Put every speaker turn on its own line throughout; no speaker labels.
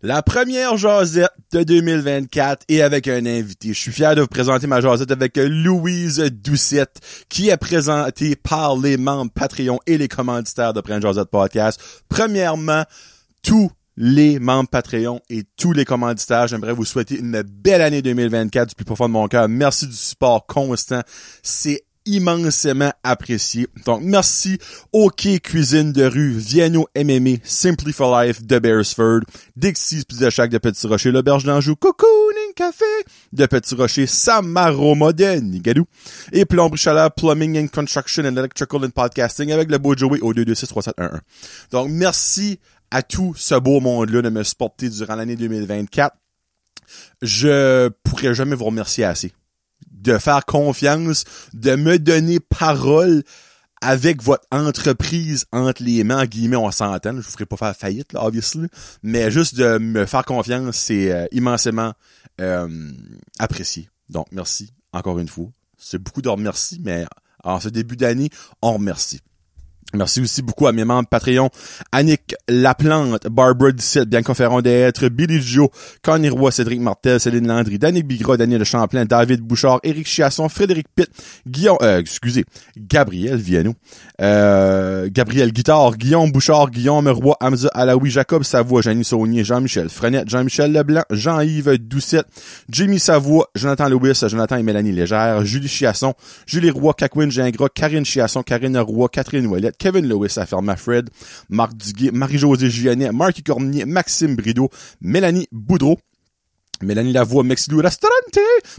La première jasette de 2024 et avec un invité. Je suis fier de vous présenter ma jasette avec Louise Doucette qui est présentée par les membres Patreon et les commanditaires de Prenne Jasette Podcast. Premièrement, tous les membres Patreon et tous les commanditaires. J'aimerais vous souhaiter une belle année 2024 du plus profond de mon cœur. Merci du support constant. C'est immensément apprécié. Donc, merci OK Cuisine de Rue, Vienno MMA, Simply for Life de Beresford, Dixie's Pizza Shack de Petit Rocher, L'Auberge d'Anjou, Cocooning Café de Petit Rocher, Samaroma de Nigadou, et Plomberie Chaleur, Plumbing and Construction and Electrical and Podcasting avec le beau Joey au 226-3711. Donc, merci à tout ce beau monde-là de me supporter durant l'année 2024. Je pourrais jamais vous remercier assez de faire confiance, de me donner parole avec votre entreprise entre les mains, en guillemets, on s'entend, je vous ferai pas faire faillite, là, obviously, mais juste de me faire confiance, c'est euh, immensément euh, apprécié. Donc, merci, encore une fois. C'est beaucoup de remercie, mais en ce début d'année, on remercie. Merci aussi beaucoup à mes membres Patreon, Annick Laplante, Barbara Dissette, Bianca Ferron d'être, Billy Joe, Connie Roy, Cédric Martel, Céline Landry, Danny Bigra, Daniel Champlain, David Bouchard, Éric Chiasson, Frédéric Pitt, Guillaume, euh, excusez, Gabriel Viano, euh, Gabriel Guitard, Guillaume Bouchard, Guillaume Roy, Hamza Alaoui, Jacob Savoie, Janie Saunier, Jean-Michel Frenette, Jean-Michel Leblanc, Jean-Yves Doucette, Jimmy Savoie, Jonathan Lewis, Jonathan et Mélanie Légère, Julie Chiasson, Julie Roy, Kakwin Gingras, Karine Chiasson, Karine Roy, Catherine Ouellette, Kevin Lewis, Afferma Fred, Marc Duguay, Marie-Josée Gionnet, Marc Cormier, Maxime Brideau, Mélanie Boudreau, Mélanie Lavoie, Mexilou Restaurante,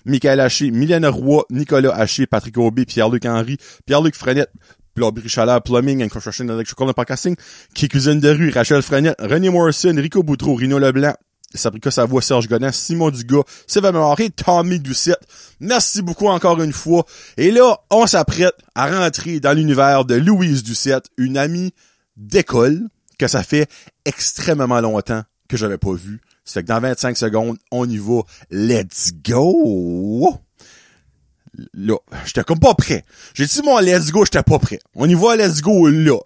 Michael Haché, Milena Roy, Nicolas Haché, Patrick Aubé, Pierre-Luc Henry, Pierre-Luc Frenette, Plomberie Chaleur, Plumbing and Construction Electrical and Podcasting, Qui Cuisine de Rue, Rachel Frenette, René Morrison, Rico Boutreau, Rino Leblanc, Saprica Savoie, Serge Godin, Simon Dugas, Sylvain Mémoré, Tommy Doucette. Merci beaucoup encore une fois. Et là, on s'apprête à rentrer dans l'univers de Louise Doucette, une amie d'école que ça fait extrêmement longtemps que j'avais pas vue. C'est que dans 25 secondes, on y va. Let's go! Là, j'étais comme pas prêt. J'ai dit mon let's go, j'étais pas prêt. On y va, let's go, là.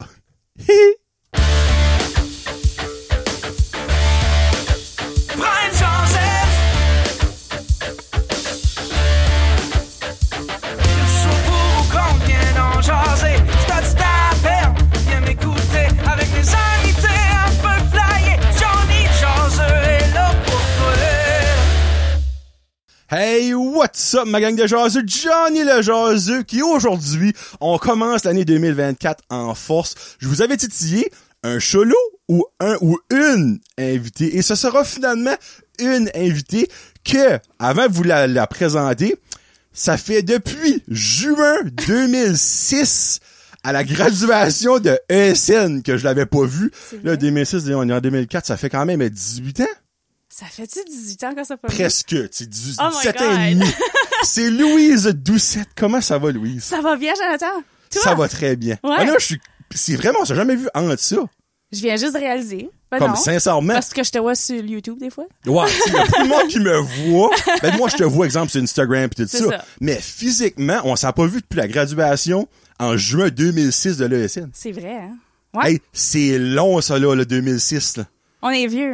Hi, hi.
Brian Joseph, le sourd qu'on vient d'en jaser. C'est à dire ta perte, viens m'écouter avec mes invités un peu flyés. Johnny Joseph est là pour toi.
Hey, what's up, ma gang de jaseux? Johnny le jaseux qui aujourd'hui, on commence l'année 2024 en force. Je vous avais titillé un chelou ou un ou une invitée. Et ce sera finalement une invitée que, avant de vous la, la présenter, ça fait depuis juin 2006 à la graduation de ESN que je l'avais pas vue. Là, 2006, on est en 2004, ça fait quand même 18 ans.
Ça fait-tu 18 ans qu'on s'est pas vu?
Presque. C'est du-
Oh my
17 ans et
God.
demi. C'est Louise Doucette. Comment ça va, Louise?
Ça va bien, Jonathan? Toi?
Ça va très bien.
Ouais.
Ah non, je suis... C'est vraiment, on s'est jamais vu en ça.
Je viens juste de réaliser. Ben
Comme
non.
sincèrement.
Parce que je te vois sur YouTube des fois.
Ouais, tu sais, y a plus de monde qui me voit. Ben, moi, je te vois, exemple, sur Instagram pis tout ça.
C'est ça.
Mais physiquement, on s'est pas vu depuis la graduation en juin 2006 de l'ESN.
C'est vrai, hein? Ouais.
Hey, c'est long, ça, là, le 2006, là.
On est vieux.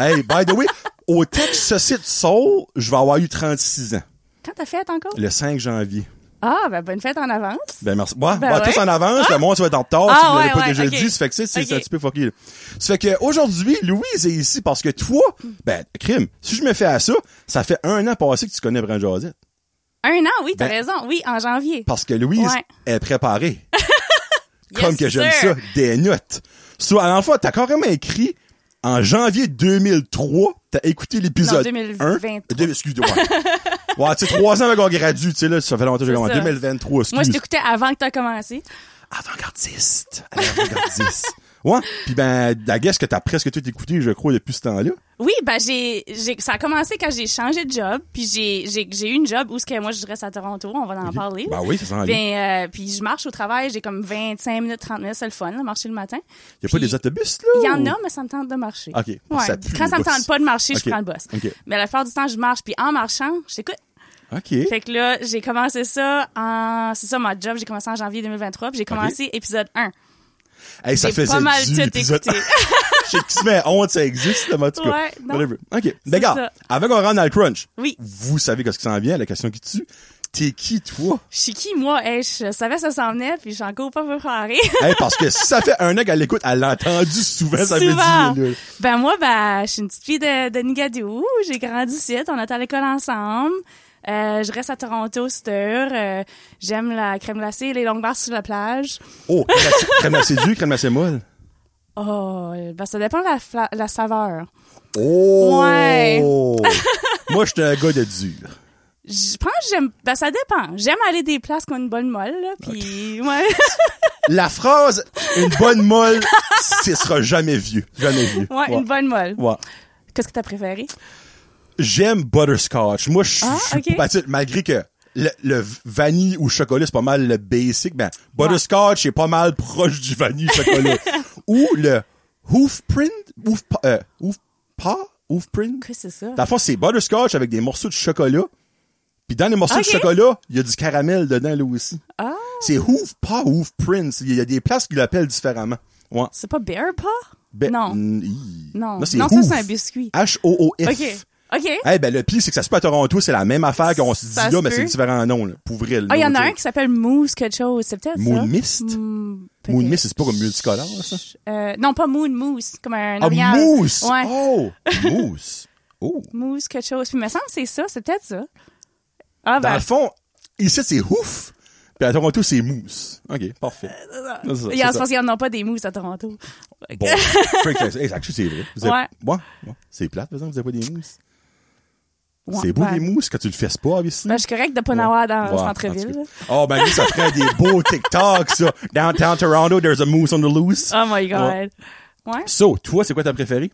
Hey, by the way, au texte ce site sort, je vais avoir eu 36 ans.
Quand t'as fête encore?
Le 5 janvier.
Ah, ben bonne fête en avance.
Ben merci. Ouais,
Ben
ouais,
ouais.
tous en avance, le monde tu vas être en retard,
Ah,
si vous l'avez
ouais,
pas
ouais,
déjà
ok.
dit, ça fait que c'est c'est un
Ok.
petit peu fucké. là. Ça fait que aujourd'hui, Louise est ici parce que toi, ben crime, si je me fais à ça, ça fait un an passé que tu connais Brand Josette.
Un an, oui, t'as
Ben-
raison. Oui, en janvier.
Parce que Louise
Ouais.
est préparée.
Yes,
comme que j'aime ça,
sir.
des notes. Soit à l'enfant, t'as carrément écrit en janvier 2003, t'as écouté l'épisode
Non,
1.
2023.
Deux- Excuse-moi. ouais, tu sais, trois ans avec on gradue, tu sais, là, ça fait longtemps que j'ai
C'est
commencé.
ça.
2023,
Moi,
excuse.
je t'écoutais avant que t'as commencé.
avant-gardiste. Avant-gardiste. ouais. Puis ben, la guess que t'as presque tout écouté, je crois, depuis ce temps-là.
Oui, ben j'ai, j'ai, ça a commencé quand j'ai changé de job, puis j'ai, j'ai, j'ai eu une job où ce que moi je reste à Toronto, on va en parler.
Ben oui, ça s'en vient.
Ben, euh, puis je marche au travail, j'ai comme 25 minutes, 30 minutes, c'est le fun, là, marcher le matin.
Y a pas
Puis-
des autobus, là?
Il y en
ou-
a, mais ça me tente de marcher.
Ok. Ça
Ouais.
pue,
Quand
le
ça me
bus.
tente pas de marcher,
Ok.
je prends le boss.
Ok.
Mais la plupart du temps, je marche, puis en marchant, je t'écoute.
OK.
Fait que là, j'ai commencé ça en... C'est ça, ma job, j'ai commencé en janvier 2023, puis j'ai commencé épisode 1.
Hey, ça
J'ai
faisait
pas mal
du
tout
épisode.
écouté.
Chez qui se met honte, ça existe, là, mais en tout cas.
Ouais, non.
Whatever. OK. Mais gars,
ça.
avant qu'on rentre dans le crunch,
Oui.
vous savez qu'est-ce qui s'en vient, la question qui tue. T'es qui, toi?
Je suis qui, moi? Hey, je savais ça s'en venait, puis je suis encore pas préparée.
Hey, parce que si ça fait un an qu'elle l'écoute, elle l'a entendu souvent, Eh, ça veut
Souvent.
dire. là.
Ben moi, ben, je suis une petite fille de, de Nigadoo. J'ai grandi ici. On est à l'école ensemble. Euh, je reste à Toronto, cette heure. Euh, J'aime la crème glacée et les longues barres sur la plage.
Oh, crème assez- crème assez dure, crème assez molle.
Oh, ben ça dépend de la, fla- la saveur.
Oh!
Ouais.
Moi, j'étais un gars de dur.
Je pense que j'aime... Ben ça dépend. J'aime aller des places qui ont une bonne molle, là, puis... Ouais,
La phrase, une bonne molle, ce sera jamais vieux. Jamais vieux.
ouais, une bonne molle.
Ouais.
Qu'est-ce que t'as préféré?
J'aime butterscotch. Moi, je suis,
Ah,
je suis-
ok.
ben, tu sais, malgré que le, le vanille ou chocolat, c'est pas mal le basic, ben, butterscotch est pas mal proche du vanille chocolat. ou le hoof print, hoof, pa- euh, hoof pas, hoof print.
Qu'est-ce que c'est ça?
Dans le fond, c'est butterscotch avec des morceaux de chocolat. Puis dans les morceaux de
Ok.
chocolat, il y a du caramel dedans, là aussi.
Ah,
C'est hoof pas, hoof print. Il y a des places qui l'appellent différemment. Ouais.
c'est pas bear paw?
Ben,
non.
mm, hi.
Non.
Moi, c'est
Non, ça,
Hoof.
c'est un biscuit.
H-O-O-F.
OK. OK.
Eh ben le pire c'est que ça se peut à Toronto, c'est la même affaire qu'on se dit là,
Ça se
mais
peut.
c'est différents noms là, pour vrai. le
Ah, il y en
no
a un
joke.
qui s'appelle Mousse quelque chose. C'est peut-être ça.
Moon Mist?
Mm, peut-être.
Moon Mist, c'est pas comme multicolore ça.
Euh, non, pas Moon, Mousse. Comme un
Ah
oriole.
mousse.
Ouais.
Oh, mousse. Oh.
Mousse quelque chose. Puis, il me semble que c'est ça. C'est peut-être ça. Ah,
Dans
ben.
le fond, ici c'est ouf, puis à Toronto c'est mousse. OK, parfait. C'est ça,
Euh, Il y
c'est
en je
ça.
pense qu'il n'y en a pas des mousses à Toronto.
Bon, Perfect. Hey, actually, c'est vrai. Vous avez-
Ouais.
Ouais, ouais. C'est plate, par exemple, vous avez pas des mousses.
Ouais,
c'est beau
ben,
des mousses quand tu le fesses pas, obviously.
Ben, je suis correct de pas en avoir dans le
Ouais, en
centre-ville.
tout
là.
cas. Oh, ben, lui, ça ferait des beaux TikToks, ça. Downtown Toronto, there's a moose on the loose.
Oh my God.
Ouais.
Ouais.
So, toi, c'est quoi ta préférée?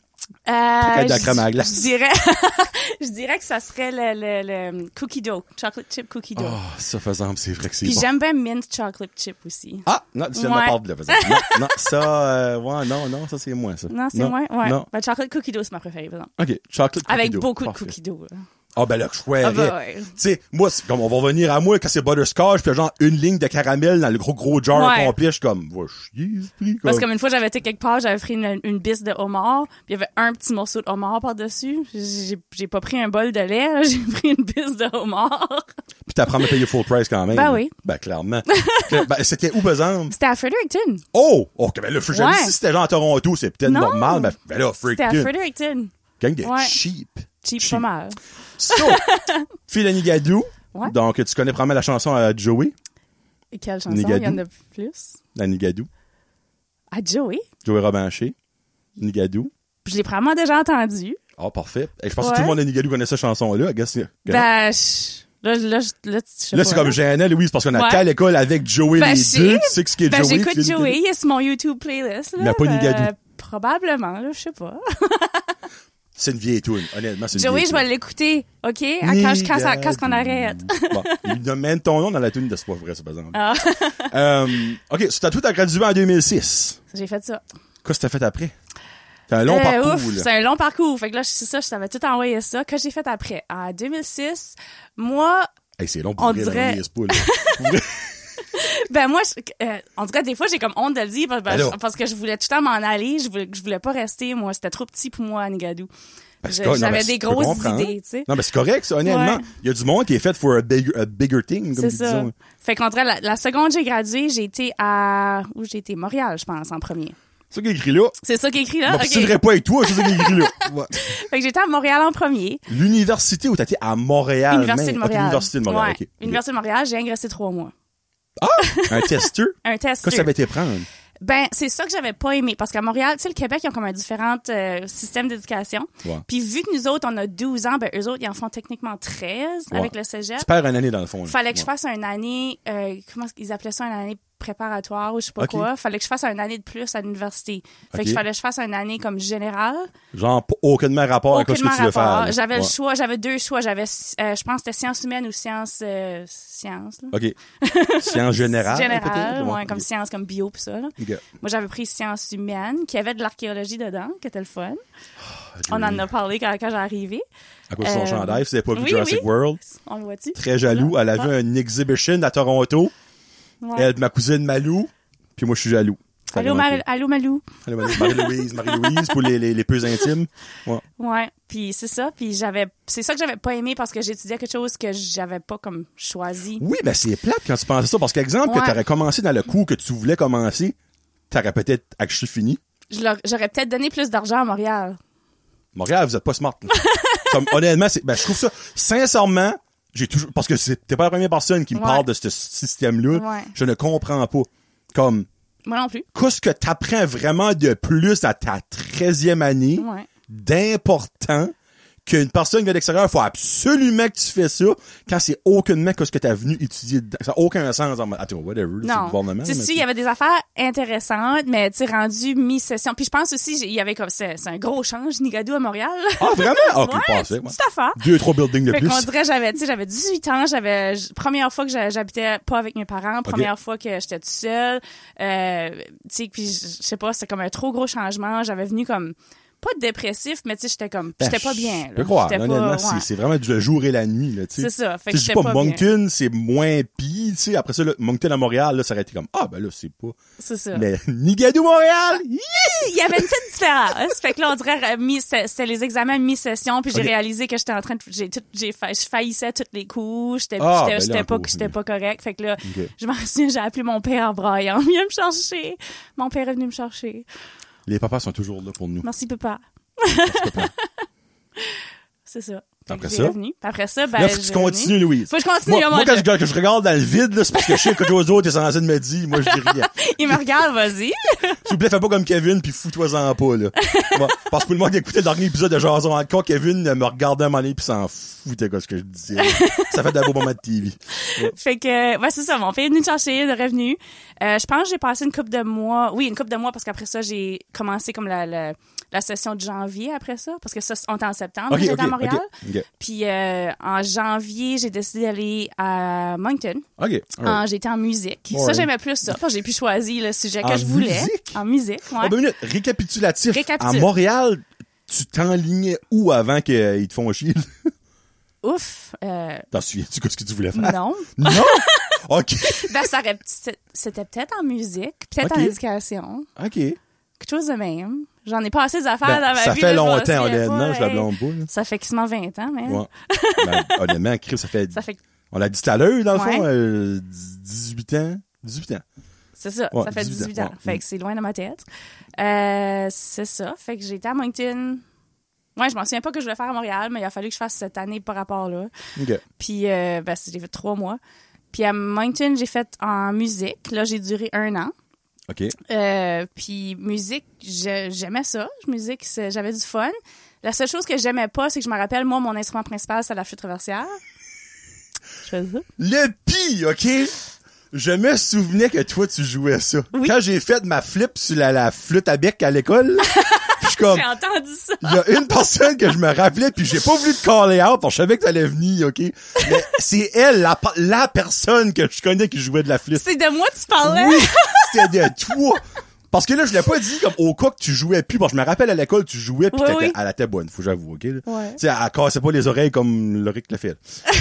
Euh,
de la
je-
crème à glace.
Je dirais, je dirais que ça serait le, le, le cookie dough, chocolate chip cookie dough.
Ah, ça faisant, c'est vrai que c'est
Puis
bon.
j'aime bien mint chocolate chip aussi.
Ah, non, tu viens de
Ouais.
ma part de la faisant. Non, non, ça, euh, ouais, non, non, ça, c'est moi, ça.
Non, c'est moi. Ouais.
Non.
Ben, chocolate cookie dough, c'est ma préférée, par exemple.
OK, chocolate cookie
Avec
dough.
beaucoup
Parfait.
de cookie dough. là.
Ah, ben là, je croirais.
Ah, ben, ouais.
Tu sais, moi, c'est comme, on va revenir à moi quand c'est butterscotch, puis genre une ligne de caramel dans le gros, gros jar
Ouais.
complet, je suis comme, va chier, ce prix,
Parce
comme.
que comme une fois, j'avais été quelque part, j'avais pris une, une bisse de homard, puis il y avait un petit morceau de homard par-dessus. J'ai j'ai pas pris un bol de lait, là, j'ai pris une bisse de homard.
Puis t'apprends à payer full price quand même.
Ben oui.
Ben, clairement. ben, c'était où, par exemple?
C'était à Fredericton.
Oh! OK, ben là, Freak- j'avais dit,
Ouais.
si c'était genre à Toronto, c'est peut-être
Non.
normal, mais ben là, freak,
C'était à
dude,
Fredericton.
gang de
Ouais.
cheap.
Cheap,
Cheap.
pas mal.
So, Philani Gadou.
Ouais.
Donc, tu connais probablement la chanson à Joey,
Et quelle chanson? Il y
Nigadou.
en a plus.
la Nigadou.
À Joey.
Joey Robanché, Nigadou.
Je l'ai probablement déjà entendu.
Ah, parfait. Et je pense que
Ouais.
tout le monde à Nigadou connaît cette chanson-là. I guess, yeah.
Ben, je- là, là, je- là, tu- je sais
là,
pas,
c'est comme gênant, Louise, parce qu'on a
Ouais.
qu'à l'école avec Joey
Ben,
les
je
deux.
sais.
Tu sais ce qu'est
Ben,
Joey.
j'écoute
Phil Nigadou.
Joey, il y a sur mon YouTube playlist. Là,
Mais pas
Ben,
Nigadou.
Probablement, là, je sais pas.
C'est une vieille tune. Honnêtement, c'est une
Joey,
vieille
je vais l'écouter, OK? À Quand, je- quand, ça- quand, qu'on arrête.
bon, il demande ton nom dans la tune de C'est pas vrai, ça, par exemple.
Ah.
Euh, OK, so t'as tout à gradué en 2006.
J'ai fait ça.
Qu'est-ce que t'as fait après? T'as un long
Euh,
parcours,
ouf,
là.
C'est un long parcours. Fait que là, je- c'est ça, je t'avais tout envoyé ça. Que j'ai fait après? Ah, En 2006, moi,
Hey, c'est long pour
on
vrai,
dirait-
dans les spas, là. Pour vrai.
ben moi, je- euh, on dirait des fois, j'ai comme honte de le dire parce, parce-
Allô?
parce que je voulais tout le temps m'en aller. Je voulais, je voulais pas rester. Moi, c'était trop petit pour moi à Nigadou.
Ben, c'est
Je-
correct. Non,
J'avais
mais
des
je peux
grosses
comprendre.
idées, tu sais.
Non, mais c'est correct, ça, honnêtement.
Ouais.
Il y a du monde qui est fait for a bigger, a bigger thing, comme hein.
C'est
ils
ça.
disent.
Fait qu'on dirait, la, la seconde j'ai gradué, j'ai été à... Où j'ai été? Montréal, je pense, en premier.
C'est ça qui est écrit là.
C'est ça qui est écrit
Je
là? Ah, OK.
m'obstinerai pas avec toi, c'est ça qui est écrit là. Ouais.
Fait que j'étais à Montréal en premier.
L'université où t'étais à Montréal.
Université
même.
de
Ah, t'es
Montréal.
L'université de Montréal,
Ouais.
ok.
Université de Montréal, j'ai ingressé trois mois.
Un testeur.
Un test.
Qu'est-ce que ça avait été prendre?
Ben, c'est ça que j'avais pas aimé. Parce qu'à Montréal, tu sais, le Québec, ils ont comme un différent euh, système d'éducation.
Ouais.
Puis vu que nous autres, on a 12 ans, ben, eux autres, ils en font techniquement 13
Ouais.
avec le cégep.
Tu perds une année, dans le fond. là.
Fallait que je
Ouais.
fasse une année, euh, comment ils appelaient ça, une année préparatoire ou je sais pas
Ok.
quoi. Fallait que je fasse une année de plus à l'université. Fait
Ok.
que je fallait que je fasse une année comme générale.
Genre, p- aucunement rapport avec ce
Aucunement
que tu veux faire.
rapport.
là.
J'avais le
Ouais.
choix, j'avais deux choix. J'avais, euh, je pense, que c'était sciences humaines ou sciences, euh, sciences, là.
OK. Sciences générales.
Générales,
peut-être?
ouais, comme
Ok.
sciences, comme bio pis ça, là.
Ok.
Moi, j'avais pris sciences humaines, qui avait de l'archéologie dedans, qui était le fun.
Ah,
On en
Joey.
a parlé quand, quand j'ai arrivé.
À cause de son
Euh,
chandail, si vous n'avez pas vu
oui,
Jurassic
oui.
World,
On le voit-tu?
très jaloux. Elle avait une exhibition à Toronto.
Ouais.
Elle, ma cousine Malou, puis moi, je suis jaloux.
Allô, Mar- Allô, Malou.
Allez, Marie- Marie-Louise, Marie-Louise pour les, les, les plus intimes. Ouais.
Ouais, puis c'est ça, puis j'avais c'est ça que j'avais pas aimé parce que j'étudiais quelque chose que j'avais pas comme choisi.
Oui, ben c'est plate quand tu penses ça, parce qu'exemple, que
Ouais.
t'aurais commencé dans le cours que tu voulais commencer, t'aurais peut-être acheté fini.
Je leur- J'aurais peut-être donné plus d'argent à Montréal.
Montréal, vous êtes pas smart. là. Comme, honnêtement, c'est, ben, je trouve ça, sincèrement, j'ai toujours, parce que c'est- t'es pas la première personne qui me
Ouais.
parle de ce système-là.
Ouais.
Je ne comprends pas. Comme,
Moi non plus.
qu'est-ce que t'apprends vraiment de plus à ta 13e année
Ouais.
d'important qu'une personne qui vient de l'extérieur, faut absolument que tu fais ça quand c'est aucunement que ce que t'as venu étudier. dedans. Ça n'a aucun sens. En... mode, Attends, whatever, c'est le
Non.
gouvernement.
Tu sais,
mais-
si, il y avait des affaires intéressantes, mais tu sais, rendu mi-session. Puis je pense aussi, j'ai- il y avait comme, c'est c'est un gros change, Nigadou à Montréal.
Ah, vraiment? Ah, ok,
ouais,
passez,
c'est une
ouais.
petite affaire.
Deux, trois buildings de
Fait
plus.
qu'on dirait, j'avais, tu sais, j'avais 18 ans, j'avais, j- première fois que j'a- j'habitais pas avec mes parents, première fois que j'étais toute seule, euh, tu sais, puis je je sais pas, c'était comme un trop gros changement, j'avais venu comme, pas de dépressif, mais tu sais, j'étais comme,
Ben,
j'étais pas bien,
Je
là.
peux croire.
J'étais
honnêtement,
pas-
c'est-
ouais.
c'est vraiment du jour et la nuit. Là, tu sais.
C'est ça, fait
Tu sais, je
que
dis
j'étais
pas,
pas bien.
Moncton, c'est moins pire. tu sais. Après ça, là, Moncton à Montréal, là, ça aurait été comme Ah, ben là, c'est pas.
C'est ça.
Mais Nigadou Montréal! hi!
Il y avait une petite différence. fait que là, on dirait, euh, mi- c'était c'était les examens mi-session, puis j'ai
Ok.
réalisé que j'étais en train de, j'ai tout, j'ai fa- je faillissais tous les coups, j'étais,
Ah, ben là,
j'étais, j'étais pas,
encore,
j'étais
oui.
pas correct. Fait que là, je m'en souviens, j'ai appelé mon père en braillant. Il vient me chercher. Mon père est venu me chercher.
Les papas sont toujours là pour nous.
Merci, papa. C'est ça. Fait
Après
que j'ai
ça?
revenu. Puis Après ça, ben.
là, faut que
j'ai
tu
revenu.
continues, Louise.
Faut que je continue,
Moi,
mon
moi, quand, je,
Dieu.
quand je regarde dans le vide, là, c'est parce que je sais que chose d'autre est censé de me dire. Moi, je dis rien.
Il me regarde, vas-y.
S'il vous plaît, fais pas comme Kevin, puis fous-toi-en pas, là. Bon, parce que pour le monde qui écoutait le dernier épisode de Jason Hardcore, Kevin euh, me regardait à un moment donné, puis s'en foutait, quoi, ce que je disais. Ça fait d'un beau moment de TV.
Fait que, ouais, c'est ça. Mon père est venu me chercher de revenu. Euh, je pense que j'ai passé une coupe de mois. Oui, une coupe de mois parce qu'après ça, j'ai commencé comme la, la, la session de janvier après ça. Parce que ça, on était en septembre.
Ok,
Ah, j'étais
ok,
à Montréal.
ok, ok.
Puis euh, en janvier, j'ai décidé d'aller à Moncton.
OK. all right.
Ah, J'étais en musique.
Alright.
Ça, j'aimais plus ça. parce que J'ai pu choisir le sujet que
En
je voulais.
musique?
En musique, ouais.
Ah, ben, une minute, récapitulatif.
Récapitule.
À Montréal, tu t'enlignais où avant qu'ils te font chier?
Ouf. euh,
T'en souviens-tu de ce que tu voulais faire?
non.
Non? OK.
Ben, ça aurait- C'était peut-être en musique, peut-être
Ok.
en éducation,
OK.
quelque chose de même. J'en ai passé des affaires
Ben,
dans ma
ça
vie.
fait
là, je m'en
longtemps,
souviens
honnêtement,
pas,
je la
hey.
blâme pas, là.
Ça fait quasiment 20 ans, mais
Ouais. Ben, honnêtement, Chris, ça fait,
ça fait
on l'a dit tout à l'heure, dans le fond,
Ouais.
euh, 18 ans. 18 ans.
c'est ça,
Ouais,
ça fait
18 ans,
18 ans.
ouais.
Fait que c'est loin de ma tête. Euh, c'est ça, fait que j'étais à Moncton. Ouais, je m'en souviens pas que je voulais faire à Montréal, mais il a fallu que je fasse cette année par rapport là.
OK.
Puis euh, ben, c'est- j'ai fait trois mois. Puis à Moncton, j'ai fait en musique. Là, j'ai duré un an.
OK.
Euh, puis musique, je- j'aimais ça. Musique, c'est- j'avais du fun. La seule chose que j'aimais pas, c'est que je me rappelle, moi, mon instrument principal, c'est la flûte traversière. Je fais ça.
Le pire, OK? Je me souvenais que toi, tu jouais ça.
Oui.
Quand j'ai fait ma flip sur la, la flûte à bec à l'école, je suis comme,
J'ai entendu ça.
il y a une personne que je me rappelais, puis j'ai pas voulu te caller out, parce que je savais que t'allais venir, OK? Mais c'est elle, la, pa- la personne que je connais qui jouait de la flûte.
C'est de moi que tu parlais?
Oui, c'était de toi. Parce que là, je l'ai pas dit comme au cas que tu jouais plus. Bon, je me rappelle à l'école, tu jouais puis
Oui,
t'étais-
oui.
elle était bonne, faut que j'avoue, ok? là.
Ouais.
Tu sais, elle cassait pas les oreilles comme Loric le fait.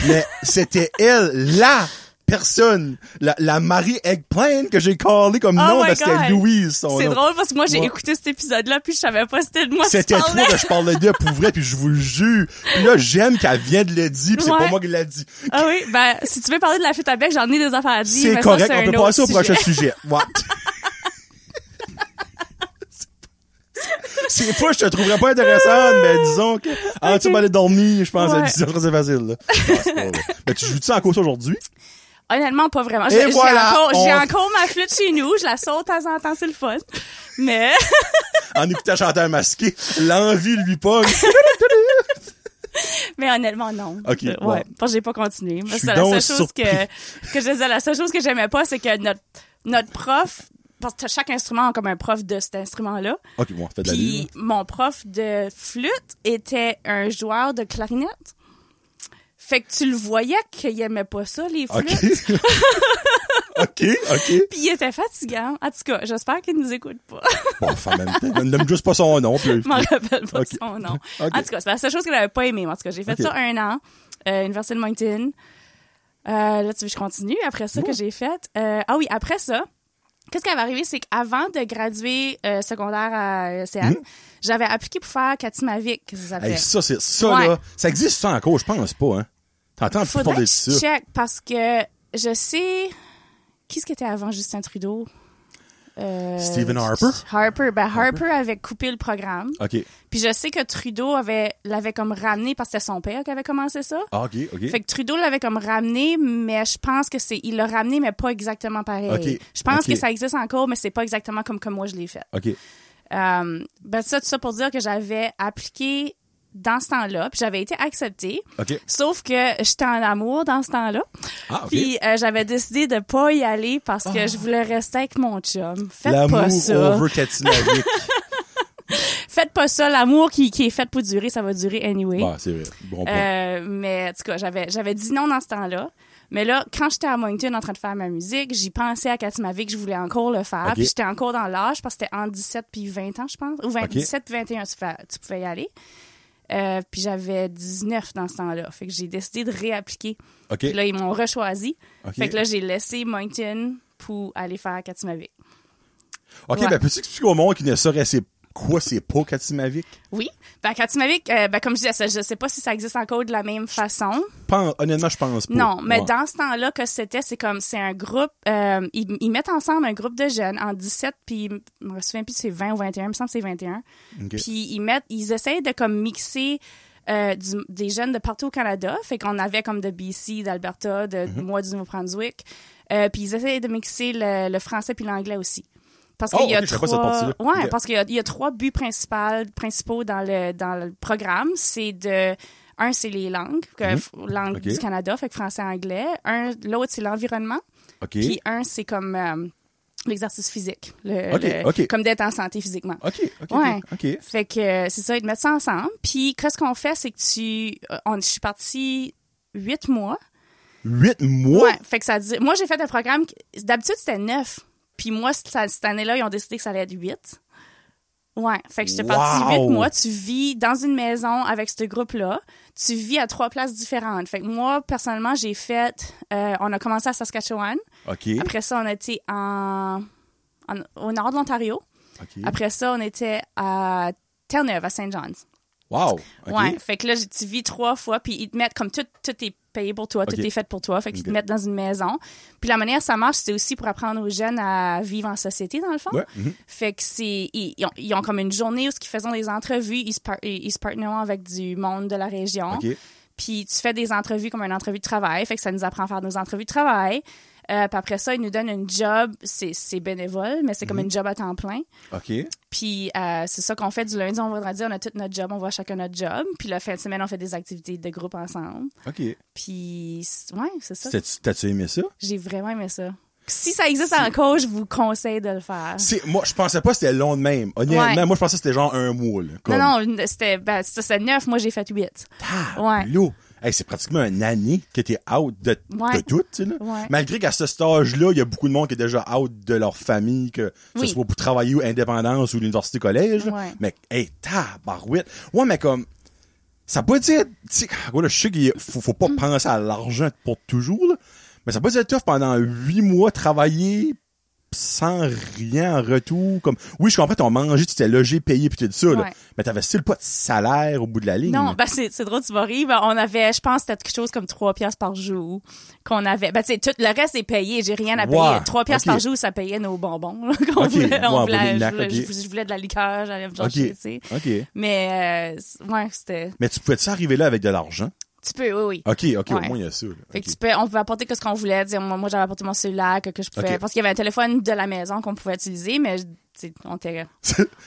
Mais c'était elle, la personne, la, la Marie Eggplant que j'ai callée comme
Oh
nom,
my
parce que c'était
God.
Louise, son
C'est
nom.
drôle parce que moi, j'ai
Ouais.
écouté cet épisode-là, puis je savais pas c'était de moi que tu
C'était toi
parlais.
que je parlais de pour vrai, puis je vous le jure. Puis là, j'aime qu'elle vienne de le dire, puis c'est
Ouais.
pas moi qui l'a dit.
Ah oui, ben, si tu veux parler de la flûte à bec, j'en ai des affaires à dire.
C'est
mais
correct,
ça,
on
c'est un
peut
autre
passer au
sujet.
prochain sujet. What? C'est pas, je te trouverais pas intéressante, mais disons que, ah, tu vas aller dormir, je pense,
Ouais.
c'est très facile, là. Ah, c'est pas vrai. Mais tu joues-tu en course aujourd'hui?
Honnêtement, pas vraiment.
Et
J'ai j'ai
voilà,
encore, j'ai
on-
encore ma flûte chez nous, je la saute de temps en temps, c'est le fun. Mais,
En écoutant chanteur masqué, l'envie lui pogne.
mais honnêtement, non.
Ok,
Euh,
bon.
ouais, parce que j'ai pas continué. Moi,
suis
c'est la
donc
seule chose que,
surpris.
que je disais, la seule chose que j'aimais pas, c'est que notre, notre prof, parce que chaque instrument a comme un prof de cet instrument-là.
Ok, bon, fais de la lune.
Puis mon prof de flûte était un joueur de clarinette. Fait que tu le voyais qu'il aimait pas ça, les flûtes.
Ok. ok, ok.
Puis il était fatigant. En tout cas, j'espère qu'il nous écoute pas.
Bon, enfin, en même temps, ne me juste pas son nom, puis-
Je m'en rappelle pas
Ok.
son nom.
Ok.
En tout cas, c'est la seule chose qu'il avait pas aimé. En tout cas, j'ai fait
Ok.
ça un an, euh, Université de Moncton. Euh, là, tu veux que je continue? Après ça, que j'ai fait... euh, ah oui, après ça, Qu'est-ce qui avait arrivé, c'est qu'avant de graduer euh, secondaire à CN, j'avais appliqué pour faire Katimavik, que ça s'appelait.
Hmm? Hey, ça, c'est, ça,
Ouais.
là, ça existe ça encore, je pense pas, hein. T'entends plus
Faudrait
parler
que
de ça.
je check parce que je sais. Qui ce qui était avant Justin Trudeau? Euh,
Stephen Harper?
Harper. Ben, Harper avait coupé le programme.
OK.
Puis je sais que Trudeau avait l'avait comme ramené parce que c'était son père qui avait commencé ça.
Ah, OK, OK.
Fait que Trudeau l'avait comme ramené, mais je pense que c'est il l'a ramené, mais pas exactement pareil.
Ok.
Je pense
Ok.
que ça existe encore, mais c'est pas exactement comme comme moi je l'ai fait.
OK.
Euh, ben ça, tout ça pour dire que j'avais appliqué dans ce temps-là, puis j'avais été acceptée.
OK.
Sauf que j'étais en amour dans ce temps-là.
Ah, OK. Ah.
Puis euh, j'avais décidé de pas y aller parce que je voulais rester avec mon chum. Faites
L'amour
pas ça.
over Katinavik.
Faites pas ça. L'amour qui, qui est fait pour durer, ça va durer anyway.
bah, c'est vrai. Bon point.
Euh, mais en tout cas, j'avais, j'avais dit non dans ce temps-là. Mais là, quand j'étais à Moncton en train de faire ma musique, j'y pensais à Katimavik, je voulais encore le faire.
Ok.
Puis j'étais encore dans l'âge parce que c'était en 17 puis 20 ans, je pense. Ou 20,
Ok.
17 puis 21, tu, fais- tu pouvais y aller. Euh, puis j'avais 19 dans ce temps-là. Fait que j'ai décidé de réappliquer.
OK.
Puis là, ils m'ont rechoisi.
Ok.
Fait que là, j'ai laissé Moncton pour aller faire Katimavik.
OK,
ouais.
ben, peux-tu expliquer au monde qui ne saurait c'est quoi c'est pas Katimavik?
Oui. Ben, Katimavik, euh, ben, comme je disais, ça, je sais pas si ça existe encore de la même façon.
Pen- honnêtement, je pense pas.
Non, mais
Ouais.
dans ce temps-là, que c'était, c'est comme, c'est un groupe, euh, ils, ils mettent ensemble un groupe de jeunes en 17, puis je me souviens plus si c'est 20 ou 21, il me semble que c'est 21.
OK.
Puis ils mettent, ils essayent de comme mixer euh, du- des jeunes de partout au Canada. Fait qu'on avait comme de BC, d'Alberta, de
Mhm.
moi du Nouveau-Brunswick. Euh, puis ils essayent de mixer le, le français puis l'anglais aussi. Parce
Oh,
qu'il y a
ok, je savais pas cette
trois,
partie-là.
ouais,
Ok.
parce qu'il y a, il y a trois buts principaux, principaux dans le dans le programme. C'est de un, c'est les langues, que, langue
Mhm. Ok.
du Canada, fait que français, anglais. Un, l'autre c'est l'environnement.
OK.
Puis un, c'est comme euh, l'exercice physique, le-
Ok,
le-
ok.
comme d'être en santé physiquement.
OK, OK,
Ouais.
OK. OK.
Fait que euh, c'est ça, ils te mettent ça ensemble. Puis qu'est-ce qu'on fait, c'est que tu, euh, on, je suis partie huit mois.
Huit mois?
Ouais. Fait que ça dit, moi j'ai fait un programme. qui- D'habitude c'était neuf. Puis moi c- ça- cette année-là ils ont décidé que ça allait être huit. Ouais. Fait que j'étais partie
Wow!
huit mois. Tu vis dans une maison avec ce groupe-là. Tu vis à trois places différentes. Fait que moi personnellement j'ai fait, euh, on a commencé à Saskatchewan.
OK.
Après ça on a été en- en- au nord de l'Ontario.
OK.
Après ça on était à Terre-Neuve à St. John's.
Wow. OK.
Ouais, fait que là, j'ai- tu vis trois fois, puis ils te mettent comme tout, tout est payé pour toi,
Ok.
tout est fait pour toi, fait qu'ils
Ok.
te mettent dans une maison. Puis la manière que ça marche, c'est aussi pour apprendre aux jeunes à vivre en société, dans le fond.
Ouais, mhm.
Fait que c'est. Ils, ils ont, ils ont comme une journée où ils faisaient des entrevues, ils se, par- ils ils se partneront avec du monde de la région.
OK.
Puis tu fais des entrevues comme une entrevue de travail, fait que ça nous apprend à faire nos entrevues de travail. Euh, puis après ça, ils nous donnent une job, c'est c'est bénévole, mais c'est
Mhm.
comme une job à temps plein.
OK.
Puis euh, c'est ça qu'on fait du lundi au vendredi. On a tout notre job, on voit chacun notre job. Puis la fin de semaine, on fait des activités de groupe ensemble.
OK.
Puis, c- ouais, c'est ça.
T'as-tu- T'as-tu aimé ça?
J'ai vraiment aimé ça. Si ça existe encore, je vous conseille de le faire.
C'est- Moi, je pensais pas que c'était long de même. Honnêtement,
Ouais.
moi, je pensais que c'était genre un mois. Là, comme...
Non, non, c'était ben, ça, c'est neuf. Moi, j'ai fait huit. Ouais.
L'eau. Hey, c'est pratiquement une année que t'es out de,
Ouais.
de tout, tu sais, là.
Ouais.
Malgré qu'à ce stage-là, il y a beaucoup de monde qui est déjà out de leur famille, que
Oui.
ce soit pour travailler ou indépendance ou l'université collège. là.
Ouais.
Mais, hey, tabarouette. Ouais, mais comme, ça peut dire, tu sais, ah, gros, là, je sais qu'il y a- faut, faut pas
Mm.
penser à l'argent pour toujours, là, mais ça peut dire tough pendant huit mois travailler sans rien en retour, comme, oui, je comprends, t'as mangé, tu t'es logé, payé, puis tout ça, là.
Ouais.
Mais t'avais still pas de salaire au bout de la ligne.
Non, ben c'est c'est drôle, tu vas rire. Ben, on avait, je pense, c'était quelque chose comme trois piastres par jour qu'on avait. Ben, tu sais, tout le reste est payé. J'ai rien à payer.
Ouais,
Trois piastres
ok.
par jour, ça payait nos bonbons. là, qu'on
Ok,
voulait, on
ouais,
voulait-
bon,
je,
nac,
voulais,
ok.
je- je voulais de la liqueur, j'allais me chercher, tu sais.
OK.
Mais, euh, c- ouais, c'était...
Mais tu pouvais-tu arriver là avec de l'argent?
Tu peux, oui, oui.
OK, OK, au
Ouais.
moins il y a ça. là.
Fait
Ah, OK.
que tu peux, on pouvait apporter que ce qu'on voulait. Dire, moi, moi, j'avais apporté mon cellulaire, que, que je pouvais.
Ok.
Parce qu'il y avait un téléphone de la maison qu'on pouvait utiliser, mais tu sais, on était,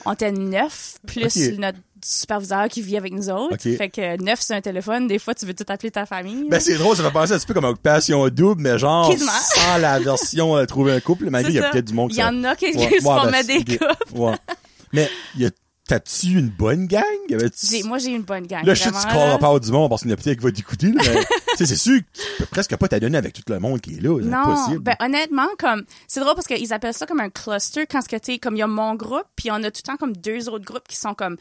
on était neuf, plus
Ok.
notre superviseur qui vit avec nous autres.
Ok.
Fait que neuf sur un téléphone, des fois, tu veux tout appeler ta famille.
ben c'est drôle, ça fait penser un petit peu comme occupation double, mais genre
Quasiment.
sans la version euh, trouver un couple, mais
C'est
il y a
ça.
peut-être du monde
Il
qui
y
ça-
en a qui qui
Ouais,
se
ouais, ben,
formaient
c'est-
des
ok.
couples.
Ouais. Mais y a- t'as-tu une bonne gang? Y avait-tu-
J'ai- Moi, j'ai une bonne gang.
Là, je sais que tu
vraiment,
calls
là.
pas du monde parce qu'il y en a peut-être qui va t'écouter, là, mais tu sais, c'est sûr que tu peux presque pas t'adonner avec tout le monde qui est là. C'est
Non,
impossible.
ben honnêtement, comme c'est drôle parce qu'ils appellent ça comme un cluster quand ce que t'es comme il y a mon groupe puis on a tout le temps comme deux autres groupes qui sont comme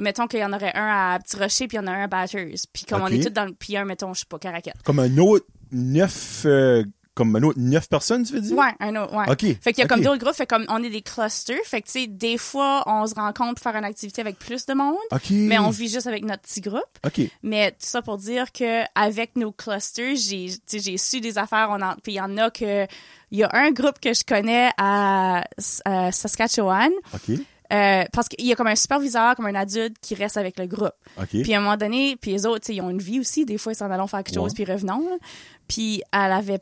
mettons qu'il y en aurait un à Petit Rocher puis il y en a un à Batters puis comme
Ok.
on est tous dans le puis un mettons je sais pas Caracat.
Comme un autre neuf euh, comme un autre neuf personnes, tu veux dire?
Ouais, un autre, ouais.
Mm. OK,
Fait qu'il y a comme
OK.
d'autres groupes, fait comme on est des clusters, fait que tu sais, des fois, on se rencontre pour faire une activité avec plus de monde,
OK.
mais on vit juste avec notre petit groupe.
OK.
Mais tout ça pour dire que avec nos clusters, j'ai tu sais, j'ai su des affaires. On en, puis il y en a que il y a un groupe que je connais à, S- à Saskatchewan
OK.
euh, parce qu'il y a comme un superviseur, comme un adulte qui reste avec le groupe.
OK.
Puis à un moment donné, puis les autres, tu sais, ils ont une vie aussi. Des fois, ils s'en allons faire quelque chose,
Ouais.
puis revenons. là. Puis elle avait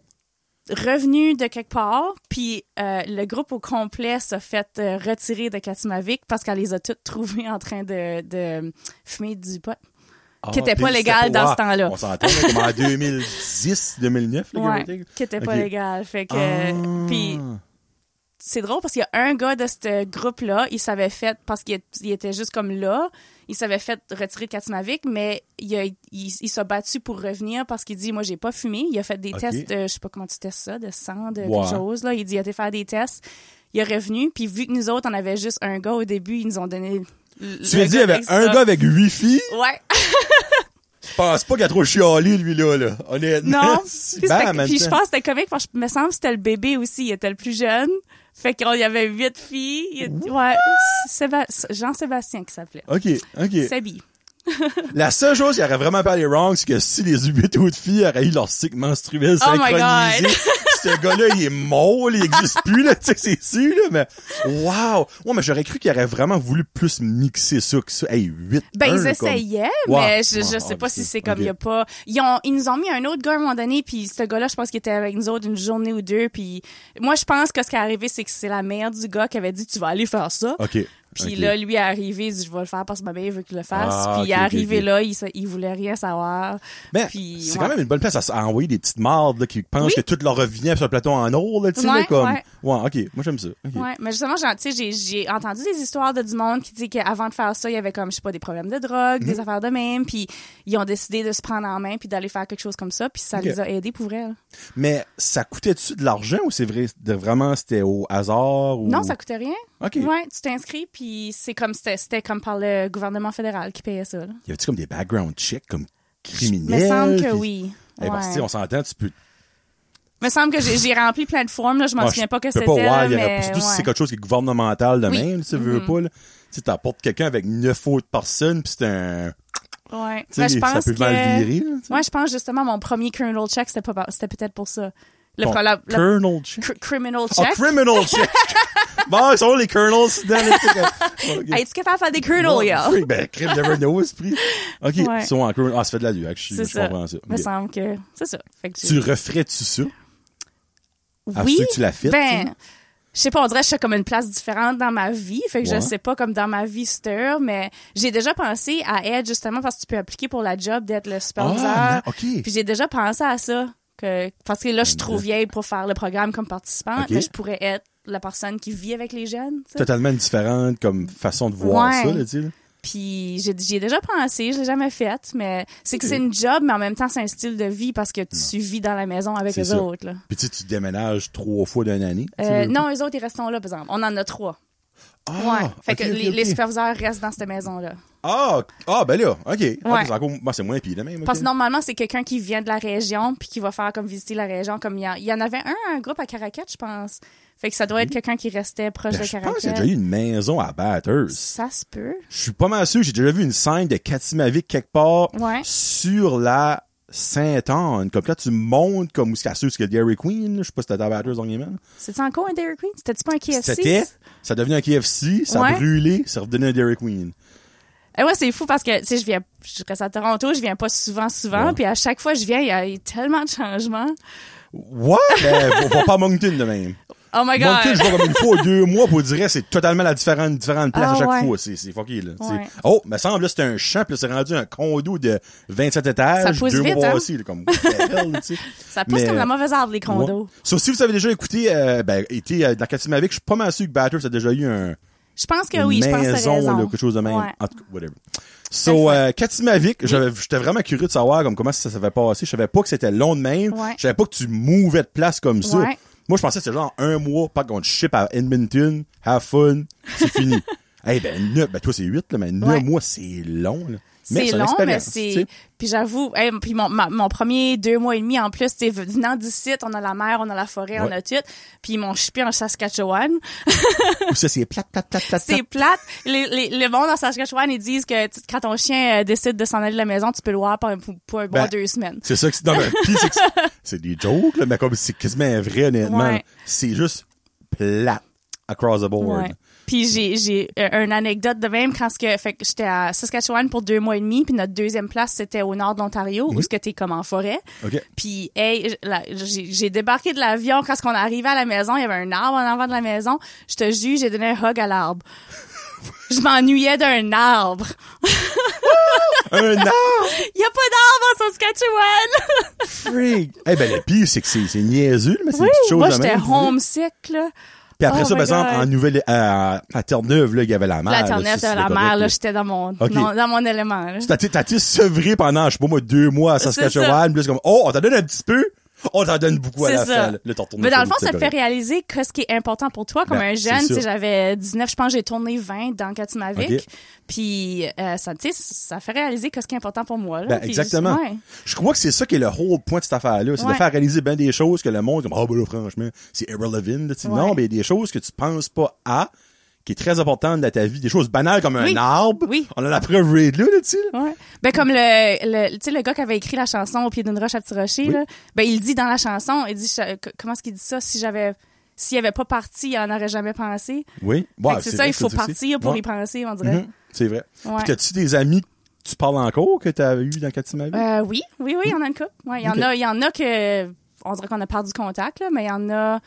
revenu de quelque part, puis euh, le groupe au complet s'est fait euh, retirer de Katimavik parce qu'elle les a toutes trouvées en train de, de fumer du pot.
Ah,
qui était pas légal dans ce temps-là.
On s'entend, là, comme en 2010, 2009, là, give or
Ouais,
take.
qui était pas
Ok.
légal. Fait que,
Ah.
puis c'est drôle parce qu'il y a un gars de ce groupe-là, il s'avait fait, parce qu'il est- il était juste comme là, il s'avait fait retirer de Katimavik, mais il, a- il, il s'est battu pour revenir parce qu'il dit, moi, j'ai pas fumé. Il a fait des
Ok.
tests de, je sais pas comment tu testes ça, de sang, de
Ouais.
quelque chose. Là. Il dit, il a été faire des tests. Il est revenu, puis vu que nous autres, on avait juste un gars au début, ils nous ont donné.
Tu veux dire, il y avait un gars avec huit filles?
Ouais.
Je pense pas qu'il a trop chialé, lui-là, là. Honnêtement.
Non.
Si,
puis
ben,
c'était-
en même
puis je
temps.
pense que c'était comique parce que je me semble que c'était le bébé aussi, il était le plus jeune. Fait qu'on y avait huit filles. Il y a- Ouais, Séba- Jean-Sébastien qui s'appelait.
OK, OK.
Sabi.
La seule chose qui aurait vraiment pas allé wrong, c'est que si les huit autres filles auraient eu leur cycle menstruel
Oh my
synchronisé, ce gars-là, il est mort, là, il existe plus, là, tu sais, c'est sûr, là, mais wow! Ouais, mais j'aurais cru qu'il aurait vraiment voulu plus mixer ça que ça. Hey, huit,
Ben,
un,
ils
comme-
essayaient,
Ouais.
mais je, je
Ouais,
sais pas si
ok.
c'est comme,
Ok.
il y a pas... Ils, ont, ils nous ont mis un autre gars à un moment donné, puis ce gars-là, je pense qu'il était avec nous autres une journée ou deux, puis moi, je pense que ce qui est arrivé, c'est que c'est la mère du gars qui avait dit « Tu vas aller faire ça
OK.
Puis
ok.
là, lui est arrivé, il dit « Je vais le faire parce que ma mère veut qu'il le fasse.
Ah,
Puis
ok,
il est
ok,
arrivé
ok.
là, il, sa- il voulait rien savoir.
Mais
Puis,
c'est
ouais.
quand même une bonne place à, s- à envoyer des petites mardes là, qui pensent
Oui.
que tout leur revient sur le plateau en or, là, tu sais, là,
Ouais,
comme.
ouais.
OK. Moi, j'aime ça. OK.
Ouais, mais justement, j'en- tu sais, j'ai- j'ai entendu des histoires de du monde qui dit qu'avant de faire ça, il y avait comme, je sais pas, des problèmes de drogue,
Mhm.
des affaires de même, puis ils ont décidé de se prendre en main puis d'aller faire quelque chose comme ça, puis ça
Ok.
les a aidés pour vrai. là.
Mais ça coûtait-tu de l'argent ou c'est vrai, de- vraiment, c'était au hasard ou...
Non, ça coûtait rien.
OK.
Ouais, tu t'inscris, puis c'est comme, c'était c'était comme par le gouvernement fédéral qui payait ça. là.
Y avait-tu comme des background checks, comme
Me
criminels?
semble que
puis-
oui.
Eh, parce que, tu sais,
Ouais.
on s'entend, tu peux...
Me semble que j'ai j'ai rempli plein de formes, là, je m'en
Ah,
souviens
je
pas que
peux
c'était.
ouais, il y aurait-
mais
surtout si
ouais.
c'est quelque chose qui est gouvernemental de
Oui. Mhm.
même, tu veux pas, là. Tu sais, t'apportes quelqu'un avec neuf autres personnes, puis c'est un...
Ouais.
Tu sais,
Ben, je
ça
pense
peut
que...
mal virer, là, tu sais.
Ouais, je pense justement mon premier criminal check, c'était pas par- c'était peut-être pour ça. Le,
Ton
pro- la- la-
Colonel check.
cr- criminal
Oh,
check.
criminal check! bon, ils sont les colonels dans les... Ok.
Hey, tu Ah, capable de faire des criminals, yo?
Freak, ben, crime never know, esprit. OK,
Ouais.
ils sont en crew. Ah, ça fait de la lueur, je,
C'est
je
ça.
comprends ça.
Me
Ok.
semble que c'est ça. Fait que
Tu
j'ai-
referais-tu ça? à
oui,
ceux que tu l'as fait, tu
ben, je sais pas, on dirait que je suis comme une place différente dans ma vie. Fait que
Ouais.
je sais pas comme dans ma vie stir, mais j'ai déjà pensé à être justement parce que tu peux appliquer pour la job d'être le superviseur.
Ah, non, OK.
Puis j'ai déjà pensé à ça. Que, parce que là, je suis trop vieille pour faire le programme comme participante,
Ok.
mais je pourrais être la personne qui vit avec les jeunes. tu sais.
Totalement différente comme façon de voir
Ouais.
ça, là, tu sais. là.
Puis j'ai- j'y ai déjà pensé, je l'ai jamais faite, mais c'est que
Ok.
c'est une job, mais en même temps, c'est un style de vie parce que tu vis dans la maison avec
C'est
les
ça.
autres. Là.
Puis tu sais, tu déménages trois fois d'une année. tu
Euh,
sais.
non, les autres, ils restons là, par exemple. On en a trois.
Ah,
ouais. Fait
ok,
que
ok,
les,
ok.
les superviseurs restent dans cette maison-là.
Ah, ah, ben là, OK. Ah,
Ouais.
c'est encore... bon, c'est moins pire de même. ok.
Parce que normalement, c'est quelqu'un qui vient de la région puis qui va faire comme visiter la région. Comme il y, en- il y en avait un, un groupe à Caracat, je pense. Fait que ça doit être quelqu'un qui restait proche
Mm-hmm. Ben,
de
je pense
Caracat.
que j'ai déjà eu une maison à Batters.
Ça se peut.
Je suis pas mal sûr, que j'ai déjà vu une scène de Katimavik quelque part
Ouais.
sur la Sainte-Anne. Comme quand tu montes comme où c'est qu'à ceux, c'est que Dairy Queen, là, je sais pas si c'était à Batters dernièrement.
C'était encore un Dairy Queen? C'était-tu pas un KFC?
C'était, ça devenait un KFC, ça a
Ouais.
brûlé, ça redevenait un Dairy Queen.
Eh ouais, c'est fou parce que, tu sais, je viens, je reste à Toronto, je viens pas souvent, souvent,
Ouais.
puis à chaque fois que je viens, il y a eu tellement de changements.
Ouais, ben, va- va pas à Moncton de même.
Oh my god!
Moncton, je vois comme une fois ou deux mois pour dire, c'est totalement la différente, différente place
Ah,
à chaque
ouais.
fois. C'est, c'est fucké, là. C'est-
Ouais.
Oh, me semble, là, c'était un champ, puis là, c'est rendu un condo de 27 étages.
Ça pousse
deux
vite,
mois
hein?
passés, là, comme, what the hell, tu sais.
Ça pousse
Mais-
comme la mauvaise arbre,
Ouais.
les condos.
Sauf si vous avez déjà écouté, euh, ben, été euh, dans Katimavik, je suis pas mal sûr que Batters a déjà eu un,
Je pense que
une
oui, je pense que t'as
maison
raison.
là, ou quelque chose de même. Ah,
Ouais.
En tout cas, whatever. So, euh, Katimavik, j'avais- j'étais vraiment curieux de savoir comme, comment ça s'avait passé. Je savais pas que c'était long de même.
Ouais.
Je savais pas que tu mouvais de place comme ça.
Ouais.
Moi, je pensais que c'était genre un mois, pas qu'on te ship à Edmonton, have fun, c'est fini. Eh ben, neuf, ben toi c'est huit, là, mais neuf
Ouais.
mois, c'est long. Là. Mais
C'est
c'est une
long, mais
expérience, tu
c'est.
sais.
Puis j'avoue, hey, puis mon, ma- mon premier deux mois et demi en plus, c'est venant d'ici, on a la mer, on a la forêt, on
Ouais.
a tout. Puis ils m'ont chipé en Saskatchewan.
Ou ça, c'est plate, plate, plate, plate.
C'est
plate.
plate. Les, les, le monde en Saskatchewan, ils disent que tu- quand ton chien euh, décide de s'en aller de la maison, tu peux le voir pour, pour- pour un bon
Ben,
deux semaines.
C'est ça que c'est. Non, mais pis c'est que c'est- c'est des jokes, là, mais comme c'est quasiment vrai, honnêtement.
Ouais.
C'est juste plate across the board.
Ouais. Puis j'ai, j'ai euh, une anecdote de même quand ce que fait que j'étais à Saskatchewan pour deux mois et demi, puis notre deuxième place c'était au nord de l'Ontario où ce que t'es comme en forêt.
Mhm. OK.
Puis hey, j- la- j'ai, j'ai débarqué de l'avion quand ce qu'on arrivait à la maison, il y avait un arbre en avant de la maison. Je te jure, j'ai donné un hug à l'arbre. Je m'ennuyais d'un arbre.
Un arbre!
Il y a pas d'arbre en Saskatchewan.
freak! Eh ben, le pire, c'est que c'est c'est niaiseux, mais c'est une petite chose
moi
de
j'étais
même.
homesick là.
Puis après
Oh
ça,
my
par exemple,
God.
en nouvelle, à, à Terre-Neuve, là, il y avait la mer.
La
là,
Terre-Neuve
ça,
de la
c'était
mer
correct,
là, j'étais dans mon
OK.
dans, dans mon élement. là.
T'as t'as été sevré pendant, je sais pas moi, deux mois à
C'est
Saskatchewan, plus comme, oh, on t'en donne un petit peu, on t'en donne beaucoup à
C'est
la
ça.
fin. là. Là, t'en retournes
Mais dans
sur
le fond,
une
ça te fait
séparée.
réaliser que ce qui est important pour toi comme
Ben,
un
c'est
jeune.
sûr.
Tu sais, j'avais 19, je pense, j'ai tourné 20 dans Katimavik.
Ok.
Puis euh, ça, tu sais, ça fait réaliser que ce qui est important pour moi. Là.
Ben,
Puis,
exactement.
ouais.
Je crois que c'est ça qui est le whole point de cette affaire-là. C'est
Ouais.
de faire réaliser bien des choses que le monde, comme, ah, ben là, franchement, c'est irrelevant. là, tu sais.
Ouais.
Non, mais il y a des choses que tu penses pas à, qui est très importante dans ta vie. Des choses banales comme
Oui.
un arbre.
Oui.
On a la preuve raid là, là, tu sais. là.
Ouais. Ben comme le, le tu sais le gars qui avait écrit la chanson au pied d'une roche à petit rocher là, ben il dit dans la chanson, il dit je- que- comment est-ce qu'il dit ça si j'avais s'il avait pas parti, il en aurait jamais pensé.
Oui.
Fait
Ouais,
que c'est ça,
vrai
il
que
faut
ça aussi.
partir pour
Ouais.
y penser, on dirait.
Mhm. C'est vrai.
Ouais.
Puis t'as-tu des amis que tu parles encore que t'as eu dans Katimavik?
Euh, oui, oui, oui, il y en a une couple. Ouais, il y en
Ok.
a, il y en a que on dirait qu'on a perdu contact là, mais il y en a.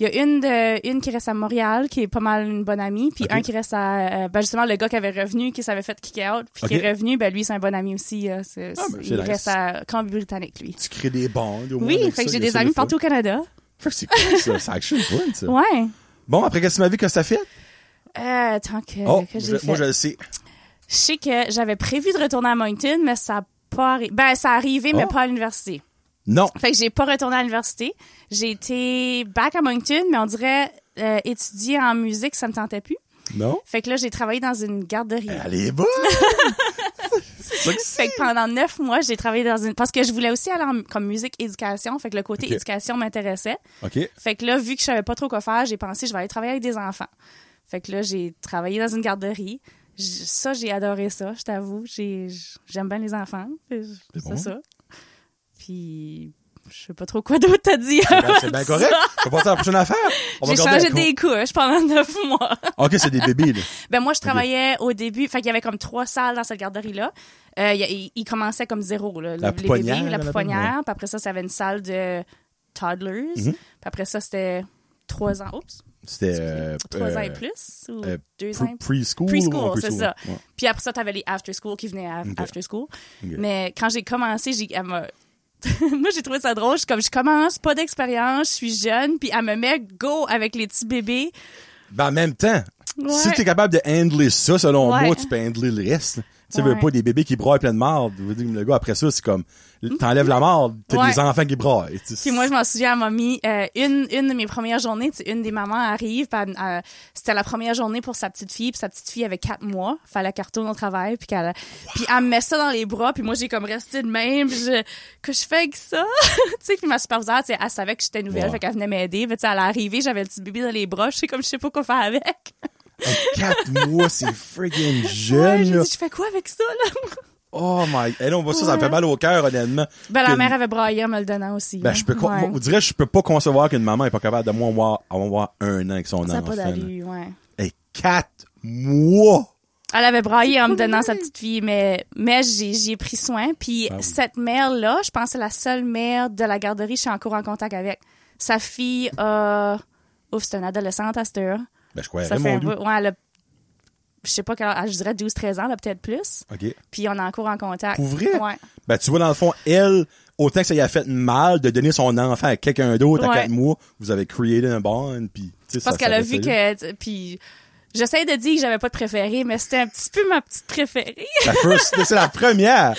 Il y a une de, une qui reste à Montréal, qui est pas mal une bonne amie, puis
Ok.
un qui reste à, euh, ben justement le gars qui avait revenu, qui s'avait fait kick out, puis qui
Ok.
est revenu, ben lui c'est un bon ami aussi. euh, c'est-
Ah, ben,
c'est-
c'est
il
nice.
reste à Cambie-Britannique lui.
tu crées des bandes au moins.
Oui,
avec
fait
ça,
que
il y
j'ai
a
des
ça, le
amis
fun.
partout au Canada.
Fait que c'est cool, ça. C'est action fun, ça.
Ouais.
Bon, après Katimavik, qu'est-ce que ça fait?
Euh, tant que,
oh,
que
je-
j'ai fait.
moi, je le sais.
Je sais que j'avais prévu de retourner à Moncton, mais ça a pas arri- ben ça arrivait mais
Oh.
pas à l'université.
Non.
Fait que j'ai pas retourné à l'université. J'ai été back à Moncton, mais on dirait euh, étudier en musique, ça me tentait plus.
Non.
Fait que là, j'ai travaillé dans une garderie.
Elle est bonne! Ben, c'est ça que
Fait
c'est.
que pendant neuf mois, j'ai travaillé dans une... Parce que je voulais aussi aller en- comme musique éducation. Fait que le côté
Ok.
éducation m'intéressait.
OK.
Fait que là, vu que je savais pas trop quoi faire, j'ai pensé, je vais aller travailler avec des enfants. Fait que là, j'ai travaillé dans une garderie. J- Ça, j'ai adoré ça, je t'avoue. J'ai- J'aime bien les enfants. C'est
C'est bon.
ça. Puis, je sais pas trop quoi d'autre t'as dit.
Ben, c'est bien correct. On va passer à la prochaine affaire. On va
J'ai
garder la
changé
con-
des hein, couches pendant neuf mois.
OK, c'est des bébés, là.
Ben moi, je travaillais au début. Fait qu'il y avait comme trois salles dans cette garderie-là. Euh, il y a- il- il commençait comme zéro, là,
La
les
pouponnière,
bébés, la
là-bas,
pouponnière. Puis après ça, ça avait une salle de toddlers.
Mhm.
Puis après ça, c'était trois ans. Oups,
C'était. euh,
trois ans et
euh,
plus ou
euh,
deux ans.
pre- Preschool.
Preschool,
ou
c'est ça.
Ouais.
Puis après ça, t'avais les after school qui venaient à-
Ok.
after school. Mais quand j'ai commencé, j'ai elle m'a- moi j'ai trouvé ça drôle. Je suis comme je commence, pas d'expérience, je suis jeune, puis elle me met go avec les petits bébés.
Ben, en même temps,
Ouais.
si t'es capable de handler ça, selon
Ouais.
moi, tu peux handler le reste. Tu sais, veux
Ouais.
pas des bébés qui broient plein de marde. Vous dites, le gars, après ça, c'est comme, t'enlèves la marde, t'as
Ouais.
des enfants qui broient.
Puis moi, je m'en souviens, elle m'a mis euh, une, une de mes premières journées. tu sais, Une des mamans arrive. puis elle- elle- C'était la première journée pour sa petite fille. Puis sa petite fille avait quatre mois. Fallait qu'elle retourne au travail. Puis, qu'elle, puis elle me met ça dans les bras. Puis moi, j'ai comme resté de même. Puis je, que je fais avec ça? tu sais, puis ma superviseure, tu sais, elle savait que j'étais nouvelle.
Ouais.
Fait qu'elle venait m'aider. Puis tu sais, elle est arrivée. J'avais le petit bébé dans les bras. Je sais comme, je sais pas quoi faire avec.
Quatre mois, c'est friggin'
Ouais,
jeune,
j'ai
là.
dit, je fais quoi avec ça, là?
Oh my. Eh non, ça, ça me fait
Ouais.
mal au cœur, honnêtement.
Ben, la
Que-
mère avait braillé en me le donnant aussi.
Ben,
là.
je peux, con-
Ouais.
moi, on dirait, que je peux pas concevoir qu'une maman est pas capable de moi avoir, avoir un an avec son
Ça n'a
enfant.
pas
là.
d'allure, ouais.
Et quatre mois!
Elle avait braillé en me donnant sa petite fille, mais, mais j'ai, j'ai pris soin. Puis
Ah oui.
cette mère-là, je pense que c'est la seule mère de la garderie, je suis encore en contact avec. Sa fille a... Ouf, c'est une adolescente à cette heure.
Ben, je croyais
Ça fait
mon
un
doux.
peu... Ouais, elle a... Je sais pas, quelle âge, je dirais 12-13 ans, là, peut-être plus.
OK.
Puis on est encore en contact.
Pour vrai?
Ouais.
Ben, tu vois, dans le fond, elle, autant que ça lui a fait mal de donner son enfant à quelqu'un d'autre
Ouais.
à quatre mois, vous avez créé un bond, puis tu sais,
Parce
ça-
qu'elle
ça
a
reste
vu
là.
que... t- Puis j'essaie de dire que j'avais pas de préférée, mais c'était un petit peu ma petite préférée.
La first- c'est la première!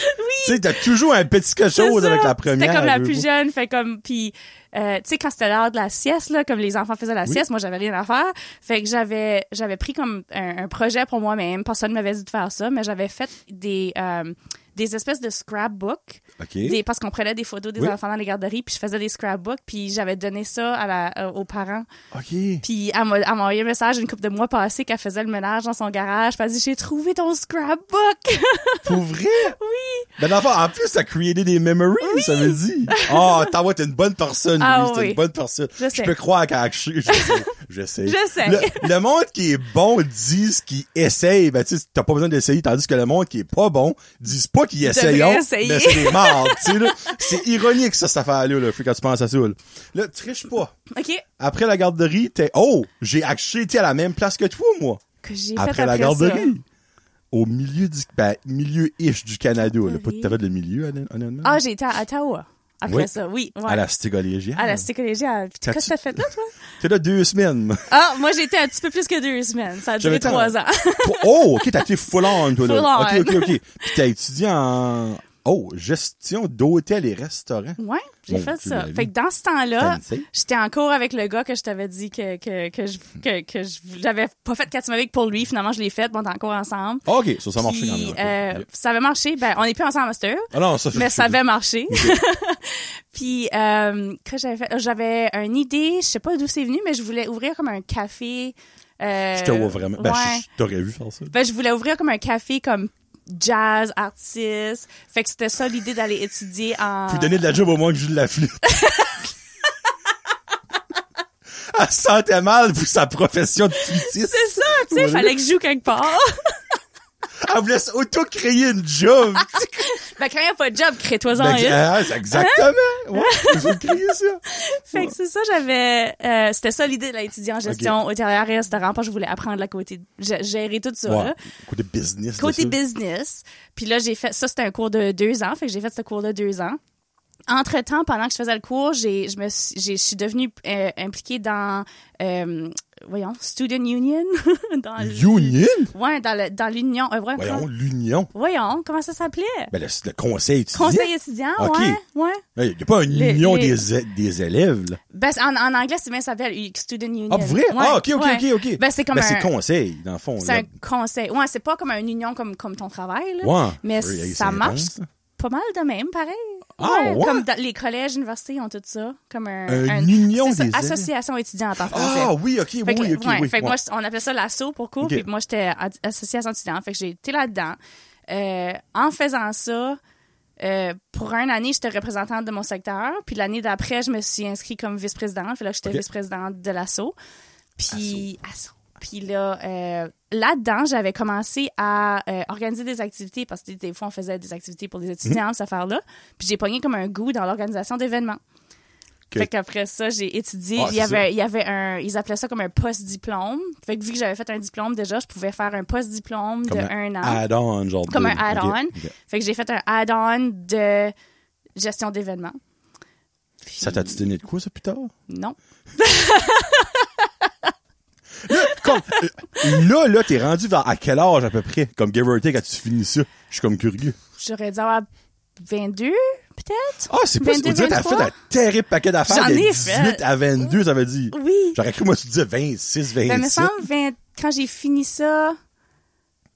Tu sais, t'as toujours un petit quelque chose
C'est
avec
ça.
la première.
C'était comme la
je
plus
veux-
jeune, fait comme puis euh, tu sais quand c'était l'heure de la sieste là, comme les enfants faisaient la sieste, moi j'avais rien à faire, fait que j'avais j'avais pris comme un, un projet pour moi-même, personne ne m'avait dit de faire ça, mais j'avais fait des euh, des espèces de scrapbook
OK.
des- parce qu'on prenait des photos des
Oui.
enfants dans les garderies, puis je faisais des scrapbooks, puis j'avais donné ça à la, euh, aux parents.
OK.
Puis elle m'a elle m'a envoyé un message une couple de mois passés qu'elle faisait le ménage dans son garage. Puis elle dit J'ai trouvé ton scrapbook.
Pour vrai? Oui. Ben, dans le fond, en plus, ça a créé des memories, ça veut dire. Oh, t'as ouais, t'es une bonne personne,
Ah
Louis, t'es une
oui.
bonne personne.
Je sais.
peux croire qu'elle a acheté- Je sais. Je sais.
Je sais.
Le, le monde qui est bon dit ce qu'il essaye. Ben, tu sais, t'as pas besoin d'essayer, tandis que le monde qui est pas bon dit pas qu'il essaye.
essayer.
Mais c'est des mardes, tu sais, là. C'est ironique, ça, cette affaire-là, là, quand tu penses à ça, là. Là, triche pas.
OK.
Après la garderie, t'es, oh, j'ai acheté, t'es à la même place que toi, moi
Que j'ai fait
après, la
ça.
garderie. Au milieu du ben, milieu ish du Canada, là, pas
Garderie.
tout à fait le milieu honn- honnêtement.
Ah, j'ai été à Ottawa. Après
Oui.
ça, oui. Ouais.
à la Stigolégienne.
À la cité collégiale. Puis
T'as-tu-
Qu'est-ce que t'as fait là, toi?
T'es là deux semaines. moi.
Ah, moi, j'ai été un petit peu plus que deux semaines. Ça a duré
été en-
trois ans.
oh, ok, t'as été full on, toi, là.
Full
Ok, ok, ok. Puis t'as étudié en, oh, gestion d'hôtels et restaurants.
Ouais, j'ai
Mon
fait
Dieu,
ça.
la vie.
Fait que dans ce temps-là,
Fancy.
j'étais en cours avec le gars que je t'avais dit que, que, que, je, que, que je- j'avais pas fait Katimavik pour lui. Finalement, je l'ai fait. Bon, on est en cours ensemble.
Ok, Oh, ça, ça marche
Puis,
quand même. ok.
euh,
Yeah.
Ça avait marché. Ben, on n'est plus ensemble, c'est
Ah non, ça,
mais
je-
ça avait marché. Puis euh, que j'avais fait- j'avais une idée, je sais pas d'où c'est venu, mais je voulais ouvrir comme un café. euh,
Je te vois vraiment. Ben,
ouais.
je- je t'aurais vu faire ça.
Ben, je voulais ouvrir comme un café comme jazz artiste. Fait que c'était ça l'idée d'aller étudier en.
Vous donnez de la job au moins que je de la flûte. Elle se sentait mal pour sa profession de flûtiste.
C'est ça, tu sais,
Voilà.
fallait que je joue quelque part.
Elle voulait s'auto-créer une job.
ben, quand il n'y a pas de job, crée-toi-en
Ben,
une.
ah, c'est
Hein?
exactement. Ouais, ils ont créé ça.
Fait que c'est ça, j'avais. euh, c'était ça l'idée de l'étudier en gestion hôtelière et restaurant. Parce que je voulais apprendre la côté. gé- gérer tout ça,
Ouais.
là.
Côté business.
hein? Côté
là, ça.
business. Puis là, j'ai fait ça, c'était un cours de deux ans. Fait que j'ai fait ce cours de deux ans. Entre-temps, pendant que je faisais le cours, j'ai, je me suis, j'ai- je suis devenue euh, impliquée dans, euh, voyons, Student Union. dans le-
Union?
ouais, dans, le- dans l'Union. euh, ouais,
Voyons,
comment-
l'union.
voyons, comment ça s'appelait?
Ben, le, le conseil étudiant.
Conseil étudiant,
Ok.
ouais, ouais.
Il n'y a pas une
Les-
union
les-
Des, é- des élèves, là.
Ben, c'est- en, en anglais, c'est bien, ça s'appelle U- Student Union.
Ah, pour vrai?
Ouais,
ah, ok, ok,
ouais.
ok, ok.
Ben, c'est comme
Ben,
un-
c'est conseil, dans le fond.
C'est
là.
un conseil. Ouais, c'est pas comme une union comme, comme ton travail, là.
Ouais.
Mais
Oui, hey,
ça
c'est
marche
intense, ça.
pas mal de même, pareil.
Ah, ouais?
Comme dans- les collèges, universités ont tout ça. Comme un.
Une
un-
union
c'est ça,
des
Association étudiante en français.
Ah, oui, ok,
Fait que,
oui, ok,
ouais,
oui.
fait que
ouais.
moi, je- on appelait ça l'asso pour cours,
Ok.
puis moi, j'étais à- association étudiante. Fait que j'ai été là-dedans. Euh, en faisant ça, euh, pour une année, j'étais représentante de mon secteur. Puis l'année d'après, je me suis inscrite comme vice-présidente. Fait là, j'étais
Ok.
vice-présidente de l'asso. Puis, asso. Puis là, euh, là-dedans, j'avais commencé à euh, organiser des activités parce que des fois, on faisait des activités pour les
Mhm.
étudiants, cette affaire-là. Puis j'ai pogné comme un goût dans l'organisation d'événements.
Ok.
Fait qu'après ça, j'ai étudié.
Ah,
il,
c'est
y
ça.
avait, il y avait un. Ils appelaient ça comme un post-diplôme. Fait que vu que j'avais fait un diplôme déjà, je pouvais faire un post-diplôme de
Comme
un an.
Add-on, genre.
Comme
de-
un add-on.
ok, ok.
Fait que j'ai fait un add-on de gestion d'événements. Puis-
Ça t'a-tu donné de quoi, ça, plus tard?
Non.
Comme, euh, là, là, t'es rendu vers à quel âge, à peu près? Comme give or take, quand tu finis ça. Je suis comme curieux.
J'aurais dû avoir 22, peut-être?
Ah, c'est pas... On
22,
dirait que t'as fait
23?
un terrible paquet d'affaires
J'en
de
ai
18
fait.
à 22, ça veut dire.
Oui.
J'aurais cru, moi, tu disais 26, 27.
Ben, me semble, 20 quand j'ai fini ça,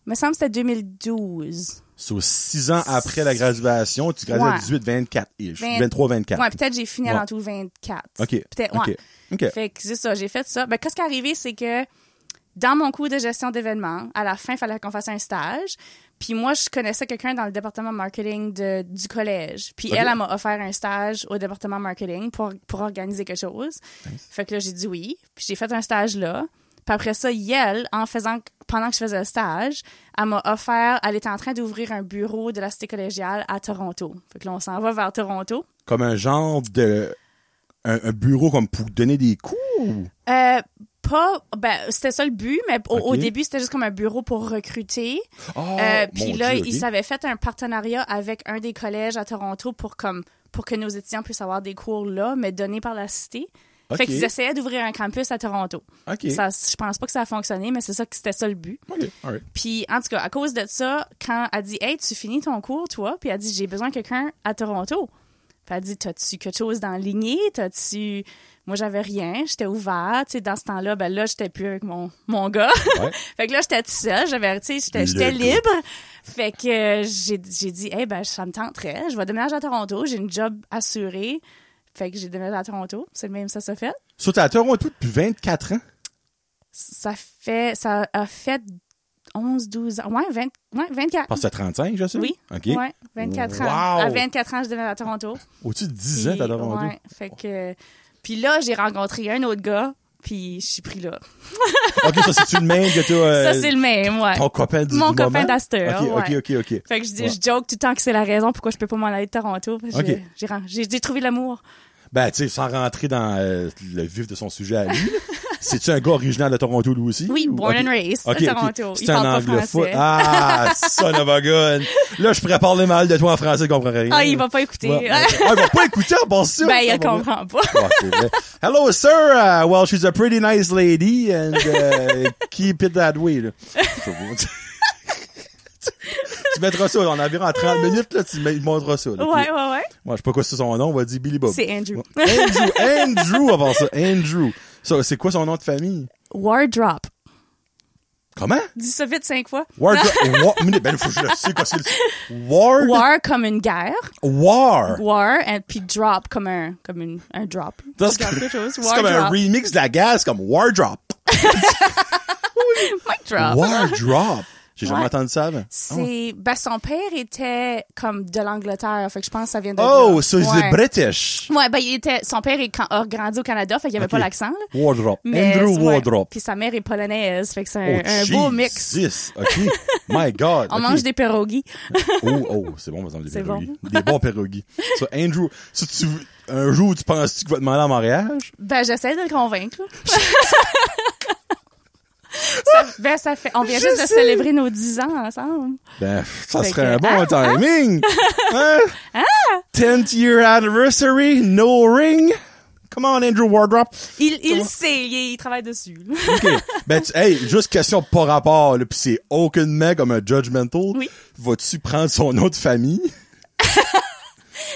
me semble que c'était 2012.
So, 6 ans après la graduation, tu gradues à
Ouais.
18, 24 ish.
Vingt-
23, 24.
Ouais, peut-être j'ai fini
Ouais.
à l'entour 24.
OK.
Peut-être,
OK.
ouais.
OK.
Fait que c'est ça, j'ai fait ça. Ben, qu'est-ce qui est arrivé, c'est que dans mon cours de gestion d'événements, à la fin, il fallait qu'on fasse un stage. Puis moi, je connaissais quelqu'un dans le département marketing de- du collège. Puis
Ok.
elle, elle m'a offert un stage au département marketing pour, pour organiser quelque chose. Fait que là, j'ai dit oui. Puis j'ai fait un stage là. Puis après ça, Yel, en faisant, pendant que je faisais le stage, elle m'a offert, elle était en train d'ouvrir un bureau de la cité collégiale à Toronto. Fait que là, on s'en va vers Toronto.
Comme un genre de... Un, un bureau comme pour donner des cours. ou-
Euh, pas ben c'était ça le but mais au, au
Ok.
début c'était juste comme un bureau pour recruter
Oh,
Euh,
mon
puis là
Dieu, ok.
ils avaient fait un partenariat avec un des collèges à Toronto pour comme pour que nos étudiants puissent avoir des cours là mais donnés par la cité
OK.
Fait qu'ils essayaient d'ouvrir un campus à Toronto.
OK.
Ça, je pense pas que ça a fonctionné, mais c'est ça que c'était ça le but.
OK, all right.
Puis, en tout cas, à cause de ça, quand elle dit Hey, tu finis ton cours, toi, puis elle dit J'ai besoin de quelqu'un à Toronto. Puis elle dit T'as-tu quelque chose dans la lignée T'as-tu. Moi, j'avais rien, j'étais ouverte. Tu sais, dans ce temps-là, ben là, j'étais plus avec mon, mon gars.
Ouais.
fait que là, j'étais toute seule, j'avais, tu sais, j'étais-
Le
j'étais
gars.
libre. Fait que euh, j'ai j'ai dit Hey, ben, ça me tenterait, je vais déménager à Toronto, j'ai une job assurée. Fait que j'ai déménagé à Toronto, c'est le même, ça se fait.
So, t'es à Toronto depuis 24 ans?
Ça fait. Ça a fait 11, 12 ans. Ouais, 20, ouais 24.
Parce que t'as 35, je sais.
Oui.
OK.
Ouais, 24 ans.
Wow!
À 24 ans, je devenais à Toronto.
Au-dessus de 10 ans,
Puis,
t'as Toronto.
ouais, fait que. Puis là, j'ai rencontré un autre gars, puis je suis pris là.
OK, ça, c'est-tu le même que toi? euh,
Ça, c'est le même, ouais.
Ton copain du
Mon
moment?
copain
OK,
d'Astor, ouais.
OK, OK, OK.
Fait que je, dis,
Ouais.
je joke tout le temps que c'est la raison pourquoi je peux pas m'en aller de Toronto. parce que
Ok.
j'ai- j'ai ren- J'ai j'ai trouvé l'amour.
Ben, tu sais, sans rentrer dans euh, le vif de son sujet à lui, c'est-tu un gars original de Toronto, lui aussi?
Oui,
Ou-
born
OK.
and raised
OK,
à
OK.
Toronto.
C'est
Il parle
un
pas
anglophone.
français. Ah,
Ah, son of a gun. Là, je pourrais parler mal de toi en français, il comprendrait rien.
Ah, il va pas écouter.
Ouais, ouais. Ah, il va pas écouter en bon sûr.
ben, il comprend pas.
Ah, c'est vrai. Hello, sir. Uh, well, she's a pretty nice lady, and uh, keep it that way. Là. C'est bon. tu mettras ça en environ à 30 minutes, là, tu me- montreras ça. là.
Ouais, ouais, ouais.
Moi, je sais pas quoi c'est son nom, on va dire Billy Bob.
C'est Andrew.
Andrew, Andrew avant ça, Andrew. Ça, c'est quoi son nom de famille?
Wardrop.
Comment?
Dis ça vite cinq fois.
Wardrop. War, minute, ben, faut que je le sais quoi c'est. le- Ward. War.
War comme une guerre. War, et puis drop comme un, comme une, un drop.
Ça,
Drop quelque chose.
c'est
War
comme un
drop.
remix de la gaz, comme Wardrop.
Mic drop.
Wardrop. J'ai jamais
Ah. Ouais.
entendu ça avant. Oh.
C'est, ben, son père était comme de l'Angleterre, fait que je pense que ça vient de
Oh,
là.
so he's
ouais.
British.
Ouais, ben, il était, son père est can- a grandi au Canada, fait qu'il avait
Ok.
pas l'accent, là.
Wardrop.
Mais
Andrew
c'est- ouais.
Wardrop.
Puis sa mère est polonaise, fait que c'est
Oh,
un, un beau mix.
Jesus. OK. My God.
On
OK.
mange des pierogies.
Oh, oh, c'est bon, par exemple, des
C'est
pierogies. Des bons pierogies. So, Andrew, si tu, un jour, tu penses-tu qu'il va te demander en mariage?
Ben, j'essaie de le convaincre, là. Ça- ben, ça fait, on vient juste de
J'essaie.
célébrer nos 10 ans ensemble.
Ben, ça
Fait
serait
que- Ah,
un bon timing. Hein? 10th year anniversary, no ring. Come on, Andrew Wardrop.
Il, il sait, il, il travaille dessus. là.
OK. ben, tu- hey, juste question pas rapport, là, pis c'est aucunement comme un judgmental.
Oui.
Vas-tu prendre son nom de famille?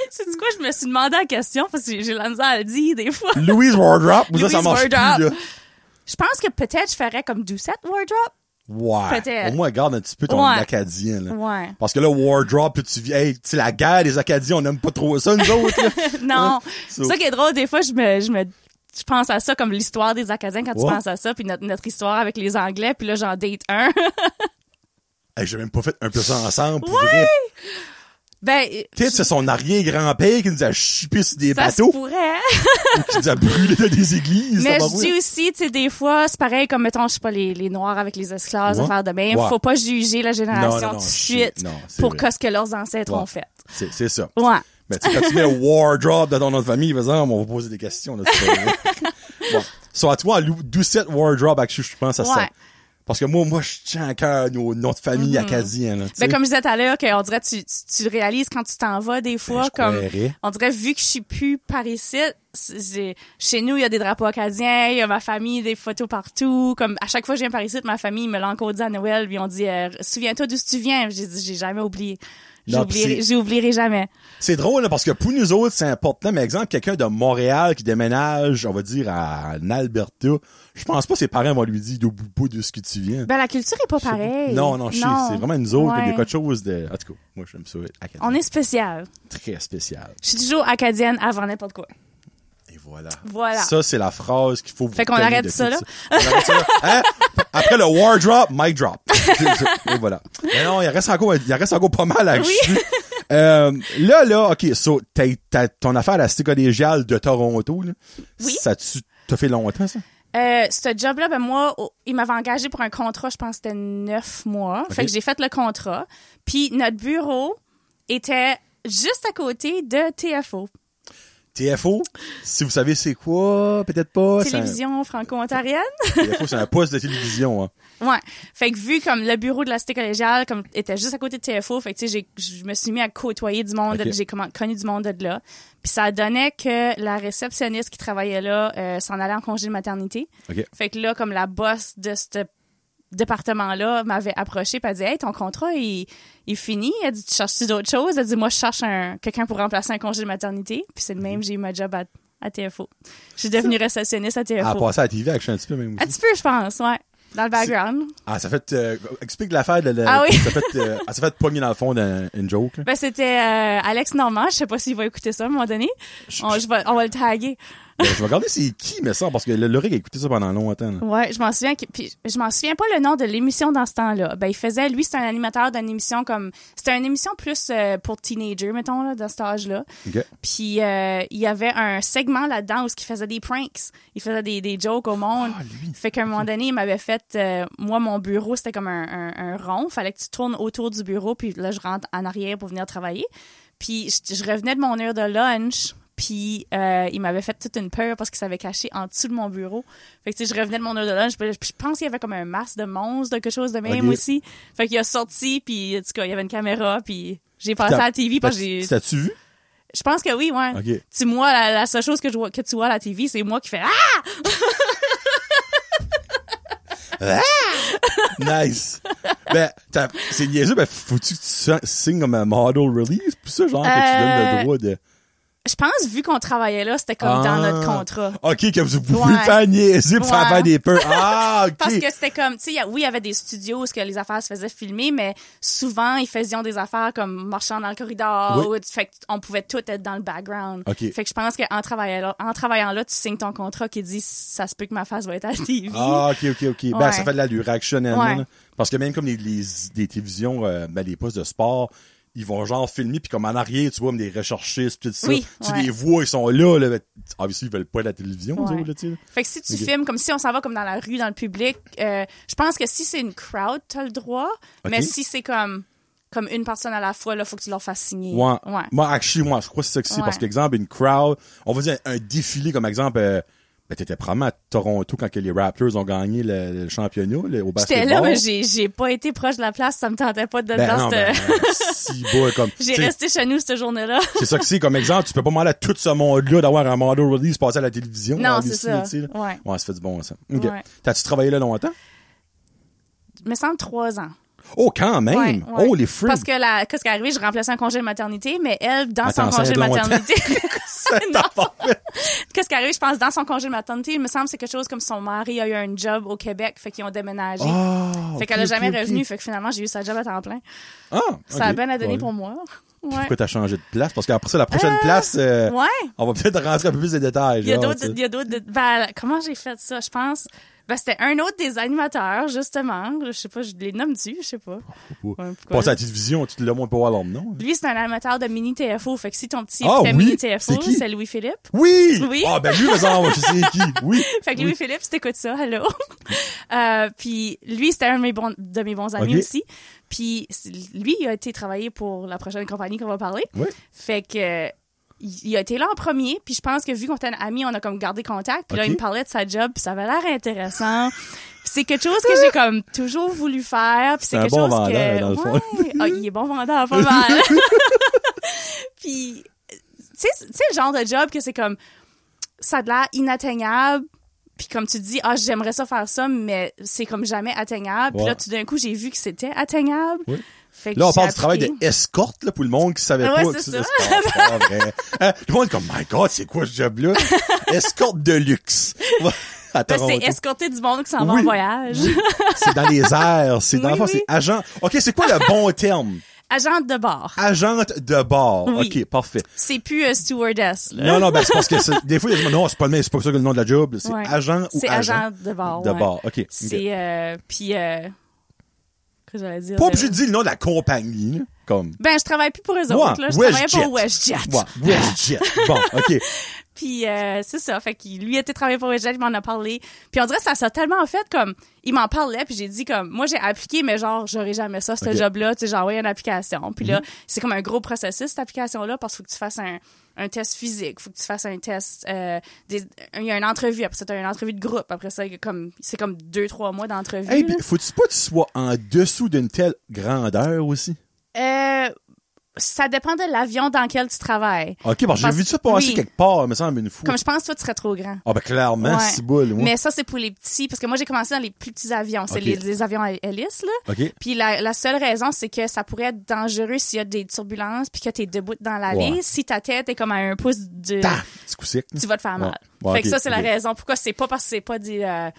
C'est du quoi je me suis demandé la question parce que j'ai la misère à le dire des fois.
Louise Wardrop, vous ça, ça
Louise
marche plus, là.
Wardrop. Je pense que peut-être je ferais comme Doucette Wardrop.
Ouais.
Peut-être.
Au moins, garde un petit peu ton
Ouais.
acadien, là.
Ouais.
Parce que là, Wardrop, puis tu vis, hey, tu sais, la guerre des Acadiens, on aime pas trop ça, nous autres, là.
Non.
So-
C'est ça qui est drôle des fois je me je me je pense à ça comme l'histoire des Acadiens quand tu
Ouais.
penses à ça puis notre, notre histoire avec les Anglais puis là j'en date un.
Hey, j'ai même pas fait un plus un ensemble pour
Ouais.
vrai.
ben euh,
Peut-être c'est son arrière-grand-père qui nous a chipé sur des
ça se
bateaux,
pourrait.
qui nous a brûlé dans des églises.
Mais
ça va
je
voir.
dis aussi, tu sais, des fois, c'est pareil comme, mettons, je sais pas, les, les Noirs avec les esclaves,
Ouais.
affaires de même.
Ouais.
Faut pas juger la génération
Non, non, non,
tout de
shit.
suite
Non, c'est
pour
vrai.
ce que leurs ancêtres
Ouais.
ont fait.
C'est, c'est ça.
Ouais.
Mais tu sais, quand tu mets Wardrop dans ton nom de famille, par exemple, on va poser des questions, là. tu sais. bon. So, à toi, Lou- Doucette Wardrop, actually, je pense à ça.
Ouais. Mm-hmm.
Parce que moi, moi, je tiens à cœur nos noms de famille acadiens, là. tu sais.
Ben, comme je disais tout à l'heure, qu'on dirait, tu, tu, tu le réalises quand tu t'en vas des
Ben,
fois,
je
comme,
croirais.
on dirait, vu que je suis plus par ici, c'est- j'ai- chez nous, il y a des drapeaux acadiens, il y a ma famille, des photos partout. Comme, à chaque fois que je viens par ici, ma famille me l'a encore dit à Noël, puis on dit, euh, souviens-toi d'où tu viens. J'ai dit, j'ai jamais oublié.
Non, puis
J'oublierai
c'est-
j'oublierai jamais.
C'est drôle, là, parce que pour nous autres, c'est important. Mais exemple, quelqu'un de Montréal qui déménage, on va dire, à en Alberta, je pense pas que ses parents vont lui dire d'où bout de ce que tu viens.
Ben, la culture est pas pareille.
Non, non, je sais, c'est vraiment nous autres. Il y a
Ouais.
quelque chose de... En tout cas, moi, j'aime ça. être acadien.
On est spécial.
très spécial.
Je suis toujours acadienne avant n'importe quoi.
Et voilà.
Voilà.
Ça, c'est la phrase qu'il faut vous
Fait qu'on
retenir
arrête
de
ça,
tout
là.
On arrête ça, là. Hein? Après le war drop, mic drop. Et voilà. Mais non, il reste encore, il reste encore pas mal à jouer. Euh, là, là, OK, so, t'as, t'as ton affaire à la cité collégiale de Toronto, là.
Oui.
Ça tu t'as fait longtemps, ça?
Euh, ce job-là, ben moi, au- il m'avait engagé pour un contrat, je pense que c'était neuf mois. Fait que j'ai fait le contrat. Puis notre bureau était juste à côté de TFO.
TFO, si vous savez c'est quoi, peut-être pas. c'est un-
Télévision franco-ontarienne.
TFO, c'est un poste de télévision. Hein.
Ouais. Fait que vu comme le bureau de la cité collégiale comme était juste à côté de TFO, fait que tu sais j'ai- je me suis mis à côtoyer du monde,
Ok.
de- j'ai comment- connu du monde de là. Puis ça donnait que la réceptionniste qui travaillait là euh, s'en allait en congé de maternité.
OK.
Fait que là comme la boss de ce département-là m'avait approché puis elle dit Hey, ton contrat il, il finit. Elle dit Tu cherches-tu d'autres choses? Elle dit Moi je cherche un quelqu'un pour remplacer un congé de maternité. Puis c'est le même, j'ai eu ma job à, à TFO. Je suis devenue réceptionniste à TFO.
À Ah, passer à la TV, je suis un petit peu même.
Un
aussi.
petit peu, je pense, ouais. Dans le background.
Ah, ça fait. euh, explique l'affaire de. la-
Ah oui.
Ça fait. euh, ah, ça fait pogner dans le fond d'un une joke. là.
Ben, c'était euh, Alex Normand. Je sais pas s'il va écouter ça à un moment donné. On, je vais- on va le taguer.
Euh, je vais regarder c'est qui, mais ça, parce que le Loric a écouté ça pendant longtemps. là.
Ouais, je m'en souviens. que- Puis je m'en souviens pas le nom de l'émission dans ce temps-là. Ben, il faisait, lui, c'était un animateur d'une émission comme. C'était une émission plus euh, pour teenagers, mettons, là, dans cet âge-là.
OK.
Puis euh, il y avait un segment là-dedans où il faisait des pranks. Il faisait des, des jokes au monde.
Ah,
Fait qu'à un moment donné, il m'avait fait... euh, moi, mon bureau, c'était comme un, un, un rond. Fallait que tu tournes autour du bureau, puis là, je rentre en arrière pour venir travailler. Puis je, je revenais de mon heure de lunch, puis euh, il m'avait fait toute une peur parce qu'il s'avait caché en dessous de mon bureau. Fait que tu sais, je revenais de mon heure de lunch, puis je pense qu'il y avait comme un masque de monstre, quelque chose de même
Ok.
aussi. Fait qu'il a sorti, puis en tout cas, il y avait une caméra, puis... J'ai passé à
T'as-
la TV parce que j'ai...
t'as- T'as-tu vu?
Je pense que oui, ouais.
Ok.
Tu moi la, la seule chose que je vois que tu vois à la TV, c'est moi qui fais ah
Nice. ben, t'as- c'est niaiseux, ben, faut-tu que tu sen- signes comme un model release? Puis ça, genre, que tu donnes le
Euh,
droit de.
Je pense vu qu'on travaillait là, c'était comme dans
Ah.
notre contrat.
OK, que vous pouvez
Ouais.
faire niaiser pour faire
Ouais.
faire des peurs. Ah, OK.
Parce que c'était comme, tu sais, il y a- oui, il y avait des studios où ce que les affaires se faisaient filmer, mais souvent, ils faisaient des affaires comme marchant dans le corridor.
Oui.
ou- fait qu'on pouvait tout être dans le background.
Ok.
Fait que je pense qu'en travaillant là, en travaillant là, tu signes ton contrat qui dit ça se peut que ma face va être à la TV.
Ah, ok, ok, ok. Ben,
Ouais.
ça fait de l'allure actionnellement.
Ouais.
là. Parce que même comme les, les, des télévisions, euh, ben, les postes de sport, ils vont genre filmer, puis comme en arrière, tu vois, comme des recherchistes, pis tout ça.
Oui,
tu
ouais.
les vois, ils sont là, là. ben, Obviously, ils veulent pas être à la télévision, eux
Ouais.
autres, là, tu sais.
Fait que si tu
Ok.
filmes comme si on s'en va comme dans la rue, dans le public, euh, je pense que si c'est une crowd, t'as le droit.
Ok.
Mais si c'est comme comme une personne à la fois, là, faut que tu leur fasses signer.
Ouais.
Ouais.
Moi, actually, moi, je crois que c'est ça que c'est.
Ouais.
Parce qu'exemple, une crowd, on va dire un défilé, comme exemple, euh, ben, t'étais probablement à Toronto quand que les Raptors ont gagné le, le championnat, le- au
J'étais
basketball.
là, mais j'ai j'ai pas été proche de la place, ça me tentait pas de
ben,
dans
non,
cette-
ben, si beau, comme.
J'ai
tu sais,
resté chez nous cette journée-là.
C'est ça que c'est comme exemple. Tu peux pas demander à tout ce monde-là d'avoir un model release passé à la télévision.
Non,
en
c'est
Lucie,
ça.
tu sais, là.
Ouais.
Ouais, ça fait du bon, ça. OK.
Ouais.
T'as-tu travaillé là longtemps?
me semble trois ans.
Oh, quand même!
Ouais, ouais.
Oh, les frigs!
Parce que la, qu'est-ce qui est arrivé, je remplaçais un congé de maternité, mais elle, dans
Attends,
son
ça
congé
aide
de
longtemps.
maternité,
C'est ta faute.
qu'est-ce qui est arrivé, je pense, dans son congé de maternité, il me semble que c'est quelque chose comme son mari a eu un job au Québec, fait qu'ils ont déménagé.
Ah,
fait
ok,
qu'elle a
ok,
jamais
ok.
revenu, fait que finalement, j'ai eu sa job à temps plein.
Ah,
Ça a
ok.
bien à donner
Ouais.
pour moi. Ouais.
Pourquoi t'as changé de place? Parce qu'après ça, la prochaine place, euh,
Ouais.
on va peut-être rentrer un peu plus de détails.
Il y a
genre,
d'autres.
tu sais.
il y a d'autres- Ben, comment j'ai fait ça, je pense? Ben, c'était un autre des animateurs, justement. Je sais pas, je les nomme-tu, je sais pas. Ouais, pourquoi?
Passer à la télévision, tu te l'as moins pour voir leur nom.
Lui, c'est un animateur de mini TFO. Fait que si ton petit
Ah,
fait
oui?
mini TFO,
C'est qui?
c'est Louis-Philippe.
Oui!
Oui.
Ah, ben lui, mais ça, je sais qui. Oui.
Fait que
Oui.
Louis-Philippe, si t'écoutes ça, hello. Euh, puis lui, c'était un de mes bons, de mes bons amis
Ok.
aussi. Puis c'est- lui, il a été travailler pour la prochaine compagnie qu'on va parler.
Oui.
Fait que euh, il il a été là en premier, puis je pense que vu qu'on était amis, on a comme gardé contact. Puis là,
Ok.
il me parlait de sa job, puis ça avait l'air intéressant. Puis c'est quelque chose que j'ai comme toujours voulu faire, puis
C'est
c'est
un
quelque
bon
chose
vendeur,
que
dans le fond.
Ouais. Ah, il est bon vendeur, pas mal. puis tu sais tu sais le genre de job que c'est comme ça a de l'air inatteignable. Puis comme tu dis, ah, j'aimerais ça faire ça, mais c'est comme jamais atteignable. Puis
Ouais.
là, tout d'un coup, j'ai vu que c'était atteignable.
Oui.
Fait que
Là, on
j'ai
parle du travail
appris. Ah
d'escorte, là, pour le monde qui savait
Ouais,
pas
c'est
que
ça.
c'est pas vrai. Hein, le monde est comme, my God, c'est quoi ce job-là? escorte de luxe. à
Ben,
Toronto.
c'est escorter du monde qui s'en va
Oui.
en voyage.
C'est dans les airs. C'est dans le
Oui,
fond,
oui.
c'est agent. OK, c'est quoi le bon terme?
Agente de bord.
Agente de bord.
Oui.
OK, parfait.
C'est plus euh, stewardess. là.
Non, non, ben, c'est parce que c'est- des fois, il y a des gens, non, c'est pas le même, c'est pas ça que le nom de la job, là. c'est
Ouais.
agent ou
C'est
agent.
agent de bord.
de
ouais.
bord, ok. Ok.
C'est. euh, puis. euh, que j'allais dire?
Pas
de-
obligé de dire le nom de la compagnie, là, comme.
Ben, je travaille plus pour eux
Ouais,
autres. Là. Je
WestJet.
travaillais pour WestJet.
Ouais, WestJet. Bon, OK.
puis euh, c'est ça. Fait qu'il lui était travaillé pour Wedgel, il m'en a parlé. Puis on dirait que ça s'est tellement fait comme il m'en parlait, puis j'ai dit comme moi j'ai appliqué, mais genre j'aurais jamais ça, ce
Ok. Mhm.
job-là. Tu sais, j'ai envoyé une application. Puis là, c'est comme un gros processus cette application-là parce qu'il faut que tu fasses un un test physique, faut que tu fasses un test, euh, des- il y a une entrevue, après ça t'as une entrevue de groupe, après ça il y a comme c'est comme deux trois mois d'entrevue.
Hey,
là.
pis faut-tu pas que tu sois en dessous d'une telle grandeur aussi?
Euh, ça dépend de l'avion dans lequel tu travailles.
Ok, bon, j'ai
Parce-
vu ça passer
oui.
quelque part, il me semble, une fois.
Comme je pense, toi, tu serais trop grand.
Ah, ben, clairement,
Ouais.
c'est boule, moi.
Mais ça, c'est pour les petits, parce que moi, j'ai commencé dans les plus petits avions. C'est
Ok.
les, les avions à hélice, là.
Ok.
Puis la, la seule raison, c'est que ça pourrait être dangereux s'il y a des turbulences, puis que t'es debout dans l'allée.
Ouais.
Si ta tête est comme à un pouce de...
Ta! C'est coup sec.
Tu vas te faire mal.
Ouais. Ouais,
fait
ok,
que ça, c'est
ok.
la raison. Pourquoi c'est pas parce que c'est pas des... euh,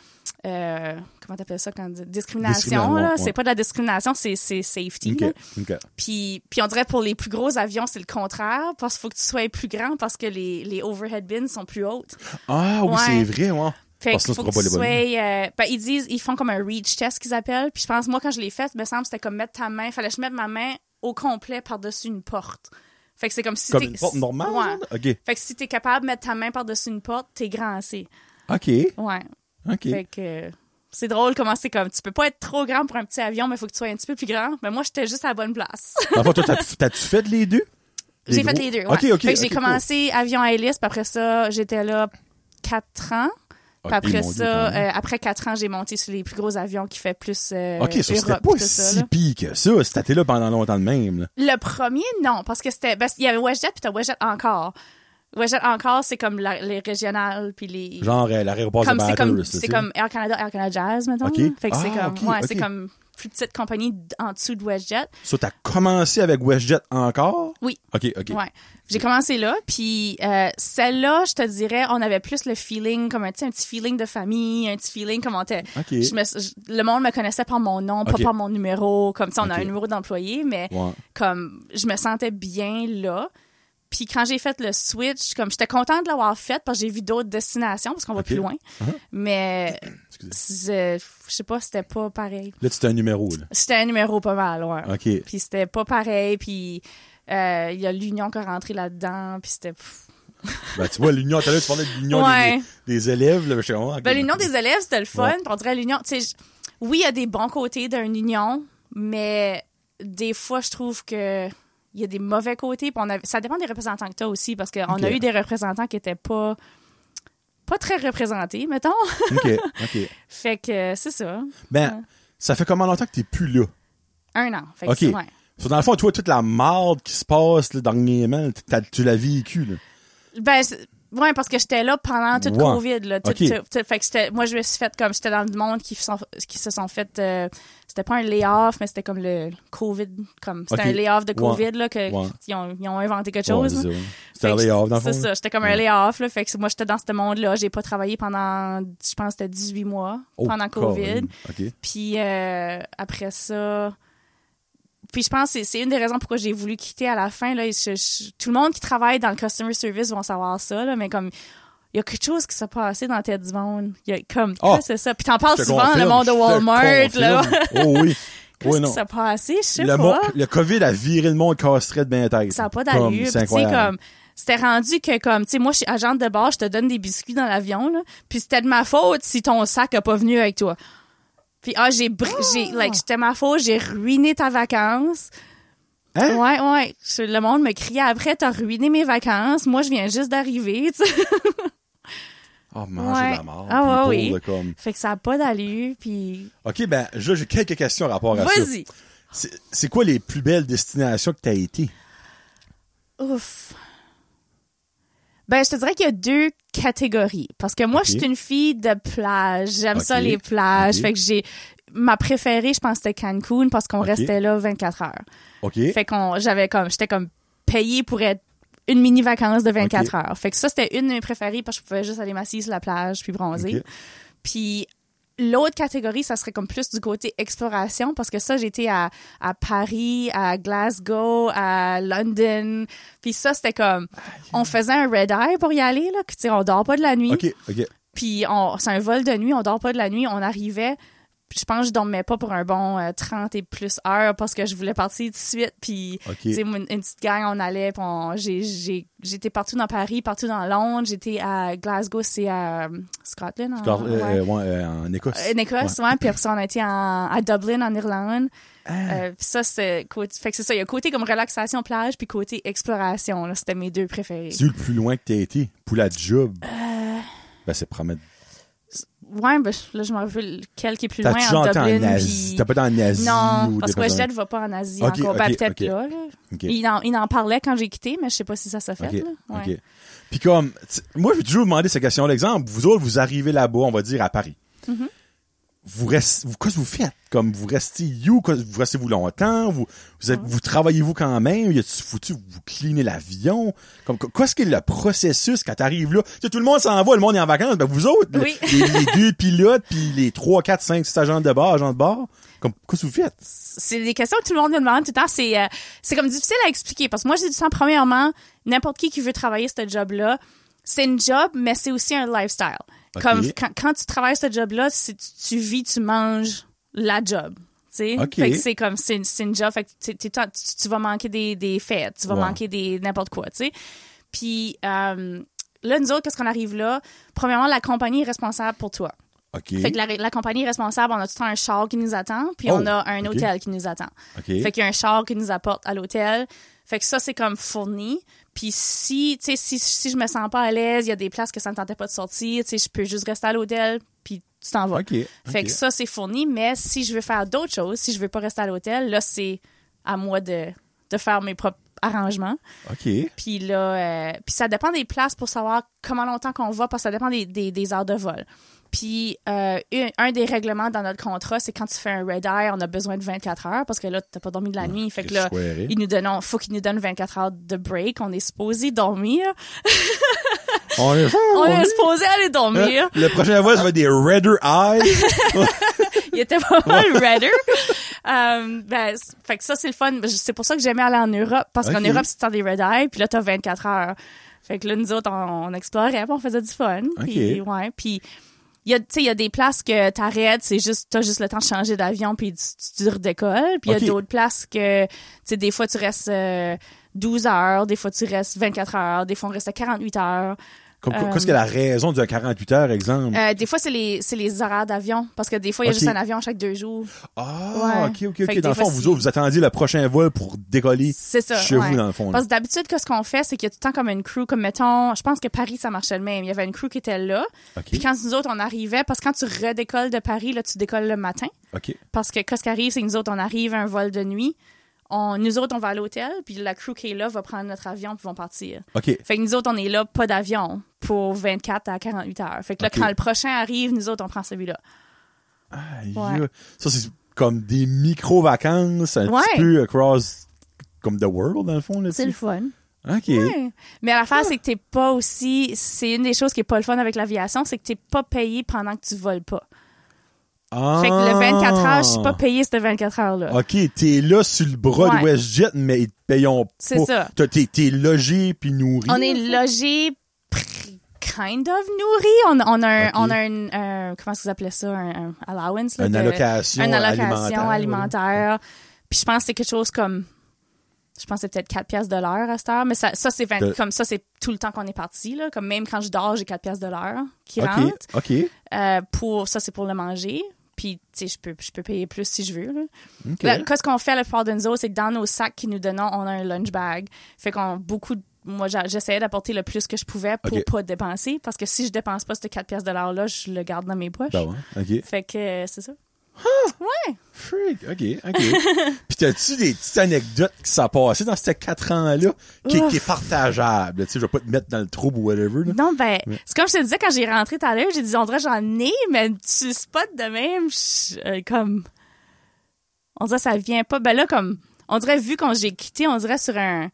euh, comment t'appelles ça quand... Discrimination,
Discrimination,
là.
ouais.
C'est pas de la discrimination, c'est c'est safety, là.
Ok, ok.
Puis, puis on dirait pour les plus gros avions, c'est le contraire, parce qu'il faut que tu sois plus grand parce que les, les overhead bins sont plus hautes.
Ah, oui,
Ouais.
c'est vrai, ouais.
Fait
Parce
que
que
faut
sinon,
que
tu
tu
feras
sois...
pas les
euh, ben, ils disent, ils font comme un reach test qu'ils appellent. Puis je pense, moi, quand je l'ai fait, me semble, c'était comme mettre ta main, fallait que je mette ma main au complet par-dessus une porte. Fait que c'est comme si
Comme
t'es-
une porte normale?
Ouais.
genre? Ok.
Fait que si t'es capable de mettre ta main par-dessus une porte, t'es grand assez.
Ok.
Ouais.
Ok.
Fait que euh, c'est drôle comment c'est comme, tu peux pas être trop grand pour un petit avion, mais faut que tu sois un petit peu plus grand. Mais moi, j'étais juste à la bonne place.
Enfin, toi, t'as- t'as-tu fait les deux?
J'ai fait
gros?
les deux. Ouais.
Ok, ok.
Fait que j'ai
ok, cool.
commencé avion à hélice, puis après ça, j'étais là quatre ans. Puis
Ok,
après
mon Dieu,
ça,
quand même.
euh, après quatre ans, j'ai monté sur les plus gros avions qui fait plus euh,
Ok, ça, c'était
Europe,
pas
tout ça,
si
là.
pire que ça. Si t'étais là pendant longtemps de même, là.
Le premier, non, parce que c'était, ben, il y avait Westjet puis t'as Westjet encore. Westjet encore, c'est comme la- les régionales puis les.
Genre, euh, l'aéroport de
comme c'est
Bathurst.
comme
là, ça?
c'est comme Air Canada, Air Canada Jazz, mettons.
Ok.
là. Fait que c'est
Ah,
comme,
ok,
ouais,
ok.
c'est comme plus petite compagnie d- en dessous de Westjet.
So, t'as commencé avec WestJet encore?
Oui.
OK, OK.
Ouais. J'ai commencé là, puis euh, celle-là, je te dirais, on avait plus le feeling, comme un, tu sais, un petit feeling de famille, un petit feeling comme on était.
OK.
Je me- je- le monde me connaissait par mon nom,
Ok.
pas par mon numéro. Comme ça, on a
Ok.
un numéro d'employé, mais
Ouais.
comme je me sentais bien là. Puis quand j'ai fait le switch, comme j'étais contente de l'avoir fait parce que j'ai vu d'autres destinations parce qu'on va
Ok.
plus loin.
Uh-huh.
Mais
Excusez.
c'est- je sais pas, c'était pas pareil.
Là, tu t'as un numéro, là.
C'était un numéro pas mal, ouais.
OK.
Puis c'était pas pareil. Puis euh, il y a l'union qui est rentrée là-dedans. Puis c'était. pff.
Ben, tu vois, l'union, tout à l'heure, tu parlais de l'union
Ouais.
des, des élèves, là. Je oh, sais pas.
Ben, l'union des élèves, c'était le fun.
Ouais.
Puis on dirait l'union. Tu sais, j- oui, il y a des bons côtés d'une union, mais des fois, je trouve que. Il y a des mauvais côtés. Puis on a- ça dépend des représentants que tu as aussi, parce qu'on
Ok.
a eu des représentants qui étaient pas, pas très représentés, mettons.
OK, OK.
fait que euh, c'est ça.
Ben,
Ouais.
ça fait combien longtemps que t'es plus là?
Un an. Fait que
OK.
c'est- ouais.
So, dans le fond, toi, toute la marde qui se passe, là, dernièrement, t'as- tu l'as vécu, là.
Ben, c'est- ouais, parce que j'étais là pendant toute
Ouais.
COVID. Là, tout,
Ok.
tout- tout- fait que j'étais- moi, je me suis fait comme j'étais dans le monde qui, sont- qui se sont fait. euh, c'était pas un layoff, mais c'était comme le COVID. comme C'était
Ok.
un layoff de
Ouais.
COVID, là, que,
Ouais.
ils, ont, ils ont inventé quelque
Ouais,
chose.
c'est ça,
là.
ouais.
Fait
C'était un
que
layoff, dans le fond.
C'est ça,
là.
j'étais comme un layoff. Là, fait que moi, j'étais dans ce monde-là. J'ai pas travaillé pendant, je pense, c'était 18 mois
Oh,
pendant COVID.
Colin. OK.
Puis euh, après ça. Puis je pense que c'est- c'est une des raisons pourquoi j'ai voulu quitter à la fin. Là, Je- je- tout le monde qui travaille dans le customer service vont savoir ça, là, mais comme. Il y a quelque chose qui s'est passé dans la tête du monde. Il y a comme,
Ah!
quoi, c'est ça. Puis t'en parles
Je te
souvent, le
confirme,
monde de
je te
Walmart, là.
confirme. Oh oui.
Qu'est-ce
Oui, non.
qui s'est passé? Je sais
Le, mo-
pas.
le COVID a viré le monde casse-tête bien tête.
Ça n'a pas
Comme,
d'allure. Puis,
C'est
tu sais,
incroyable.
comme, c'était rendu que, comme, tu sais, moi, je suis agente de bord, je te donne des biscuits dans l'avion, là. Puis, c'était de ma faute si ton sac a pas venu avec toi. Puis, ah, j'ai, br- j'ai, like, c'était ma faute, j'ai ruiné ta vacance.
Hein?
Ouais, ouais. Je- Le monde me criait après, t'as ruiné mes vacances. Moi, je viens juste d'arriver, tu sais.
Oh, manger
Ouais.
la mort.
Ah,
people,
ouais, oui.
là, comme.
Fait que ça n'a pas d'allure, puis.
OK, ben, là, j'ai quelques questions en rapport à ça.
Vas-y!
C'est- C'est quoi les plus belles destinations que t'as été?
Ouf. Ben, je te dirais qu'il y a deux catégories. Parce que moi,
Ok.
je suis une fille de plage. J'aime ça,
Ok.
les plages.
Ok.
Fait que j'ai. Ma préférée, je pense, c'était Cancun parce qu'on
Ok.
restait là 24 heures.
OK.
Fait qu'on. J'avais comme. J'étais comme payée pour être une mini vacance de 24 heures. Fait que ça, c'était une de mes préférées parce que je pouvais juste aller m'asseoir sur la plage puis bronzer.
Ok.
Puis l'autre catégorie, ça serait comme plus du côté exploration parce que ça, j'étais à, à Paris, à Glasgow, à London. Puis ça, c'était comme, on faisait un red eye pour y aller, là. que, Tu sais, on dort pas de la nuit.
OK, OK.
Puis on, c'est un vol de nuit, on dort pas de la nuit. On arrivait. je pense que je dormais pas pour un bon euh, 30 et plus heures parce que je voulais partir tout de suite. Puis,
OK.
tu sais, moi, une, une petite gang, on allait. puis on- j'ai- j'ai- J'étais partout dans Paris, partout dans Londres. J'étais à Glasgow, c'est à euh, Scotland. en-
Scot-
ouais.
euh, ouais, euh, en Écosse.
Euh, En Écosse, ouais. Puis après ça, on a été en- à Dublin, en Irlande.
Ah.
Euh, puis ça, c'est côté... Fait que c'est ça, il y a côté comme relaxation plage, puis côté exploration. là. C'était mes deux préférés.
C'est où le plus loin que t'as été? Pour la job?
Euh,
Ben, c'est promettre.
Ouais, ben, je- là, je m'en rappelle quel qui est plus loin,
T'as-tu
en
déjà été en
Dublin,
Asie?
puis-
T'as pas été en Asie?
Non,
ou
parce que
des
Westjet ne va pas en Asie
Ok,
encore. Ben,
ok,
peut-être
ok.
là. là.
Ok.
Il, en, il en parlait quand j'ai quitté, mais je sais pas si ça s'est fait.
OK.
là. Ouais.
OK. Puis comme, tu- moi, je vais toujours demander cette question. L'exemple, vous autres, vous arrivez là-bas, on va dire à Paris.
Mm-hmm.
Vous restez, vous, qu'est-ce que vous faites? Comme, vous restez you, qu'est-ce- vous restez-vous longtemps? Vous, vous, êtes- vous travaillez-vous quand même? Y a-tu foutu, vous cleanez l'avion? Comme, qu- qu'est-ce que le processus quand t'arrives là? Tu sais, tout le monde s'en va, le monde est en vacances. Ben, vous autres,
Oui.
les, les deux pilotes, puis les trois, quatre, cinq, six agents de bord, agents de bord. Comme, qu'est-ce que vous faites?
C'est des questions que tout le monde me demande tout le temps. C'est euh, c'est comme difficile à expliquer parce que moi, j'ai du temps, premièrement, n'importe qui qui veut travailler ce job-là, c'est une job, mais c'est aussi un lifestyle.
Ok.
Comme quand, quand tu travailles ce job-là, c'est- tu, tu vis, tu manges la job. tu sais.
Ok.
Fait que c'est comme c'est une, c'est une job fait que t'es- t'es- tu, tu vas manquer des, des fêtes tu vas
Ouais.
manquer des n'importe quoi tu sais puis euh, là nous autres qu'est-ce qu'on arrive là premièrement la compagnie est responsable pour toi
OK.
fait que la, la compagnie est responsable, on a tout le temps un char qui nous attend, puis
Oh,
on a un
ok.
hôtel qui nous attend.
OK.
Fait qu'il y a un char qui nous apporte à l'hôtel. Fait que ça, c'est comme fourni. Puis si, tu sais, si, si je me sens pas à l'aise, il y a des places que ça ne tentait pas de sortir, tu sais, je peux juste rester à l'hôtel, puis tu t'en vas.
OK,
Fait
ok.
que ça, c'est fourni, mais si je veux faire d'autres choses, si je veux pas rester à l'hôtel, là, c'est à moi de, de faire mes propres arrangements.
OK.
Puis là, euh, puis ça dépend des places pour savoir comment longtemps qu'on va, parce que ça dépend des, des, des heures de vol. Puis euh, un, un des règlements dans notre contrat, c'est quand tu fais un red eye, on a besoin de 24 heures, parce que là, t'as pas dormi de la nuit. Fait que là,
square.
ils nous donnent, faut qu'ils nous donnent 24 heures de break. On est supposé dormir.
On est,
On
on
est
est-
supposé aller dormir.
Hein? Le prochain voix, ça va être des redder eyes.
Il était pas mal redder. Euh, ben, c- fait que ça, c'est le fun. Je- C'est pour ça que j'aimais aller en Europe, parce qu'en
Ok.
Europe, c'est le temps des red eye, puis là, t'as 24 heures. Fait que là, nous autres, on, on explorait, puis on faisait du fun. Puis, ouais, puis... il Y a, tu sais, il y a des places que t'arrêtes, c'est juste, t'as juste le temps de changer d'avion puis tu, tu, tu redécolles. Puis il
Ok.
y a d'autres places que, tu sais, des fois tu restes euh, 12 heures, des fois tu restes 24 heures, des fois on reste à 48 heures.
Comme-
Euh,
Qu'est-ce que la raison du 48 heures, exemple?
Euh, des fois c'est les, c'est les horaires d'avion parce que des fois il y a
Ok.
juste un avion chaque deux jours.
ah,
ouais.
ok, ok,
Fait
ok.
que
Dans le
des fois,
fond, vous
si-
autres, vous attendiez le prochain vol pour décoller
C'est ça.
chez
ouais.
vous, dans le fond. là.
Parce que d'habitude, que ce qu'on fait, c'est qu'il y a tout le temps comme une crew, comme mettons, je pense que Paris, ça marchait le même. Il y avait une crew qui était là.
Ok.
Puis quand nous autres, on arrivait, parce que quand tu redécolles de Paris, là, tu décolles le matin.
Ok.
Parce que qu'est-ce qui arrive, c'est que nous autres, on arrive à un vol de nuit. On, nous autres, on va à l'hôtel, puis la crew qui est là va prendre notre avion, puis vont partir.
Ok.
Fait que nous autres, on est là, pas d'avion, pour 24 à 48 heures. Fait que là,
Ok.
quand le prochain arrive, nous autres, on prend celui-là.
Aïe,
Ouais.
Ça, c'est comme des micro-vacances, un petit
Ouais.
peu across, comme the world, dans le fond, là
C'est le fun.
Ok.
Ouais. Mais l'affaire, c'est que t'es pas aussi. C'est une des choses qui est pas le fun avec l'aviation, c'est que t'es pas payé pendant que tu voles pas.
Ah.
Fait que le 24 heures, je suis pas payé cette 24 heures-là.
Ok, t'es là sur le bras de
Ouais.
WestJet, mais ils te payons pas.
C'est ça.
T'as- T'es t'es logé puis nourri.
On est logé pr- kind of nourri. On, on a un,
Ok.
on a un, euh, comment est-ce qu'ils appelaient ça, un, un allowance. là,
Une
de-
allocation
Une
alimentaire,
allocation alimentaire. Puis je pense que c'est quelque chose comme, je pense que c'est peut-être 4 piastres de l'heure à cette heure. Mais ça, ça c'est vingt-
De-
comme ça, c'est tout le temps qu'on est parti. là. Comme même quand je dors, j'ai 4 piastres de l'heure qui
Ok,
rentrent.
ok,
Euh, pour ça, c'est pour le manger. Puis, tu sais, je peux, je peux payer plus si je veux. Là.
ok.
Là, qu'est-ce qu'on fait à la plupart de nous autres, c'est que dans nos sacs qui nous donnons, on a un lunch bag. Fait qu'on beaucoup de- moi j'a- j'essayais d'apporter le plus que je pouvais pour
Ok.
pas dépenser parce que si je dépense pas ce 4 pièces de l'heure là, je le garde dans mes poches.
Ben ouais, ok.
Fait que euh, c'est ça. Ouais.
Freak, ok, ok. Puis t'as-tu des petites anecdotes qui s'en passaient dans ces quatre ans-là qui, qui est partageable? Tu sais, je vais pas te mettre dans le trouble ou whatever. Là.
Non ben, c'est comme je te disais quand j'ai rentré tout à l'heure, j'ai dit on dirait j'en ai mais tu spot de même je- euh, comme on dirait ça vient pas ben là comme on dirait vu quand j'ai quitté, on dirait sur un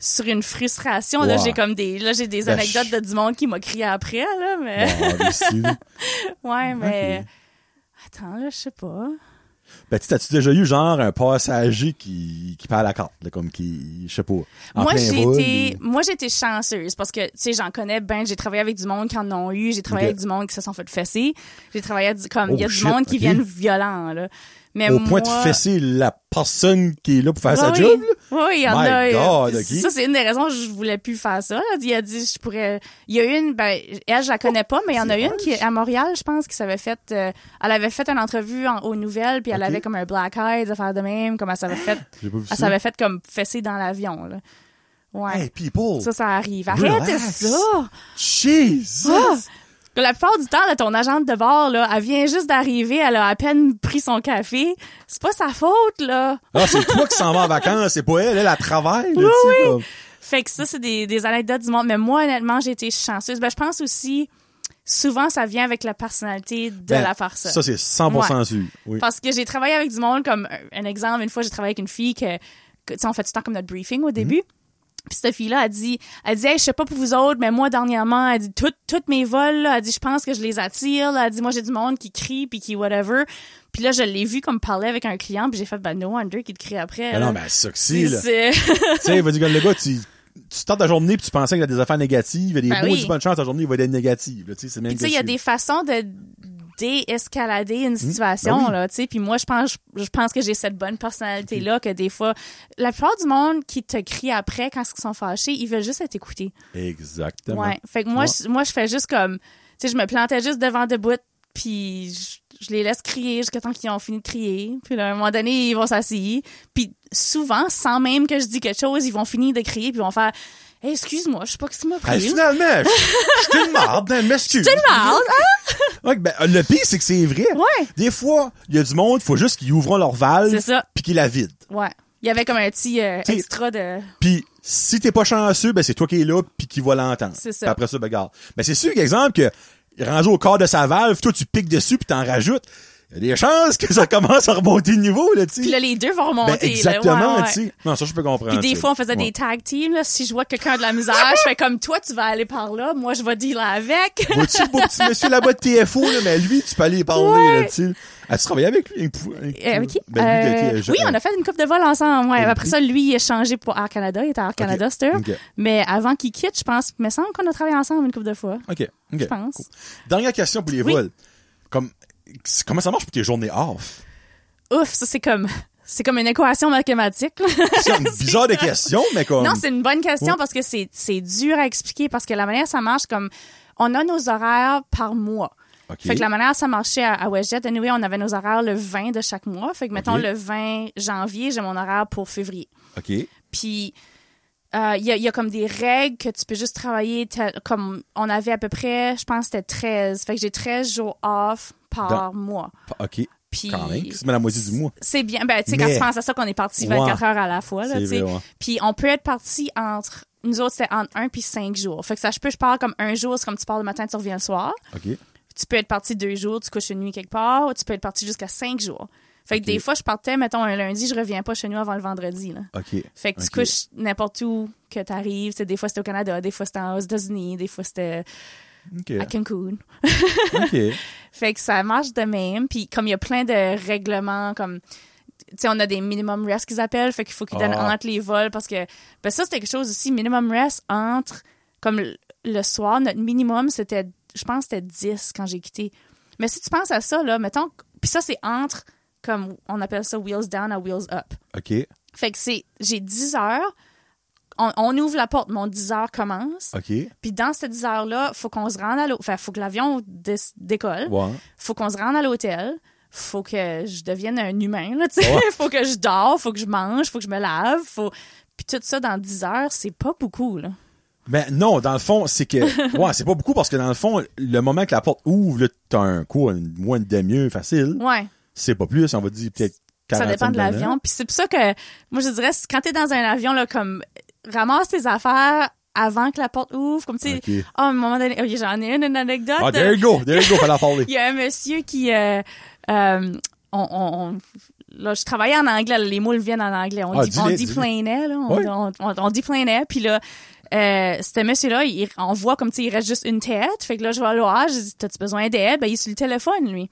sur une frustration là,
Wow.
j'ai comme des là j'ai des
Ben,
anecdotes
je-
de du monde qui m'a crié après là mais
Ah, mais si, là.
Ouais, mais. Attends, là, je sais pas.
Ben, tu t'as-tu déjà eu, genre, un passager qui, qui perd la carte, là, comme qui, je sais pas, en
moi,
plein
j'ai
vol,
été,
ou-
moi, j'ai été chanceuse parce que, tu sais, j'en connais ben, j'ai travaillé avec du monde qui en ont eu, j'ai travaillé
Ok.
avec du monde qui se sont fait fesser, j'ai travaillé avec du- comme, il y a
Oh,
du
shit,
monde qui
ok.
viennent violents, là. Mais
Au
moi, Ah
point de fesser la personne qui est là pour faire sa
oui,
job, là?
Oui, il y en
My
a. euh,
God, ok.
Ça, c'est une des raisons que je voulais plus faire ça. là. Il a dit, je pourrais. Il y a une, ben, elle, je la connais pas, mais il y en a
c'est
une qui, est à Montréal, je pense, qui s'avait fait. euh, elle avait fait une entrevue en- aux nouvelles, puis elle
Ok.
avait comme un black eye, des affaires de même, comme elle s'avait fait.
J'ai pas vu ça.
elle s'avait fait comme fessée dans l'avion, là. Ouais.
Hey, people!
ça, ça arrive.
Oh. Relax.
Arrête ça!
Jesus!
Ah! La plupart du temps, là, ton agente de bord, là, elle vient juste d'arriver, elle a à peine pris son café. C'est pas sa faute, là.
Ah, c'est toi qui s'en vas en vacances, c'est pas elle, elle, elle travaille, là, tu sais, comme.
Fait que ça, c'est des, des anecdotes du monde. Mais moi, honnêtement, j'ai été chanceuse. Ben, je pense aussi, souvent, ça vient avec la personnalité de
Ben,
la personne.
Ça, c'est 100%
Ouais.
sûr. Oui.
Parce que j'ai travaillé avec du monde, comme euh, un- un exemple, une fois, j'ai travaillé avec une fille que, que, tu sais, on fait tout le temps comme notre briefing au
Mhm.
début. Puis cette fille-là, elle dit, elle dit, Hey, je sais pas pour vous autres, mais moi, dernièrement, elle dit, toutes toutes mes vols, là, elle dit, je pense que je les attire, là. Elle dit, moi, j'ai du monde qui crie, puis qui whatever. Puis là, je l'ai vu comme parler avec un client, puis j'ai fait, ben, no wonder qu'il te crie après.
Ben
là.
non, ben, ça que c'est, là. Tu
C'est-
sais, vas-y, comme le gars, tu, tu startes ta journée puis tu pensais qu'il y a des affaires négatives, il y a
Ben
des mots
oui.
bonne chance, ta journée, il va être négative, là, tu sais, c'est même
Puis tu sais, il y a
que-
des façons de déescalader une situation
ben oui.
là, tu sais. Puis moi, je pense, je pense que j'ai cette bonne personnalité là que des fois, la plupart du monde qui te crie après quand ils sont fâchés, ils veulent juste être écoutés.
Exactement.
Ouais. Fait que moi,
Ouais.
je, moi, je fais juste comme, tu sais, je me plantais juste devant debout, puis je, je les laisse crier jusqu'à temps qu'ils ont fini de crier. Puis là, à un moment donné, ils vont s'asseoir. Puis souvent, sans même que je dis quelque chose, ils vont finir de crier puis ils vont faire. Hey, excuse-moi, je sais pas ce qui m'a
Hey,
pris.
finalement, Ah, je je suis une marde, hein, m'excuse.
Tout le monde,
Ouais, ben, le pire, c'est que c'est vrai.
Ouais.
Des fois, il y a du monde, faut juste qu'ils ouvrent leur valve
C'est ça.
puis qu'ils la vident.
Ouais. Il y avait comme un petit euh,
T'sais-
extra de.
Puis si t'es pas chanceux, ben c'est toi qui es là puis qui va l'entendre.
C'est ça.
Puis après ça, ben garde. Ben c'est sûr, exemple, que rendu au corps de sa valve, toi tu piques dessus puis t'en rajoutes. Il y a des chances que ça commence à remonter de niveau, là, tu
Puis là, les deux vont remonter.
ben,
là.
exactement,
Ouais, ouais.
tu sais. Non, ça, je peux comprendre.
Puis des
ça.
fois, on faisait
Ouais.
des tag teams. Là. Si je vois quelqu'un de la misère, je fais comme toi, tu vas aller par là. Moi, je vais dealer avec.
Vois-tu le beau petit monsieur là-bas de TFO, là, mais lui, tu peux aller y parler,
Ouais.
là, tu sais. As-tu travaillé avec lui?
Euh,
Avec
avec qui?
Ben, lui,
Euh, oui, on a fait une coupe de vol ensemble. Ouais.
Et
Après
lui?
ça, lui, il est changé pour Air Canada. Il était à Air Canada, c'est sûr.
Ok.
Mais avant qu'il quitte, je pense, il me semble qu'on a travaillé ensemble une coupe de fois.
OK, OK.
Je pense.
Cool. Dernière question pour les
Oui.
vols. Comme, c'est- comment ça marche pour tes journées off?
Ouf, ça, c'est comme, c'est comme une équation mathématique. là.
C'est une bizarre de question, mais comme...
Non, c'est une bonne question
Ouais.
parce que c'est c'est dur à expliquer parce que la manière ça marche comme on a nos horaires par mois.
OK.
Fait que la manière ça marchait à, à WestJet, anyway, on avait nos horaires le 20 de chaque mois. Fait que mettons
OK.
le 20 janvier, j'ai mon horaire pour février.
OK.
Puis euh, il y, a, il y a comme des règles que tu peux juste travailler tel- comme on avait à peu près, je pense que c'était 13. Fait que j'ai 13 jours off par
Dans-
mois.
Pa- OK.
Puis-
Quand même, c'est même la moitié du mois.
C'est bien. Ben, tu sais, quand
Mais-
tu penses à ça, qu'on est parti
Ouais.
24 heures à la fois, là,
C'est
tu sais.
vrai, ouais.
Puis on peut être parti entre, nous autres, c'était entre 1 puis 5 jours. Fait que ça, je peux, je pars comme un jour, c'est comme tu pars le matin, tu reviens le soir.
OK.
Tu peux être parti deux jours, tu couches une nuit quelque part, ou tu peux être parti jusqu'à cinq jours. Fait que des fois, je partais, mettons, un lundi, je reviens pas chez nous avant le vendredi, là.
OK.
Fait que tu
OK.
couches n'importe où que tu arrives. Des fois, c'était au Canada, des fois, c'était aux États-Unis, des fois, c'était
OK.
à Cancun.
OK.
Fait que ça marche de même. Puis comme il y a plein de règlements, comme tu sais, on a des minimum rest qu'ils appellent, fait qu'il faut qu'ils donnent
Ah.
entre les vols parce que ben ça c'était quelque chose aussi minimum rest entre comme le- le soir notre minimum c'était je pense que c'était 10 quand j'ai quitté. Mais si tu penses à ça là, mettons puis ça c'est entre comme on appelle ça wheels down à wheels up.
OK.
Fait que c'est j'ai 10 heures on, on ouvre la porte, mon 10 heures commence.
OK.
Puis dans ces 10 heures-là, faut qu'on se rende à l'eau. Fait faut que l'avion dé- décolle
Ouais.
faut qu'on se rende à l'hôtel, faut que je devienne un humain, là, tu sais.
Ouais.
faut que je dors, faut que je mange, faut que je me lave, faut... Puis tout ça dans 10 heures, c'est pas beaucoup, là.
Ben non, dans le fond, c'est que... Ouais, c'est pas beaucoup parce que dans le fond, le moment que la porte ouvre, là, t'as un quoi, une, moins une demi-heure facile.
Ouais.
C'est pas plus, on va dire peut-être
Ça
45
dépend de
minutes.
l'avion. Puis c'est pour ça que, moi, je dirais, c'est- quand t'es dans un avion, là, comme, ramasse tes affaires avant que la porte ouvre, comme, tu sais,
Ok.
ah, à un moment donné, ok, j'en ai une, une anecdote.
Ah, there you go, there you go, fallait en parler.
Il y a un monsieur qui. euh, euh, on, on- on- là, je travaillais en anglais, là, les mots le viennent en anglais. On
Ah,
dit,
dis-les,
on dit
dis-les.
plainait, là. On,
Ouais.
on, on, on dit plainait. Puis là, euh, ce monsieur-là, il- on voit comme, tu sais, il reste juste une tête. Fait que là, je vais le voir, je dis, t'as-tu besoin d'aide? Ben, il est sur le téléphone, lui.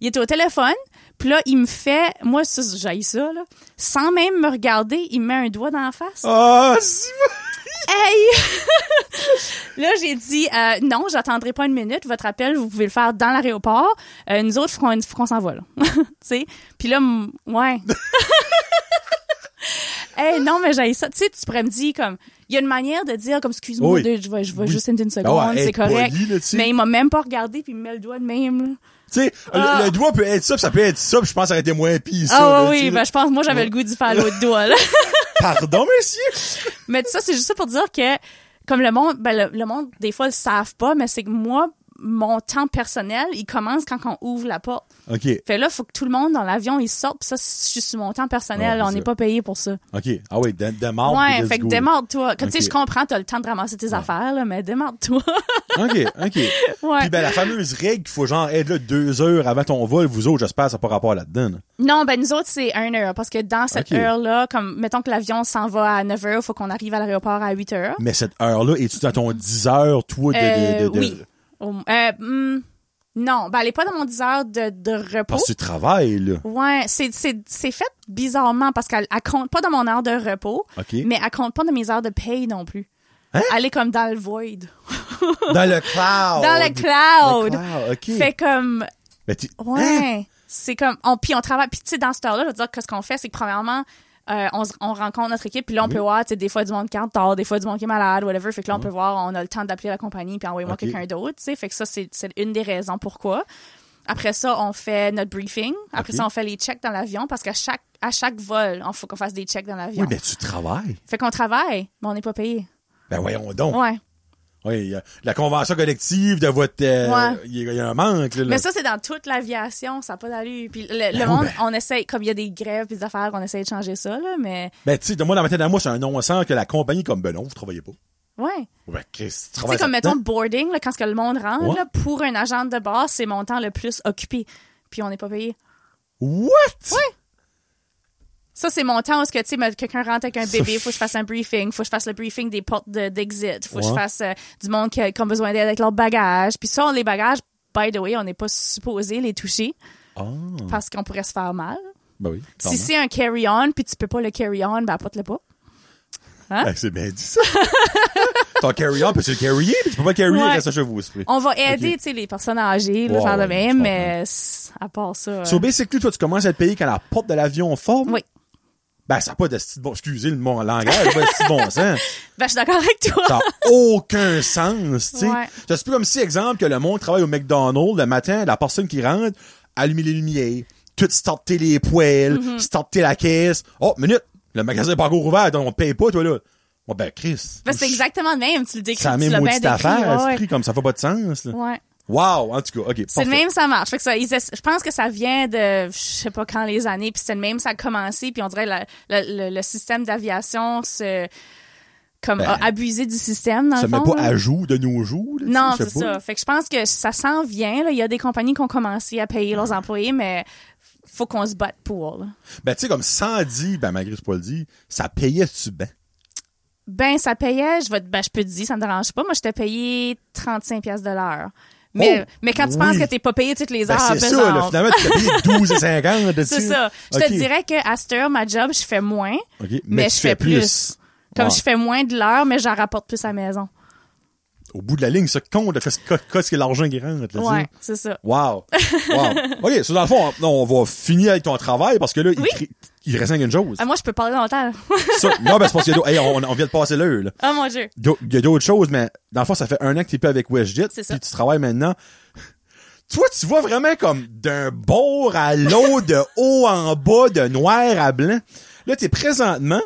Il était au téléphone, Puis là, il me fait, moi, ça, j'aille ça, là. Sans même me regarder, il me met un doigt dans la face.
Ah, si-
Hey! là, j'ai dit, euh, non, j'attendrai pas une minute. Votre appel, vous pouvez le faire dans l'aéroport. Euh, nous autres, faut qu'on, faut qu'on s'en va, là. tu sais? Puis là, m- ouais. hey, non, mais j'ai ça. Tu sais, tu pourrais me dire, comme, il y a une manière de dire, comme, excuse-moi,
Oui.
deux, je vais, je vais
Oui.
juste une, une seconde,
Ah ouais,
c'est
être poli,
correct.
là, tu sais.
mais il m'a même pas regardé, puis il me met le doigt de même, là.
Tu sais, le-
Ah.
le, doigt peut être ça, puis ça peut être ça, puis je pense que ça aurait été moins pire, ça.
Ah
là, tu
oui,
sais,
ben,
là.
je pense, moi, j'avais le goût d'y faire l'autre doigt, là.
Pardon, monsieur!
Mais ça, c'est juste ça pour dire que, comme le monde, ben, le, le monde, des fois, le savent pas, mais c'est que moi, mon temps personnel, il commence quand on ouvre la porte.
OK,
Fait là, faut que tout le monde dans l'avion, il sorte, pis ça, c'est juste sur mon temps personnel,
Ouais,
on
c'est
n'est
ça.
pas payé pour ça.
OK. Ah oui, dé- démarre. puis
ouais,
let's
fait que
go.
démarre-toi. Comme, Tu
Ok.
sais, je comprends, t'as le temps de ramasser tes affaires, là, mais démarre-toi.
OK, OK.
Ouais.
Puis ben, la fameuse règle qu'il faut genre être là deux heures avant ton vol, vous autres, j'espère, ça n'a pas rapport là-dedans. là.
Non, ben nous autres, c'est une heure, parce que dans cette
Ok.
heure-là, comme, mettons que l'avion s'en va à 9 heures, faut qu'on arrive à l'aéroport à 8 heures.
Mais cette heure-là, es-tu dans ton 10 heures, toi, de... de- de-
Euh,
de-
oui. Au- euh, hmm, non, ben elle est pas dans mon 10 heures de, de repos.
Parce que tu travailles, là.
Ouais, c'est, c'est, c'est fait bizarrement parce qu'elle elle compte pas dans mon heure de repos,
OK.
mais elle compte pas dans mes heures de paye non plus.
Hein?
Elle est comme dans le void.
Dans le cloud!
Dans le cloud.
Le cloud, OK.
Fait comme,
Mais tu- Hein?
ouais, c'est comme, on, puis on travaille, puis tu sais, dans cette heure-là, je veux dire que ce qu'on fait, c'est que premièrement, euh, on, se- on rencontre notre équipe, puis là, on peut voir, tu sais, des fois, du monde qui est en retard, des fois, du monde qui est malade, whatever. Fait que là, on peut voir, on a le temps d'appeler la compagnie, puis envoyez-moi
OK.
quelqu'un d'autre, tu sais. Fait que ça, c'est, c'est une des raisons pourquoi. Après ça, on fait notre briefing. Après
OK.
ça, on fait les checks dans l'avion, parce qu'à chaque, à chaque vol, on faut qu'on fasse des checks dans l'avion.
Oui, ben. mais tu travailles.
Fait qu'on travaille, mais on n'est pas payé.
Ben voyons donc.
Ouais.
Oui, euh, la convention collective de votre... euh,
Ouais.
Il y, a- il y a un manque, là. là.
Mais ça, c'est dans toute l'aviation, ça n'a pas d'allure. Puis le, le
oui,
monde,
ben.
on essaye, comme il y a des grèves et des affaires, on essaye de changer ça, là, mais
Ben, tu sais, de moi, dans ma tête à moi, c'est un non-sens que la compagnie, comme, ben non, vous travaillez pas.
ouais.
Ben, Chris, tu
Tu sais,
travailles
comme mettons
là-dedans.
boarding, là, quand ce que le monde rentre,
Hein? Ouais.
là, pour un agent de base, c'est mon temps le plus occupé. Puis on n'est pas payé.
What?
Ça, c'est mon temps où, est-ce que, tu sais, me- quelqu'un rentre avec un bébé, faut que je fasse un briefing, faut que je fasse le briefing des portes de- d'exit, faut que je
Ouais.
fasse euh, du monde qui a, qui ont besoin d'aide avec leurs bagages. Puis ça, on- les bagages, by the way, on n'est pas supposé les toucher
Ah,
parce qu'on pourrait se faire mal.
ben oui.
Si c'est un carry-on, puis tu peux pas le carry-on, ben apporte-le pas.
Ben, c'est bien dit ça. Ton carry-on, puis tu le carrier, puis tu peux pas le carrier,
Ouais.
reste à chez vous, c'est vrai.
On va aider,
Ok.
tu sais, les personnes âgées, le
Ouais,
genre
ouais,
de
je
même,
comprends.
mais s- à part ça... euh,
So basically, toi, tu commences à te payer quand la porte de l'avion forme.
Oui.
Ben, ça n'a pas de style bon. Excusez le mon langage, pas de style bon sens.
Ben, je suis d'accord avec toi.
Ça n'a aucun sens, tu sais.
Ouais.
C'est un peu comme si, exemple, que le monde travaille au McDonald's le matin, la personne qui rentre, allumer les lumières, tout starter les poêles,
Mm-hmm.
starter la caisse. Oh, minute, le magasin n'est pas encore ouvert, donc on te paye pas, toi, là. Bon, ben, Chris.
Ben, c'est exactement le même, tu le décris,
C'est la
tu
même
l'as bien
maudite
décrit.
affaire,
ouais,
esprit, comme ça fait pas de sens, là.
ouais. Ouais.
Wow, en tout cas, ok.
C'est le
parfait.
même, ça marche. Fait que ça, ils essa- je pense que ça vient de, je sais pas quand les années, puis c'est le même, ça a commencé, puis on dirait la- la- le, le système d'aviation se, comme,
Ben,
a abusé du système, dans
Ça
le
met
fond.
pas
là.
à jour de nos jours, là, tu sais,
Non,
je sais
c'est
pas.
ça. Fait que je pense que ça s'en vient. là. Il y a des compagnies qui ont commencé à payer leurs employés, mais faut qu'on se batte pour. là.
Ben, tu sais, comme 110, ben, malgré ce que Paul dit, ça payait-tu bien?
Ben, ça payait, je, vais, te- ben, je peux te dire, ça me dérange pas. Moi, je t'ai payé 35 pièces de l'heure. Mais,
Oh!
mais quand tu
Oui.
penses que t'es pas payé toutes les
Ben,
heures
c'est ça,
pesantes.
là, finalement, tu t'as payé 12,50 dessus.
Ah, C'est ça. Je
Ok.
te dirais qu'à cette heure, ma job, je fais moins,
Ok,
mais, je fais plus. Comme
Ouais.
je fais moins de l'heure, mais j'en rapporte plus à la maison.
Au bout de la ligne, ça compte, là, qu'est-ce que qu'est-ce que l'argent qui rentre, là, tu sais.
Ouais, c'est ça.
Wow. Wow. OK, so, dans le fond, on, on va finir avec ton travail parce que là,
Oui.
il, crie- il reste rien qu'une chose.
Ah, moi, je peux parler longtemps.
Ça, non, ben, c'est parce qu'il y a d'autres- hey, on, on vient de passer l'heure, là.
oh mon Dieu.
D'au- Il y a d'autres choses, mais dans le fond, ça fait un an que t'es plus avec WestJet,
C'est
puis
ça.
tu travailles maintenant. Toi, tu vois vraiment comme d'un bord à l'autre, de haut en bas, de noir à blanc. Là, t'es présentement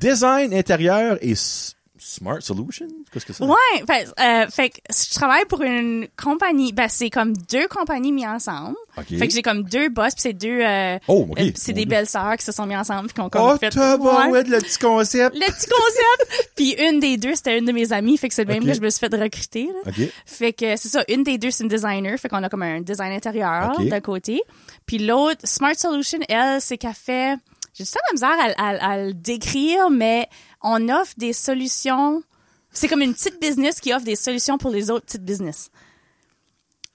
design intérieur et s- smart solution. Qu'est-ce que c'est?
Ouais, fait, euh, fait que je travaille pour une compagnie, ben c'est comme deux compagnies mises ensemble.
Ok.
Fait que j'ai comme deux boss, puis c'est deux euh,
Oh, ok.
euh, c'est
Mon
des
Dieu.
belles sœurs qui se sont mises ensemble puis qui ont comme
Oh,
fait
tabarouette,
Ouais.
le petit concept.
le petit concept. puis une des deux, c'était une de mes amies, fait que c'est le même
Ok.
que je me suis fait recruter. Là.
OK.
Fait que c'est ça, une des deux, c'est une designer. Fait qu'on a comme un design intérieur
Ok.
d'un côté. Puis l'autre, Smart Solution, elle, c'est qu'elle fait... J'ai juste la misère à, à- à le décrire, mais on offre des solutions... C'est comme une petite business qui offre des solutions pour les autres petites business.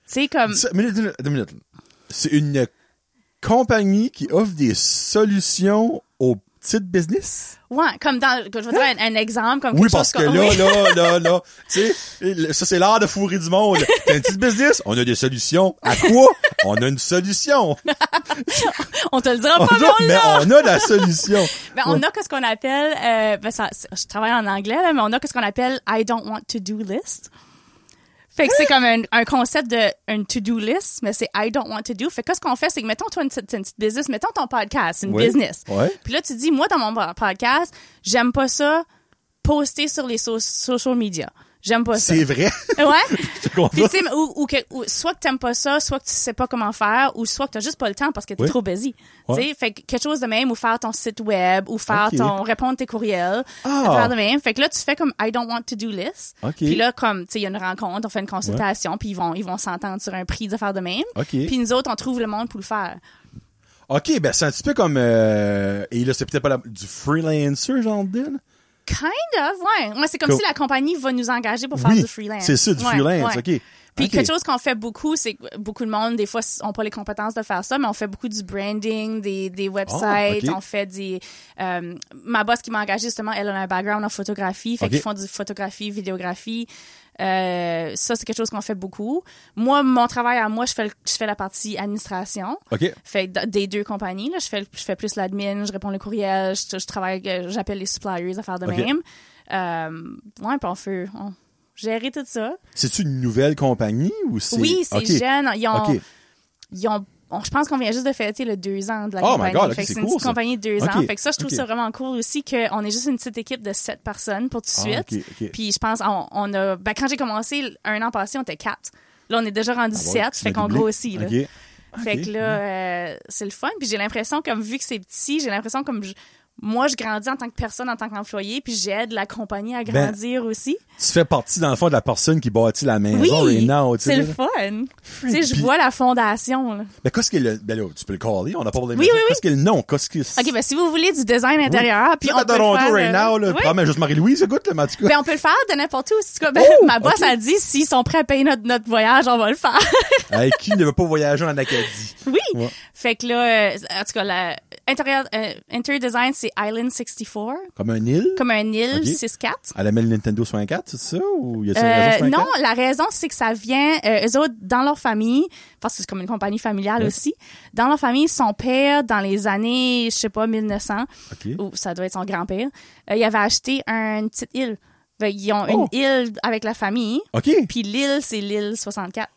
C'est comme...
Ça, minute, minute, deux minutes. C'est une compagnie qui offre des solutions aux petites business.
Ouais, comme dans, je vais te donner un, un exemple, comme
Oui,
quelque
parce
chose
que
qu'on-
là,
Oui.
là, là, là, tu sais, ça c'est l'art de fourrer du monde. T'as une petite business, on a des solutions. À quoi? On a une solution.
on te le dira
On
pas, mais
a-
on
mais
l'a.
on a la solution.
Ben, on a que ce qu'on appelle, euh, ben, ça, c'est- je travaille en anglais, là, mais on a que ce qu'on appelle I don't want to do list. Fait que c'est comme un, un concept de une to-do list, mais c'est I don't want to do. Fait que ce qu'on fait, c'est que, mettons, toi, une, petite- une petite business, mettons ton podcast, une
Oui.
business.
Ouais.
Puis là, tu dis, moi, dans mon podcast, j'aime pas ça poster sur les so- social media. J'aime pas ça.
C'est vrai.
Ouais.
Je comprends.
Puis, tu sais, ou, ou que- ou soit que t'aimes pas ça, soit que tu sais pas comment faire, ou soit que t'as juste pas le temps parce que t'es
Oui.
trop busy.
Ouais.
Tu sais, fait que quelque chose de même, ou faire ton site web, ou faire
Ok.
ton répondre tes courriels,
Ah.
faire de même. Fait que là, tu fais comme I don't want to do list.
Ok.
Puis là, comme tu sais, il y a une rencontre, on fait une consultation, puis ils vont ils vont s'entendre sur un prix de faire de même.
Ok.
Puis nous autres, on trouve le monde pour le faire.
OK, ben c'est un petit peu comme... Euh, et là, c'est peut-être pas la- du freelancer, genre, deal?
Kind of, ouais. Moi, c'est comme
Cool.
si la compagnie va nous engager pour faire
Oui,
du freelance.
c'est ça, du
Ouais,
freelance,
ouais.
OK.
Puis
OK.
quelque chose qu'on fait beaucoup, c'est que beaucoup de monde, des fois, n'ont pas les compétences de faire ça, mais on fait beaucoup du branding, des, des websites,
Ah, ok.
on fait des... euh, ma boss qui m'a engagée, justement, elle a un background en photographie, fait
Ok.
qu'ils font du photographie, vidéographie. Euh, ça, c'est quelque chose qu'on fait beaucoup. Moi, mon travail à moi, je fais, le- je fais la partie administration.
OK.
Fait que d- des deux compagnies, là, je fais, je fais plus l'admin, je réponds les courriels, je, je travaille, euh, j'appelle les suppliers à faire de
Ok.
même. Euh, ouais, puis on fait, on gérer tout ça.
C'est-tu une nouvelle compagnie ou c'est...
Oui, c'est
OK.
jeune. Ils ont,
OK.
ils ont on- je pense qu'on vient juste de fêter le deux ans de la
Oh my
compagnie.
God, ok,
Fait que
c'est
c'est
cool,
une petite
ça.
compagnie de deux
Ok,
ans. Fait que ça, je trouve
ok.
ça vraiment cool aussi qu'on est juste une petite équipe de sept personnes pour tout de
Ah,
suite.
ok, ok.
Puis je pense, on, on a, ben, quand j'ai commencé un an passé, on était quatre. Là, on est déjà rendu
Ah ouais,
sept.
tu
fait
l'as
qu'on
doublé.
grossit, là.
OK.
Fait
Ok.
que là, euh, c'est le fun. Puis j'ai l'impression, comme vu que c'est petit, j'ai l'impression comme je- moi, je grandis en tant que personne, en tant qu'employé, puis j'aide la compagnie à
Ben,
grandir aussi.
Tu fais partie, dans le fond, de la personne qui bâtit la maison right now, tu
c'est
sais.
le fun. Tu sais, je
Puis-
vois la fondation. Là.
Mais qu'est-ce que le... Ben là, tu peux le caller, on n'a pas parlé.
Oui, oui, oui.
Qu'est-ce que le nom? Qu'est-ce que... c'est?
OK, ben si vous voulez du design intérieur, puis
Ça,
on
à
peut le
Toronto
faire,
right
euh,
now, là.
oui.
Ah, mais juste Marie-Louise, écoute, là, mais en tout cas.
Ben, on peut le faire de n'importe où. En tout cas, ben,
Oh,
ma boss
ok.
a dit, s'ils sont prêts à payer notre, notre voyage, on va le faire. Ben.
Hey, qui ne veut pas voyager en Acadie?
oui.
Ouais.
Fait que là, euh, en tout cas, la, intérieur, euh, interior design, c'est Island 64,
Comme un île?
comme un île
Ok.
6-4.
Elle aimait le Nintendo 64, tout ça? Ou y a-t-il une raison
Euh,
64?
non, la raison, c'est que ça vient, euh, eux autres, dans leur famille, parce que c'est comme une compagnie familiale
Ouais.
aussi, dans leur famille, son père, dans les années, je sais pas, 1900,
OK.
ou ça doit être son grand-père, euh, il avait acheté un- une petite île. Fait, ils ont
Oh.
une île avec la famille,
OK.
puis l'île, c'est l'île 64.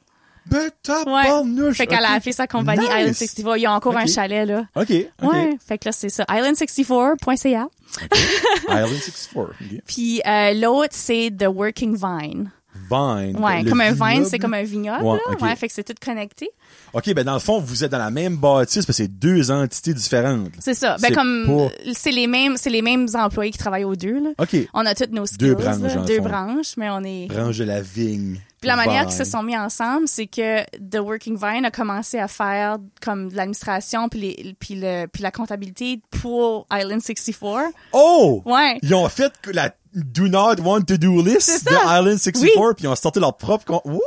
Ben, t'as
Ouais.
pas nous.
Fait qu'elle a appelé sa compagnie
Nice.
Island 64. Il y a encore un
Ok.
chalet, là.
OK. OK.
Ouais. Fait que là, c'est ça. Island64.ca.
Island 64. ok.
Puis euh, l'autre, c'est The Working Vine.
Vine.
Ouais,
le
comme un vine,
vignoble.
c'est comme un vignoble.
Ouais,
là.
ok.
Ouais, fait que c'est tout connecté.
OK, ben, dans le fond, vous êtes dans la même bâtisse, parce que c'est deux entités différentes.
C'est ça. Ben
C'est
comme
pas-
c'est les mêmes, c'est les mêmes employés qui travaillent aux deux. Là.
OK.
On a toutes nos skills,
Deux branches,
là.
en
deux
fond.
branches, mais on est.
Branche de la vigne.
Puis la manière qu'ils se
Vine.
sont mis ensemble, c'est que The Working Vine a commencé à faire comme de l'administration puis, les- puis, le, puis la comptabilité pour Island 64.
Oh!
Ouais.
Ils ont fait que la Do Not Want To Do List
C'est
de
ça.
Island 64, puis ils ont sorti leur propre... Con... What?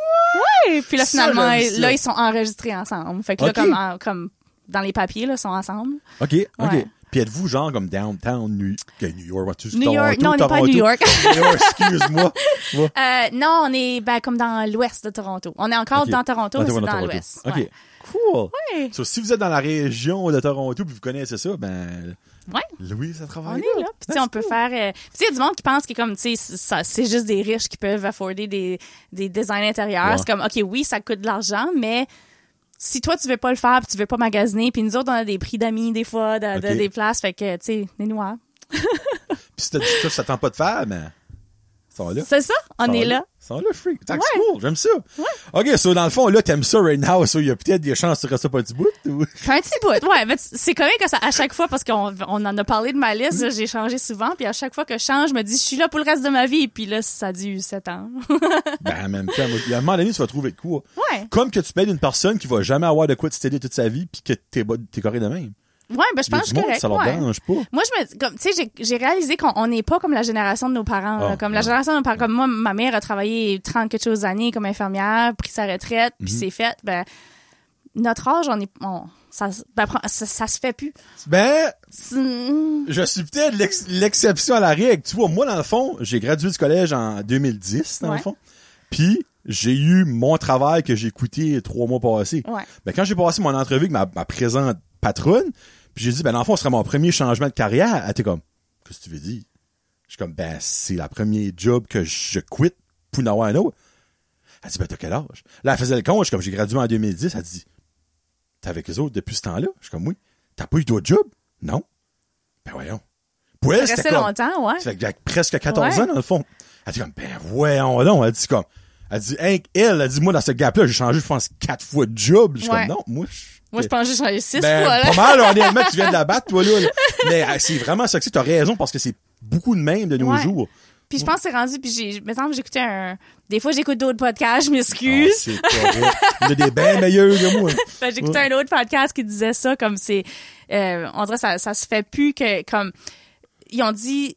Et puis là,
Ça,
finalement,
j'aime ça.
là, ils sont enregistrés ensemble. Fait que
Ok.
là, comme, en- comme dans les papiers, là, ils sont ensemble.
OK, OK.
Ouais.
Puis êtes-vous genre comme downtown New, que New York, ouais, tu
New
Toronto,
York. Non, on n'est pas à
Toronto.
New York.
New York, excuse-moi. Ouais.
Euh, non, on est ben, comme dans l'ouest de Toronto. On est encore
OK.
dans Toronto, mais c'est
Toronto,
dans
Toronto.
l'ouest.
OK.
Ouais.
Cool.
Ouais.
So, si vous êtes dans la région de Toronto puis vous connaissez ça, ben,
Ouais.
Louis, ça
On
travaille.
est là, puis tu sais, on peut faire. euh, puis tu sais, il y a du monde qui pense que comme, tu sais, ça- c'est juste des riches qui peuvent afforder des, des designs intérieurs.
Ouais.
C'est comme, ok, oui, ça coûte de l'argent, mais si toi tu veux pas le faire, puis tu veux pas magasiner, puis nous autres on a des prix d'amis des fois, de- de-
OK.
des places, fait que tu sais, les noirs.
Puis si t'as dit ça, je t'attends pas de faire, mais. Ils sont là.
C'est ça, on
Ils sont
est là.
Ils sont là, freak. Tant que
Ouais.
c'est cool, j'aime ça. OK, so, dans le fond, là, t'aimes ça right now, so, il y a peut-être des chances que tu restes pas du bout. ou-
Fait un petit bout, ouais, mais c'est quand même que ça à chaque fois parce qu'on on en a parlé de ma liste, là, j'ai changé souvent, puis à chaque fois que je change, je me dis je suis là pour le reste de ma vie, puis là ça dure sept ans.
ben, en même temps, moi, à un moment donné, tu vas trouver de quoi.
Ouais.
Comme que tu payes une personne qui va jamais avoir de quoi te t'aider toute sa vie puis que t'es, bo- t'es correct de même.
Ouais, ben je
Il y a
pense
du
que
monde,
correct,
ça leur
ouais.
dérange pas.
Moi, je me, comme, tu sais, j'ai- j'ai réalisé qu'on on n'est pas comme la génération de nos parents. là.
Ah,
comme la
ouais.
génération de nos parents, comme moi, ma
Mhm.
mère a travaillé 30 quelque chose d'années comme infirmière, pris sa retraite, puis c'est fait. Ben, notre âge, on est, on- ça, se- ben, pre- ça, ça se fait plus.
Ben,
C'est- mm,
je suis peut-être l'ex- l'exception à la règle. Tu vois, moi, dans le fond, j'ai gradué du collège en 2010, dans le
Ouais.
fond. Puis, j'ai eu mon travail que j'ai coûté trois mois passés.
Ouais.
Ben, quand j'ai passé mon entrevue avec ma, ma présente patronne, puis j'ai dit, ben, dans le fond, ce serait mon premier changement de carrière. Elle était comme, qu'est-ce que tu veux dire? Je suis comme, ben, c'est la premier job que je quitte pour en avoir un autre. Elle dit, ben, t'as quel âge? Là, elle faisait le con. Je suis comme, j'ai gradué en 2010. Elle dit, t'es avec eux autres depuis ce temps-là? Je suis comme, oui. T'as pas eu d'autres jobs? Non. Ben, voyons. Pour elle,
Ça
c'était
restait
comme,
longtemps, ouais.
ça fait que j'ai presque 14
Ouais.
ans, dans le fond. Elle dit comme, ben, voyons donc. Elle dit comme, elle dit, Hein, elle, elle dit, moi, dans ce gap-là, j'ai changé, je pense, quatre fois de job. Je suis
Ouais.
comme, non, moi, je...
Moi, je pense juste j'en ai six
Ben,
fois, là.
pas mal, honnêtement, tu viens de la battre, toi, là. là. Mais euh, c'est vraiment ça que c'est. T'as raison, parce que c'est beaucoup de même de nos
Ouais.
jours.
Puis je pense que c'est rendu, puis j'ai, me semble que j'écoutais un, des fois j'écoute d'autres podcasts, je
Ah,
m'excuse.
c'est correct. Il y en a des bien meilleurs que moi.
Fait que J'écoutais un autre podcast qui disait ça, comme c'est, euh, on dirait, ça, ça se fait plus que, comme, ils ont dit,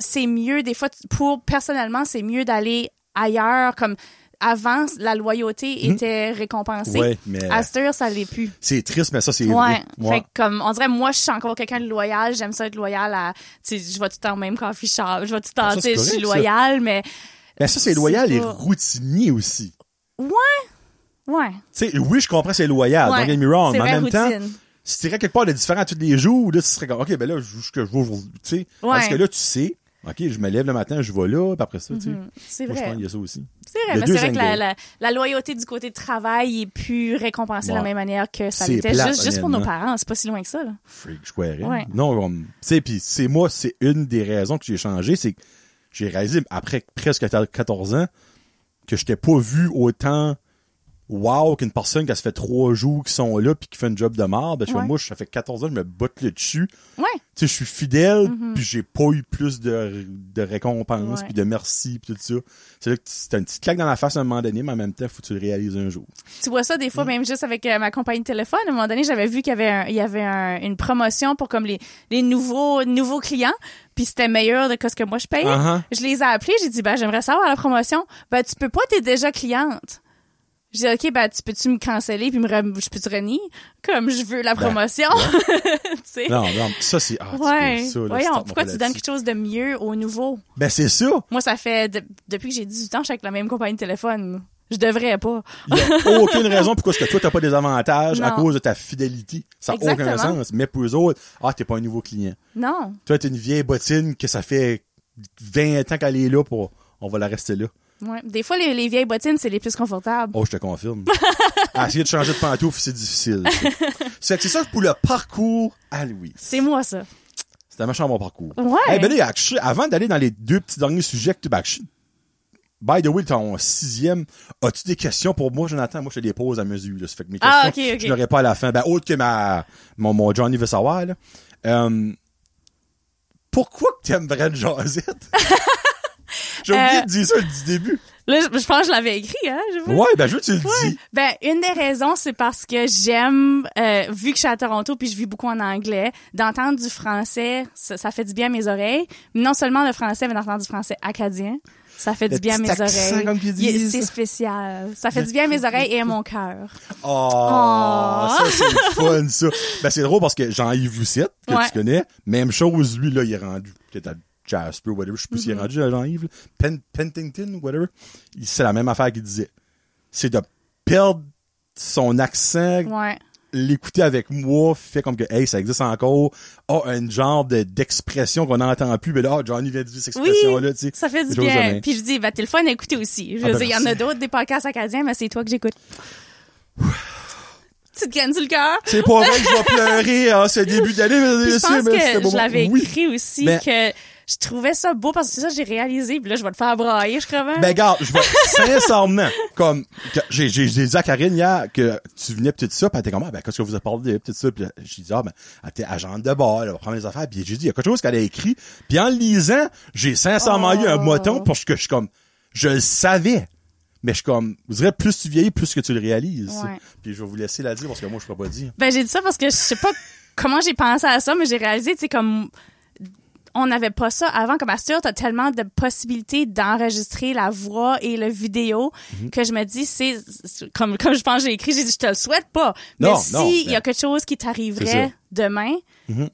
c'est mieux, des fois, tu- pour, personnellement, c'est mieux d'aller ailleurs, comme, avant, la loyauté était récompensée.
Mhm. Ouais, mais-
À cette heure, ça l'est plus.
C'est triste, mais ça, c'est
Ouais.
vrai. Ouais.
Fait que comme, on dirait, moi, je suis encore quelqu'un de loyal. J'aime ça être loyal à, tu sais, je vais tout le temps au même coffee shop. Je vais tout le temps,
Ah, ça,
tu
c'est
sais, je suis
correct, ça.
loyal, mais,
Mais Ben, ça, c'est
C'est
loyal et
pas-
routinier aussi.
ouais.
Tu sais, oui, je comprends, c'est loyal.
Ouais.
Don't get me wrong.
C'est
Mais en
vrai,
même temps,
routine.
si tu irais quelque part de différent tous les jours, là, tu serais comme, OK, ben là, je je- que je vais aujourd'hui, tu sais. Parce
Ouais.
que là, tu sais, OK, je me lève le matin, je vais là, puis après ça, tu sais.
Mm-hmm. C'est
Moi, je
vrai.
pense qu'il y a ça aussi.
C'est
Il y a
vrai, mais
deux
c'est vrai que la,
angles.
la- la loyauté du côté de travail est plus récompensée de
Ouais.
la même manière que ça
C'est
l'était.
plate,
juste, juste pour nos
honnêtement.
parents, c'est pas si loin que ça. Là.
Freak, je croirais.
Ouais.
Non, comme, tu sais, puis c'est moi, c'est une des raisons que j'ai changé, c'est que j'ai réalisé, après presque 14 ans, que je t'ai pas vu autant wow qu'une personne qui a se fait trois jours qui sont là puis qui fait un job de marde. Parce que
Ouais.
moi, ça fait 14 ans, je me botte le dessus.
Ouais,
tu sais, je suis fidèle, puis j'ai pas eu plus de, de récompenses,
Mm-hmm. Ouais.
puis de merci, puis tout ça. C'est là que tu- t'as une petite claque dans la face à un moment donné, mais en même temps, faut que tu le réalises un jour.
tu vois ça des
Mm.
fois, même juste avec euh, ma compagnie de téléphone. À un moment donné, j'avais vu qu'il y avait, un- il y avait un- une promotion pour comme les, les nouveaux, nouveaux clients, puis c'était meilleur de que ce que moi je paye.
Uh-huh.
Je les ai appelés, j'ai dit, ben, j'aimerais savoir la promotion. Ben, tu peux pas, t'es déjà cliente. J'ai dit, OK, ben, tu peux-tu me canceller puis me re- je peux-tu renier? Comme je veux la promotion. tu sais.
Ben, Non, non, ça c'est... Ah, tu
Ouais.
fais ça, là,
Voyons,
stop,
pourquoi
on
tu
va
donnes
là-dessus.
quelque chose de mieux au nouveau?
Ben c'est ça!
Moi, ça fait de- depuis que j'ai 18 ans, je suis avec la même compagnie de téléphone. Je devrais pas.
Il y a aucune raison pourquoi est-ce que toi, t'as pas des avantages à
Non.
cause de ta fidélité. Ça n'a aucun
Exactement.
sens. Mais pour eux autres, ah, t'es pas un nouveau client.
Non.
Toi, t'es une vieille bottine que ça fait 20 ans qu'elle est là pour... On va la rester là.
Ouais. Des fois, les, les vieilles bottines, c'est les plus confortables.
Oh, je te confirme. à essayer de changer de pantoufle, c'est difficile. c'est que c'est ça pour le parcours à Louis.
C'est moi, ça.
C'était méchant mon parcours.
Ouais.
Eh ben là, actually, avant d'aller dans les deux petits derniers sujets que tu ben, actually, By the way, ton sixième, as-tu des questions pour moi, Jonathan? Moi, je te les pose à mesure. Là. Ça fait que mes questions,
Ah, ok, ok.
je n'aurai pas à la fin. Ben, autre que ma, mon, mon Johnny veut savoir. Là. Euh, pourquoi que t'aimes Brad Josette? J'ai oublié
Euh,
de dire ça du début.
Là, je, je pense que je l'avais écrit, hein? je vois.
Ouais, ben, je veux que tu le
Ouais.
dis.
Ben, une des raisons, c'est parce que j'aime, euh, vu que je suis à Toronto puis je vis beaucoup en anglais, d'entendre du français, ça, ça fait du bien à mes oreilles. Non seulement le français, mais d'entendre du français acadien, ça fait
Le
du bien à
petit
mes
accent,
oreilles.
comme qu'ils
Il-
disent.
C'est spécial. Ça fait du bien à mes oreilles et à mon cœur.
Oh, Ah,
Ah.
ça c'est le fun ça. Ben c'est drôle parce que Jean-Yves Lucette, que
Ouais.
tu connais, même chose, lui là, il est rendu peut-être à Jasper, whatever, je sais plus
Mm-hmm.
s'il est rendu à Jean-Yves, là. Pen- Pentington, whatever. Il- C'est la même affaire qu'il disait. C'est de perdre son accent,
Ouais.
l'écouter avec moi, fait comme que hey, ça existe encore. Ah, un genre de- d'expression qu'on n'entend plus, mais là, ah, Johnny vient de dire cette
Oui,
expression là, tu sais.
ça fait du
Des choses de
bien.
même.
Puis je dis, ben, t'es le fun à écouter aussi. Je
Ah,
veux
ben,
dire, il y en a
merci.
d'autres, des podcasts acadiens, mais c'est toi que j'écoute. Petite graine sur le cœur.
C'est pas vrai que je vais pleurer à ce début d'année, mesdames et
Puis Je
messieurs,
pense
mais c'était
que je
bon.
l'avais
Oui.
écrit aussi
Ben-
que je trouvais ça beau parce que ça, j'ai réalisé. Puis là, je vais te faire brailler, je crois. hein.
Ben garde, je vais sincèrement, comme que- j'ai j'ai j'ai dit à Karine hier que tu venais peut-être ça, puis elle était comme ah, ben qu'est-ce que vous avez parlé de peut-être ça, puis j'ai dit ah ben elle était agente de bord, elle va prendre les affaires, puis j'ai dit il y a quelque chose qu'elle a écrit, puis en le lisant, j'ai sincèrement eu un
Oh.
moton parce que je suis comme je le savais. Mais je suis comme, vous direz, plus tu vieillis, plus que tu le réalises.
Ouais.
Puis je vais vous laisser la dire parce que moi, je pourrais pas dire.
Ben, j'ai dit ça parce que je sais pas comment j'ai pensé à ça, mais j'ai réalisé, tu sais, comme on n'avait pas ça avant. Comme Astur, t'as tellement de possibilités d'enregistrer la voix et le vidéo
Mhm.
que je me dis, c'est c'est- comme comme je pense que j'ai écrit, j'ai dit je te le souhaite pas.
Non,
mais
non,
si il y
mais-
a quelque chose qui
C'est Mhm. ça.
t'arriverait demain,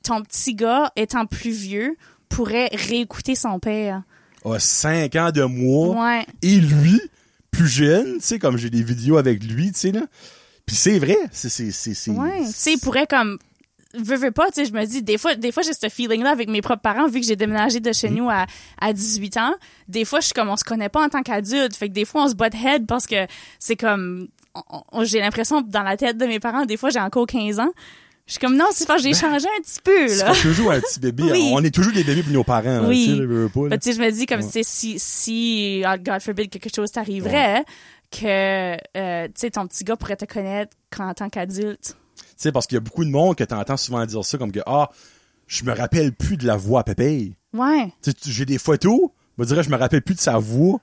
ton petit gars étant plus vieux pourrait réécouter son père.
a 5 Ah, ans de moi
Ouais.
et lui, plus jeune, tu sais, comme j'ai des vidéos avec lui, tu sais, là. Puis c'est vrai, c'est... c'est- c'est- c'est-
Ouais. Tu sais, il pourrait comme. Veux, veux pas, tu sais, je me dis, des fois, des fois j'ai ce feeling-là avec mes propres parents, vu que j'ai déménagé de
Mm-hmm.
chez nous à, à 18 ans. Des fois, je suis comme, on se connaît pas en tant qu'adulte. Fait que des fois, on se butt head parce que c'est comme, on- on- j'ai l'impression, dans la tête de mes parents, des fois, j'ai encore 15 ans. Je suis comme, non, c'est parce que j'ai changé un petit peu,
Ben, C'est
là.
comme toujours un petit bébé.
Oui.
On est toujours des bébés pour nos parents, là,
Oui.
tu sais, là, veux, veux pas, là.
Fait que, tu sais, je me dis, comme, tu sais, si, si, oh, God forbid, quelque chose t'arriverait, que, euh, tu sais, ton petit gars pourrait te connaître en tant qu'adulte.
Tu sais, parce qu'il y a beaucoup de monde que t'entends souvent dire ça, comme que, ah, je me rappelle plus de la voix à Pépé.
Ouais.
Tu sais, tu- j'ai des photos, on dirait je me rappelle plus de sa voix.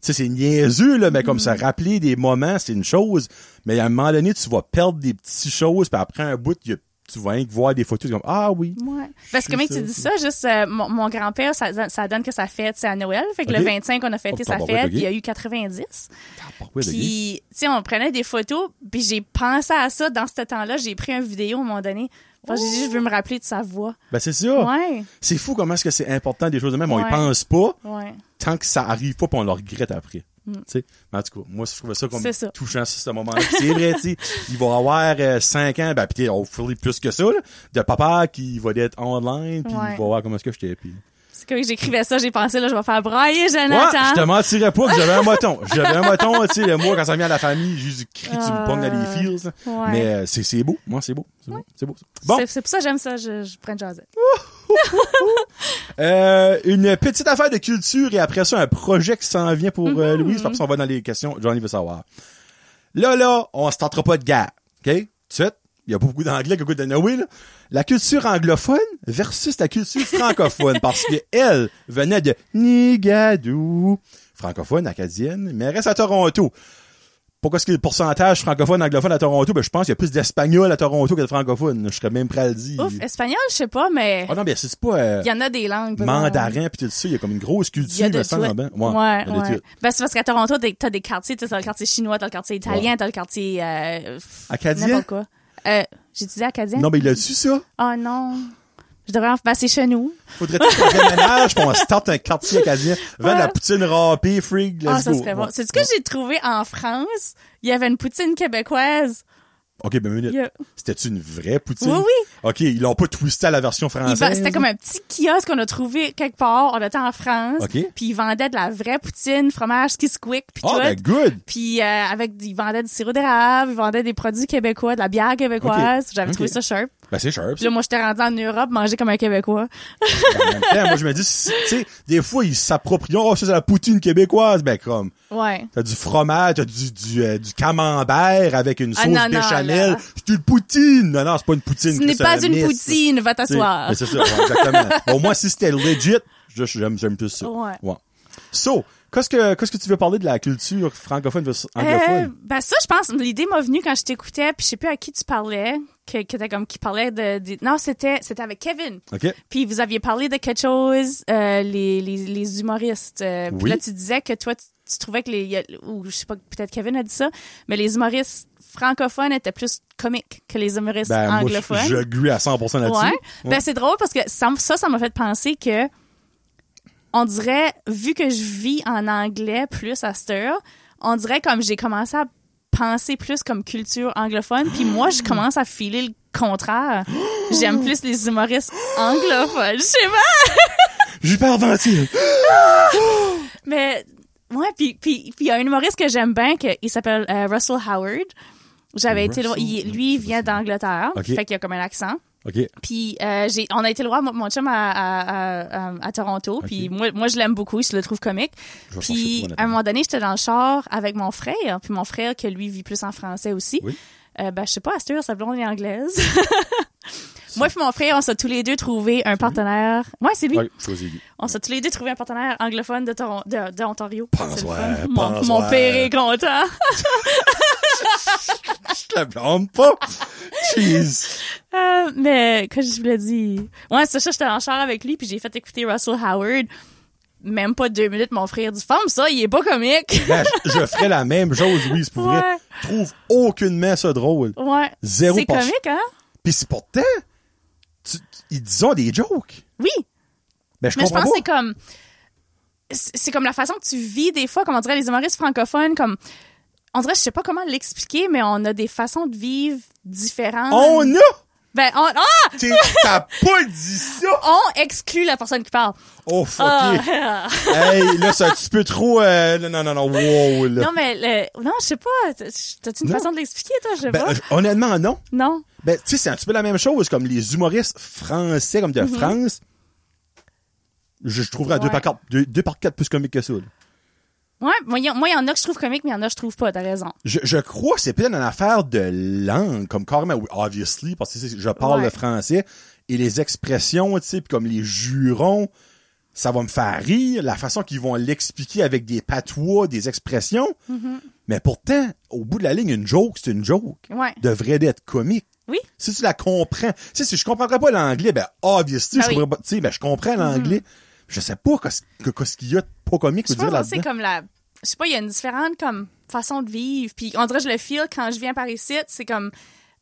Tu sais, c'est niaiseux, là, mais
Mm.
comme ça, rappeler des moments, c'est une chose. Mais à un moment donné, tu vas perdre des petites choses, puis après un bout, il y a- tu vas rien que voir des photos, comme, ah oui.
Ouais. Parce que
suis
même que tu
sûr,
dis
oui.
ça, juste euh, mon, mon grand-père, ça, ça donne que sa fête, c'est à Noël. Fait que
Ok.
le 25, on a fêté
Oh,
sa
tabarouette,
fête.
ok.
Il y a eu 90.
Ah, pourquoi, le gay?
Puis, tu sais, on prenait des photos. Puis j'ai pensé à ça dans ce temps-là. J'ai pris une vidéo à un moment donné. Parce que j'ai dit, je veux me rappeler de sa voix.
Ben, c'est ça.
Ouais.
C'est fou comment est-ce que c'est important des choses de même. On y
Ouais.
pense pas
Ouais.
tant que ça arrive pas, puis on le regrette après. Tu sais, mais en tout cas, moi, je trouvais ça comme
Mm. C'est ça.
touchant sur ce moment-là. Puis C'est vrai, tu sais, il va avoir 5 ans, ben, pis t'es hopefully plus que ça, là, de papa qui va être online, puis
Ouais.
il va voir comment est-ce que j'étais. Puis...
C'est comme que j'écrivais ça, j'ai pensé, là, je vais faire brailler
Ouais, je te
Jonathan.
mentirais pas que j'avais un moton. J'avais un moton, tu sais, le mois, quand ça vient à la famille, j'ai du cri, tu me
Euh,
pognes dans les fils. là.
ouais.
Mais euh, c'est c'est beau, moi, c'est beau. C'est beau, c'est beau. ça. Bon,
C'est- C'est pour ça que j'aime ça, je, je prends une jasette.
Euh, une petite affaire de culture et après ça, un projet qui s'en vient pour euh, Louise. Parce qu'on va dans les questions. Johnny veut savoir. Là, là, on se tentera pas de guerre. OK? Tout de suite. Il y a pas beaucoup d'anglais qui écoutent de Noé, là. La culture anglophone versus la culture francophone. parce que elle venait de Nigadou. Francophone, acadienne, mais elle reste à Toronto. Pourquoi est-ce que le pourcentage francophone, anglophone à Toronto? Ben, je pense qu'il y a plus d'espagnols à Toronto que de francophones. Je serais même prêt à le dire.
Ouf, espagnol, je sais pas, mais
Ah non, ben, c'est pas... euh,
il y en a des langues. par exemple.
mandarin puis tout ça, il y a comme une grosse
Il y
culture
a
il
de
me
tout.
semble,
Ouais,
hein?
ouais.
il y a des tout.
Ben, c'est parce qu'à Toronto, t'as des- t'as des quartiers, tu sais, t'as le quartier chinois, t'as le quartier italien,
Ouais.
t'as le quartier... Euh, pff,
Acadien?
N'importe quoi. Euh, J'ai dit acadien?
Non, mais il a su ça.
Oh non. Je devrais en passer chez nous.
Faudrait qu'on déménage puis on starte un quartier acadien. Vend de la poutine râpée, frig, let's
Ah, ça
go.
serait bon.
Ouais.
C'est-tu que j'ai trouvé en France? Il y avait une poutine québécoise.
OK, ben, une minute.
Il y a-
C'était-tu une vraie poutine?
Oui, oui.
OK, ils l'ont pas twisté à la version
Il
française.
va- C'était comme un petit kiosque qu'on a trouvé quelque part. On était en France.
OK.
Puis ils vendaient de la vraie poutine, fromage qui squick, puis
Oh,
tout.
ben, good.
Puis euh, avec, ils vendaient du sirop d'érable, ils vendaient des produits québécois, de la bière québécoise. J'avais
OK.
trouvé ça sharp.
Ben, c'est sharp.
Puis
ça. Ben,
là, moi, j'étais rendu en Europe manger comme un Québécois.
En même temps, moi, je me dis, si- tu sais, des fois, ils s'approprient. Oh, ça, c'est la poutine québécoise. Ben, comme,
Ouais.
t'as du fromage, t'as du, du, euh, du camembert avec une
Ah,
sauce
non, non,
béchamel.
là.
C'est une poutine. Non, non, c'est pas une poutine.
Ce n'est
Christa
pas une
Miss.
poutine, va
Tu sais,
t'asseoir.
mais C'est ça, ouais, exactement. Au moins, si c'était legit, je- j'aime, j'aime plus ça.
Ouais.
So, qu'est-ce que, qu'est-ce que tu veux parler de la culture francophone versus
Euh,
anglophone?
ben ça, je pense, l'idée m'a venue quand je t'écoutais, puis je sais plus à qui tu parlais, que, que t'as comme qui parlait de, de- non, c'était c'était avec Kevin.
OK? Ben,
Puis vous aviez parlé de quelque chose, euh, les, les, les humoristes. euh,
Oui.
Puis là, tu disais que toi, tu, tu trouvais que les, il y a- ou je sais pas, peut-être Kevin a dit ça, mais les humoristes francophones étaient plus comiques que les humoristes
Ben, moi,
anglophones.
je- je grue à 100% là-dessus.
Ouais.
Ouais.
Ben, c'est drôle parce que ça, ça, ça m'a fait penser que on dirait, vu que je vis en anglais plus à cette heure, on dirait comme j'ai commencé à penser plus comme culture anglophone, puis moi, je commence à filer le contraire. J'aime plus les humoristes anglophones. Je sais pas,
J'hyperventile.
mais ouais, puis puis- puis il y a un humoriste que j'aime bien, que, il s'appelle euh, Russell Howard. J'avais été le voir- il- lui, il vient d'Angleterre,
Ok.
fait qu'il a comme un accent.
OK.
Puis euh, j'ai, on a été le voir, mon- mon chum, à, à, à, à- à Toronto. Puis moi, moi, je l'aime beaucoup, je le trouve comique.
Je vais chercher
Puis
pour mon
à un moment donné, j'étais dans le char avec mon frère. Puis mon frère, que lui vit plus en français aussi.
Oui.
Euh, ben, je sais pas, Astur, sa blonde est anglaise. moi puis mon frère, on s'est tous les deux trouvé un partenaire. Ouais, c'est lui.
Ouais, choisis-lui.
On s'est tous les deux trouvé un partenaire anglophone de Toron- de, de Ontario.
Pense
C'est le
ouais,
fun.
pense
mon, mon
ouais.
père est content.
Je te la blâme pas. Jeez.
Euh, mais que je voulais dire. Ouais, c'est ça, j'étais en char avec lui, puis j'ai fait écouter Russell Howard. Même pas deux minutes, mon frère dit Femme, ça, il est pas comique.
Ben, je, je ferais la même chose, oui, c'est pour vrai.
Ouais.
Je trouve aucunement ça drôle.
ouais.
Zéro
C'est
passe-
comique, hein?
Puis c'est pourtant, tu- tu- ils disons des jokes.
Oui.
Ben, je
Mais je
comprends
pense que c'est
pas.
comme. C'est c'est comme la façon que tu vis des fois, comme on dirait les humoristes francophones, comme. On dirait, je sais pas comment l'expliquer, mais on a des façons de vivre différentes.
On a!
Ben, on. Ah!
T'es- T'as pas dit ça!
On exclut la personne qui parle.
Oh, fuck
Ah.
Hey, là, c'est un petit peu trop... euh, non, non, non, non, wow, là.
Non, mais. le- Non, je sais pas. T'as-tu une
Non.
façon de l'expliquer, toi? Je sais
Ben,
pas.
euh, honnêtement, non.
Non.
Ben, tu sais, c'est un petit peu la même chose, comme les humoristes français, comme de France. Je, je trouverais deux
Mhm. Ouais.
par quatre, deux, deux par quatre plus comique que ça, là.
Ouais, moi, il y, en- moi, il y en a que je trouve comique, mais il y en a que je trouve pas, t'as raison.
Je, je crois que c'est peut-être une affaire de langue, comme carrément, oui, obviously, parce que c'est- je parle
Ouais.
le français, et les expressions, tu sais, puis comme les jurons, ça va me faire rire, la façon qu'ils vont l'expliquer avec des patois, des expressions, mais pourtant, au bout de la ligne, une joke, c'est une joke.
Mm-hmm. Ouais.
Devrait d'être comique.
Oui?
Si tu la comprends, tu sais, si je comprendrais pas l'anglais, ben, obviously,
Ben
je
oui. Mm-hmm.
comprendrais pas- tu sais, ben, je comprends l'anglais, je sais pas qu'est-ce que- qu'est-ce qu'il y a de pas comique, je
Je
veux dire,
pense que c'est
là-dedans.
comme la. Je sais pas, il y a une différente comme façon de vivre. Puis on dirait que je le feel quand je viens par ici, c'est comme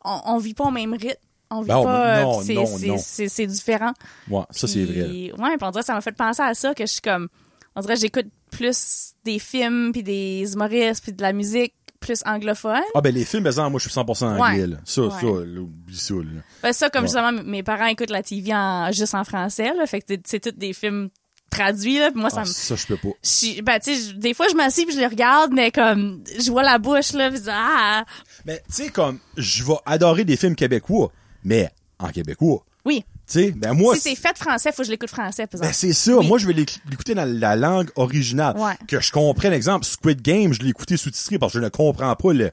on, on vit pas au même rythme. On vit
Ben, on-
pas. euh,
non,
c'est-
non,
c'est-
non.
C'est c'est différent.
Ouais, ça, c'est vrai. là.
Puis, Ouais, puis on dirait que ça m'a fait penser à ça, que je suis comme. On dirait que j'écoute plus des films, puis des humoristes, puis de la musique plus anglophone.
Ah ben les films, par exemple, moi je suis 100% anglais.
Ouais.
Là. Ça,
Ouais.
ça, là, oublie ça. Là.
Ben, ça, comme
Ouais.
justement, m- mes parents écoutent la TV en, juste en français, là, fait que c'est- c'est tous des films traduits, là, puis moi, ça
Ah,
me.
ça, je peux pas.
Je- ben, tu sais, je- des fois, je m'assieds puis je les regarde, mais comme, je vois la bouche, là, pis je dis, ah,
Mais tu sais, comme, je vais adorer des films québécois, mais en québécois.
oui.
Tu sais, ben moi...
si c'est fait français, faut que je l'écoute français, par
Ben
exemple.
c'est ça,
Oui.
moi je vais l'éc- l'écouter dans la langue originale.
Ouais.
Que je comprenne, exemple, Squid Game, je l'ai écouté sous-titré parce que je ne comprends pas le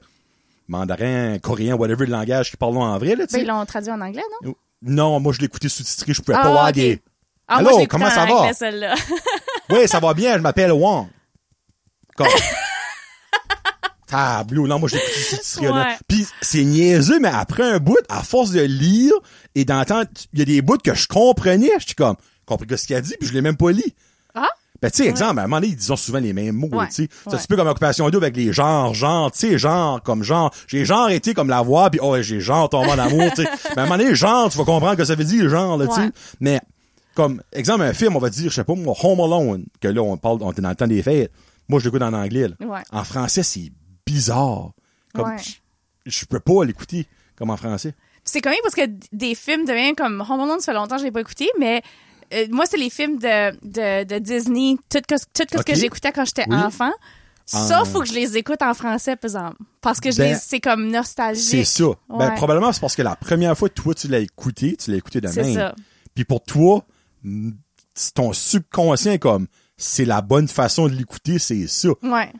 mandarin, coréen, whatever le langage qu'ils parlent en vrai, là, tu
Ben,
sais.
ils l'ont traduit en anglais, non?
Non, moi je l'ai écouté sous-titré, je pouvais pas
Ah,
avoir
ok.
des...
Ah,
Allô,
moi, je l'écoute
comment
en
ça va?
anglais, celle-là.
Oui, ça va bien, je m'appelle Wong. Comme. Tableau, non, moi j'ai plus cette là
Ouais.
Puis c'est niaiseux, mais après un bout, à force de lire et d'entendre, il y a des bouts que je comprenais, je suis comme, compris que ce qu'il a dit, puis je l'ai même pas lu.
Ah?
Ben, tu sais, exemple, à un moment donné, ils disent souvent les mêmes mots,
Ouais,
tu sais. C'est un
ouais.
petit peu comme Occupation 2 avec les genres, genre, tu sais, genre, comme genre. J'ai genre été comme la voix, puis oh, j'ai genre tombé en amour, tu sais. Mais à un moment donné, genre, tu vas comprendre que ça veut dire, genre, là, tu sais.
Ouais.
Mais, comme, exemple, un film, on va dire, je sais pas, moi, Home Alone, que là, on parle, on est dans le temps des fêtes. Moi, je l'écoute en anglais, là.
Ouais.
En français, c'est bizarre. Comme,
Ouais.
je- je peux pas l'écouter comme en français.
C'est quand même parce que d- des films de même comme Home Alone, ça fait longtemps que je l'ai pas écouté, mais euh, moi, c'est les films de, de, de Disney, tout, que- tout que ce
Ok.
que j'écoutais quand j'étais
Oui. Ah.
enfant. Ça, faut que je les écoute en français, par exemple. Parce que je
Ben,
les- c'est comme nostalgique.
C'est ça. Ben,
Ouais.
probablement, c'est parce que la première fois, toi, tu l'as écouté, tu l'as écouté de
C'est
même.
ça.
Puis pour toi, mm, ton subconscient est comme, c'est la bonne façon de l'écouter, c'est ça.
Ouais.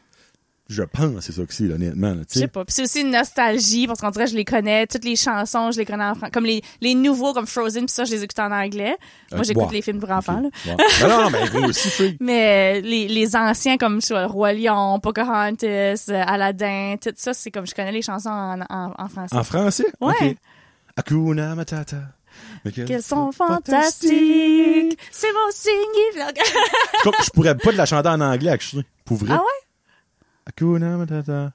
Je pense, c'est ça que c'est, là, honnêtement. là, tu
Je sais
sais.
pas. Puis c'est aussi une nostalgie parce qu'on dirait que je les connais, toutes les chansons, je les connais en français. Comme les, les nouveaux, comme Frozen, puis ça, je les écoute en anglais. Moi,
Euh,
j'écoute
ouais.
les films pour enfants, là.
Ouais. Ben non, non, mais moi aussi, freak.
Mais euh, les, les anciens, comme je sais pas, Roi Lion, Pocahontas, euh, Aladdin, tout ça, c'est comme je connais les chansons en, en, en français.
En français?
Ouais.
Ok. Hakuna Matata. Mais qu'elles
Qu'elles sont fantastiques! C'est mon signe!
Comme, je pourrais pas de la chanter en anglais, actually. Pour vrai.
ah ouais?
Hakuna Matata.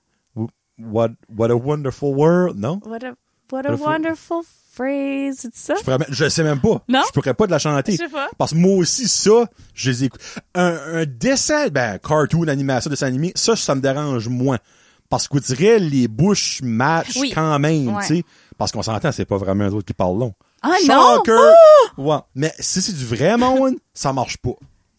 What, what a wonderful world. Non?
What a, what a
Wonderful.
wonderful phrase! C'est ça?
Je, pourrais même- je sais même pas.
Non?
Je pourrais pas de la chanter.
Je sais pas.
Parce que moi aussi, ça, je les écoute. Un, un dessin, ben, cartoon, animation, dessin animé, ça, ça me dérange moins. Parce qu'on dirait les bouches matchent
Oui.
quand même,
Ouais.
tu sais. Parce qu'on s'entend, c'est pas vraiment un autre qui parle long.
Ah, non! Oh!
Shocker! Ouais. Mais si c'est du vrai monde, ça marche pas.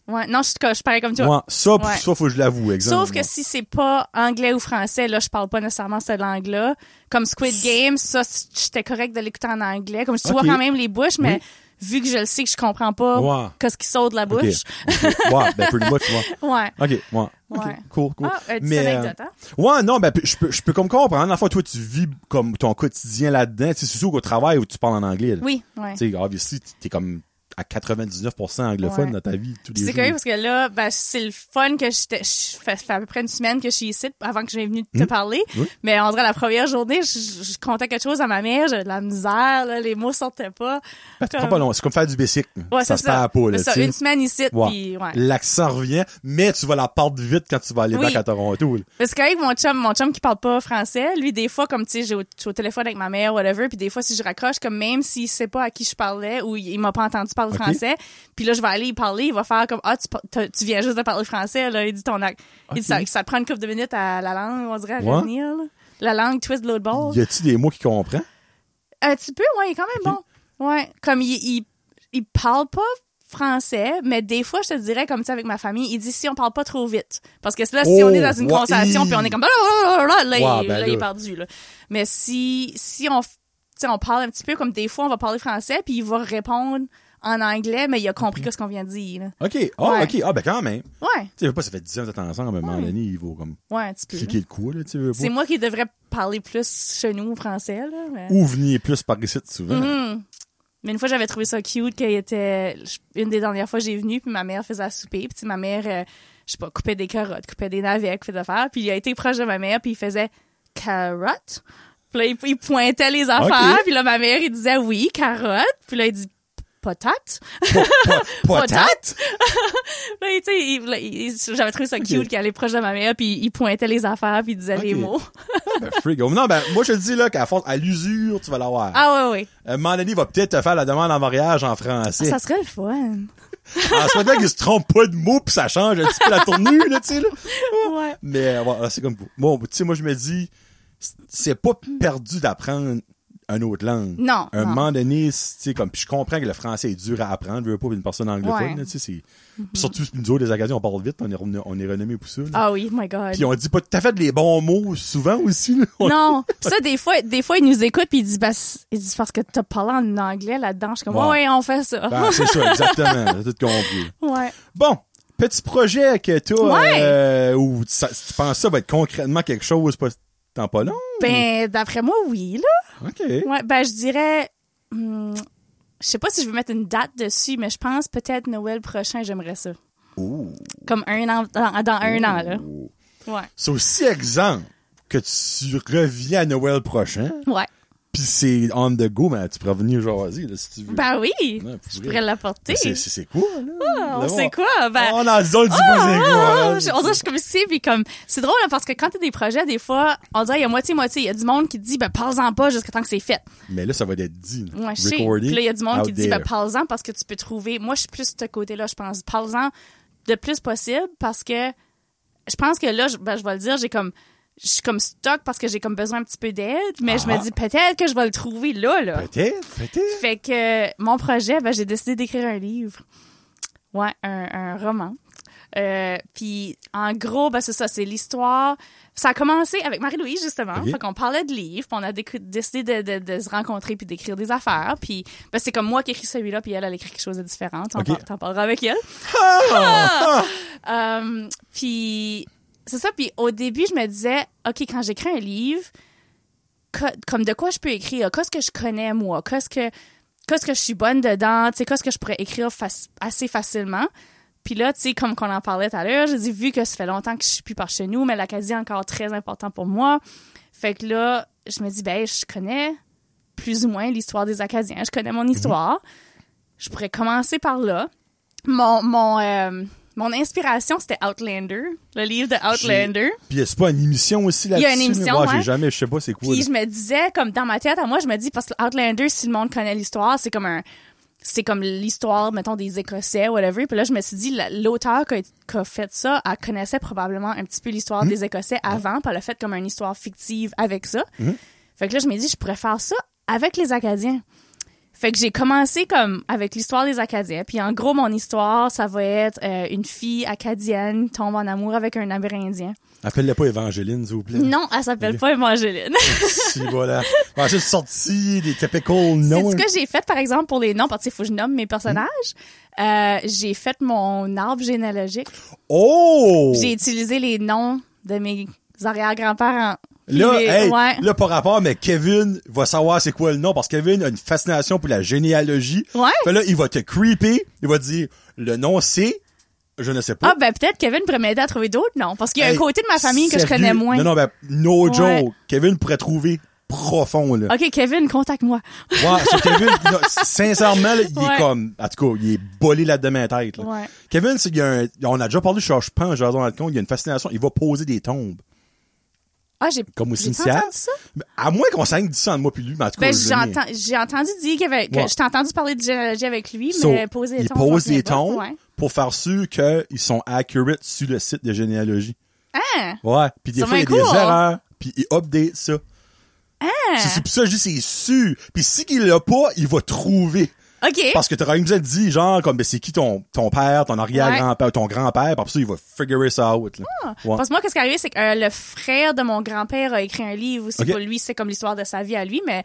Ouais, non, je, suis co- je parais comme toi.
Ouais. Ça, pour
Ouais.
ça, faut que je l'avoue, exemple.
Sauf que si c'est pas anglais ou français, là, je parle pas nécessairement cette langue-là. Comme Squid Game, ça, c- j'étais correct de l'écouter en anglais. Comme je
Ok.
vois quand même les bouches, mais vu que je le sais que je comprends pas
Ouais.
qu'est-ce qui saute de la
OK.
bouche.
OK. Ouais, ben, pretty much, ouais.
Ouais.
OK, ouais. OK,
Ouais.
cool, cool.
Ah, euh, petite anecdote, hein?
Ouais, non, ben, je peux, je peux comme comprendre. La fois, toi, tu vis comme ton quotidien là-dedans. Tu sais, C'est sûr qu'au travail où tu parles en anglais. là.
Oui, ouais.
Tu sais, obviously, t- t'es comme, à 99% anglophone
Ouais.
dans ta vie tous les
Puis c'est
jours.
curieux parce que là, ben, c'est le fun que j'étais. Je fais, ça fait à peu près une semaine que je suis ici avant que je vienne venu te parler.
Hmm. Oui.
Mais on dirait la première journée, je, je- je contais quelque chose à ma mère, j'avais de la misère, là, les mots sortaient pas.
Ben, c'est
Comme-
pas long, c'est comme faire du bicycle.
Ouais,
ça
c'est
se perd pas, là,
C'est ça,
tu sais.
une semaine ici,
Ouais.
puis ouais.
L'accent revient, mais tu vas la perdre vite quand tu vas aller
Oui.
back à Toronto. là.
Parce qu'avec mon chum, mon chum qui parle pas français, lui, des fois, comme, tu sais, j'ai au- je suis au téléphone avec ma mère, whatever, puis des fois, si je raccroche, comme, même s'il sait pas à qui je parlais ou il il m'a pas entendu parler
Ok.
français, puis là, je vais aller y parler, il va faire comme, ah, tu, par- t'as- tu viens juste de parler français, là, il dit ton ac-
Ok.
il dit, ça, ça te prend une couple de minutes à la langue, on dirait, à
Ouais.
revenir, là. La langue twist de l'autre bord.
Y a-tu des mots qu'il comprend?
Un petit peu, ouais, il est quand même bon. Ouais. Comme il, il, il parle pas français, mais des fois, je te dirais, comme ça avec ma famille, il dit si on parle pas trop vite. Parce que là, si
Oh,
on est dans une
ouais,
conversation,
hi.
puis on est comme blablabla, là,
Ouais,
il,
ben
là, il
là.
est perdu. Là. Mais si, si on, f- tu sais, on parle un petit peu, comme des fois, on va parler français, puis il va répondre en anglais, mais il a compris
Mhm.
que ce qu'on vient de dire. là.
OK. Ah,
Ouais.
OK. Ah, ben quand même. Tu
Ouais,
sais, je veux pas, ça fait 10 ans que t'es ensemble, mais à un moment donné, il faut comme
ouais, un petit peu. là.
cliquer le coup, là, tu veux
C'est
pas.
moi qui devrais parler plus chez nous français, là. mais-
Ou venir plus par ici souvent.
Mhm. Mais une fois, j'avais trouvé ça cute qu'il était je- une des dernières fois que j'ai venu, puis ma mère faisait à souper, puis tu sais, ma mère, euh, je sais pas, coupait des carottes, coupait des navets, coupait des affaires, puis il a été proche de ma mère, puis il faisait carotte. Puis là, il, il pointait les affaires, puis là, ma mère, il disait oui, carotte. Puis là, il dit patate.
Patate!
Puis Là, tu sais, il- là, il- j'avais trouvé ça cute
Ok.
qu'il allait proche de ma mère, puis il pointait les affaires, puis il disait les
Ok.
mots.
Ben, freak. Non, ben, moi, je te dis, là, qu'à force, à l'usure, tu vas l'avoir.
Ah ouais, ouais.
Euh, Mandani va peut-être te faire la demande en mariage en
Ah,
français.
ça serait le fun.
En souhaitant qu'il se trompe pas de mots pis ça change un petit peu la tournure, là, tu sais, là.
Ouais.
Mais, euh, ouais, c'est comme, bon, tu sais, moi, je me dis, c'est- c'est pas perdu d'apprendre une autre langue.
Non,
À un
non.
moment donné, c'est- tu sais, comme, pis je comprends que le français est dur à apprendre, je veux pas pour une personne anglophone,
Ouais. Mhm.
là, tu sais, c'est, pis surtout, nous autres, les Acadiens, on parle vite, on est, renommé- on est renommés pour ça, là.
Ah oui, my God.
Pis on dit pas tout à fait les bons mots souvent aussi, là. On-
Non. Puis ça, des fois, des fois, il nous écoute puis il dit, bah, c'est- il dit parce que t'as parlé en anglais là-dedans. Je suis comme,
Ouais.
ouais, ouais, on fait ça.
Ben, c'est ça, exactement. T'as tout compris.
ouais.
Bon, petit projet que toi,
Ouais.
euh, ou ça- tu penses ça va être concrètement quelque chose, pas tant pas long.
Ben, d'après moi, oui, là.
Ok.
Ouais, ben, je dirais, hum, je sais pas si je veux mettre une date dessus, mais je pense peut-être Noël prochain, j'aimerais ça.
Ouh.
Comme un an, dans, dans un an, là.
Ouh.
Ouais.
C'est aussi exemple que tu reviens à Noël prochain,
Ouais.
puis c'est on the go, mais tu pourras venir jaser là, si tu veux.
Ben oui.
Ouais, pour
je
vrai.
pourrais l'apporter.
Mais c'est c'est- c'est quoi là?
Ah,
Là,
On sait quoi? Ben,
on en zone du hein. bois, c'est
Ah,
quoi,
ah,
là?
je- on dirait que je suis comme ici, puis comme c'est drôle hein, parce que quand t'as des projets, des fois, on dirait il y a moitié moitié. Il y a du monde qui dit ben parle-en pas jusqu'à temps que c'est fait.
Mais là, ça va être dit. là.
Ouais, je sais.
Recording
Puis là, il y a du monde
out
qui dit ben
there.
parle-en parce que tu peux trouver. Moi, je suis plus de ce côté-là, je pense. Parle-en de plus possible parce que je pense que là, je, ben, je vais le dire, j'ai comme je suis comme stock parce que j'ai comme besoin un petit peu d'aide, mais je
Ah.
me dis peut-être que je vais le trouver là là.
Peut-être, peut-être.
Fait que euh, mon projet, ben, j'ai décidé d'écrire un livre. Ouais, un, un roman. Euh, Puis, en gros, ben, c'est ça, c'est l'histoire. Ça a commencé avec Marie-Louise, justement.
Ok.
Fait qu'on parlait de livres, puis on a déc- décidé de, de- de se rencontrer puis d'écrire des affaires. Puis, ben, c'est comme moi qui écris celui-là, puis elle, elle écrit quelque chose de différent. T'en
Ok.
par- t'en parleras avec elle.
Ah!
Euh, puis c'est ça. Puis au début, je me disais, OK, quand j'écris un livre, co- comme de quoi je peux écrire? Qu'est-ce que je connais, moi? Qu'est-ce que, qu'est-ce que je suis bonne dedans? Tu sais, qu'est-ce que je pourrais écrire fac- assez facilement? Puis là, tu sais, comme qu'on en parlait tout à l'heure, j'ai dit, vu que ça fait longtemps que je suis plus par chez nous, mais l'Acadie est encore très important pour moi. Fait que là, je me dis, ben, je connais plus ou moins l'histoire des Acadiens. Je connais mon histoire. Je pourrais commencer par là. Mon, mon, euh, mon inspiration, c'était Outlander, le livre de Outlander.
Puis c'est pas une émission aussi là-dessus.
Il y a une
là?
émission,
Ouais, j'ai
ouais.
jamais, je sais pas c'est quoi.
Puis
là.
je me disais, comme dans ma tête, à moi, je me dis, parce que Outlander, si le monde connaît l'histoire, c'est comme un. C'est comme l'histoire, mettons, des Écossais, whatever. Puis là, je me suis dit, la- l'auteur qui a, qui a fait ça, elle connaissait probablement un petit peu l'histoire des Écossais avant, puis elle a fait comme une histoire fictive avec ça. Fait que là, je me dis, je pourrais faire ça avec les Acadiens. Fait que j'ai commencé comme avec l'histoire des Acadiens. Puis en gros, mon histoire, ça va être euh, une fille acadienne tombe en amour avec un Amérindien.
Appelle-la pas Évangeline, s'il vous plaît.
Non, elle s'appelle pas Evangeline.
Si, voilà. Bon, juste sorti des typical noms.
C'est ce que j'ai fait, par exemple, pour les noms, parce qu'il faut que je nomme mes personnages. Euh, j'ai fait mon arbre généalogique.
Oh!
J'ai utilisé les noms de mes arrière-grands-parents. Puis
Là,
les-
hey,
ouais.
là, pas rapport, mais Kevin va savoir c'est quoi le nom parce que Kevin a une fascination pour la généalogie.
Ouais.
Fait là, il va te creeper, il va te dire le nom c'est, je ne sais pas.
Ah, ben peut-être Kevin pourrait m'aider à trouver d'autres noms. Parce qu'il y a
Hey,
un côté de ma famille que je
sérieux.
connais moins.
Non, non, ben, no
Ouais.
joke. Kevin pourrait trouver profond, là.
OK, Kevin, contacte-moi.
Ouais, c'est Kevin, là, sincèrement, là, il est
Ouais.
comme, en tout cas, il est bolé là-dedans ma tête, là.
Ouais.
Kevin, c'est, il y a un- on a déjà parlé, je je pense, Jason Alcon, il y a une fascination, il va poser des tombes.
Ah, j'ai
Comme au
j'ai-tu
cimetière.
entendu ça?
À moins qu'on s'agne du sang de moi puis lui, mais en tout cas,
Ben,
je
j'ai,
l'ai mis.
enten- j'ai entendu dire qu'il y avait, que
Ouais.
je t'ai entendu parler de généalogie avec lui,
So,
mais poser des
il
tons.
pose des tons
Ouais.
pour faire sûr qu'ils sont accurate sur le site de généalogie.
Hein?
Ouais. Puis des
C'est
fois, il y a
bien
des
cool.
erreurs. Puis il update ça.
Hein?
C'est c'est pour ça que je dis c'est sûr. Puis si qu'il l'a pas, il va trouver.
OK.
Parce que t'auras même besoin de dire, genre, comme, ben, c'est qui ton, ton père, ton arrière-grand-père, ton grand-père, parce que il va figure ça out, là. Ouais.
Ah, Parce que moi, qu'est-ce qui est arrivé, c'est que euh, le frère de mon grand-père a écrit un livre aussi
Ok.
pour lui. C'est comme l'histoire de sa vie à lui, mais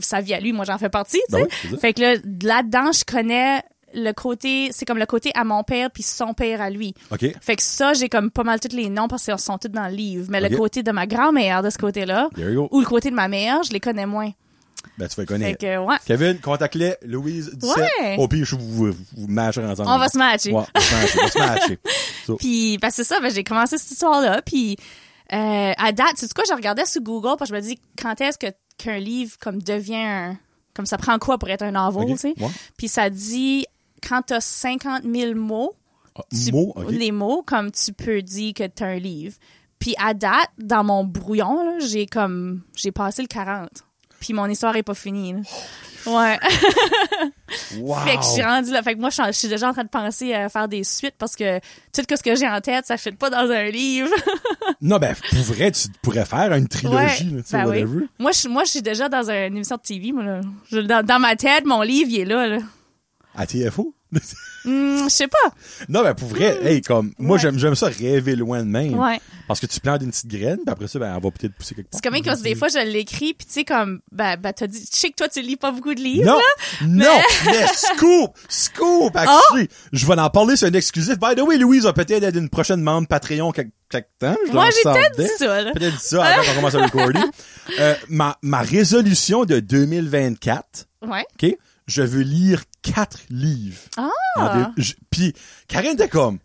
sa vie à lui, moi, j'en fais partie, tu
Ben
sais.
oui, c'est ça.
fait que là, là-dedans, je connais le côté, c'est comme le côté à mon père puis son père à lui.
OK?
Fait que ça, j'ai comme pas mal tous les noms parce qu'ils sont tous dans le livre. Mais
Ok.
le côté de ma grand-mère de ce côté-là,
There you go.
ou le côté de ma mère, je les connais moins.
Ben, tu vas
Fait
connaître.
que, ouais.
Kevin, contacte-les, Louise, 17.
Ouais.
Au pire, je vous, vous, vous matcherez ensemble.
On va se matcher.
Ouais, on va se matcher, on va se matcher. So,
Puis, parce que c'est ça, ben, j'ai commencé cette histoire-là. Puis, euh, à date, tu sais quoi, je regardais sur Google parce que je me dis, quand est-ce que qu'un livre comme devient un. Comme ça prend quoi pour être un novel,
Ok,
tu sais?
ouais.
Puis, ça dit, quand t'as 50 000 mots,
ah,
tu-
mot, OK?
les mots, comme tu peux dire que t'as un livre. Puis, à date, dans mon brouillon, là, j'ai comme. J'ai passé le 40. Puis, mon histoire est pas finie. là.
Oh,
Ouais.
Wow.
Fait que je suis rendue là. Fait que moi, je suis- je suis déjà en train de penser à faire des suites parce que tout ce que j'ai en tête, ça fit pas dans un livre.
Non, ben, pour vrai, tu pourrais faire une trilogie, là, tu sais,
Ben oui.
whatever.
Moi, je, moi, je suis déjà dans une émission de TV. Moi, là. Je- dans, dans ma tête, mon livre, il est là. là.
À TFO.
Hum, je sais pas.
non, ben, pour vrai, hey, comme, moi,
Mm. Ouais.
j'aime, j'aime ça rêver loin de même.
Ouais.
Parce que tu plantes une petite graine, puis après ça, ben, elle va peut-être pousser quelque part.
C'est comme quand des fois, je l'écris, puis tu sais, comme, ben, ben t'as dit, je sais que toi, tu lis pas beaucoup de livres.
Non,
là. Ah!
non, mais scoop, scoop, actually. Je vais en parler sur un exclusif. By the way, Louise va peut-être être une prochaine membre Patreon quelque, quelque temps. Je
Moi,
l'en
j'ai peut-être
savais.
dit ça, là.
Peut-être dit ça avant qu'on commence à recorder. Euh, ma, ma résolution de 2024,
Ouais.
OK? Je veux lire quatre livres. En
Ah!
deux- je- Puis Karine était comme,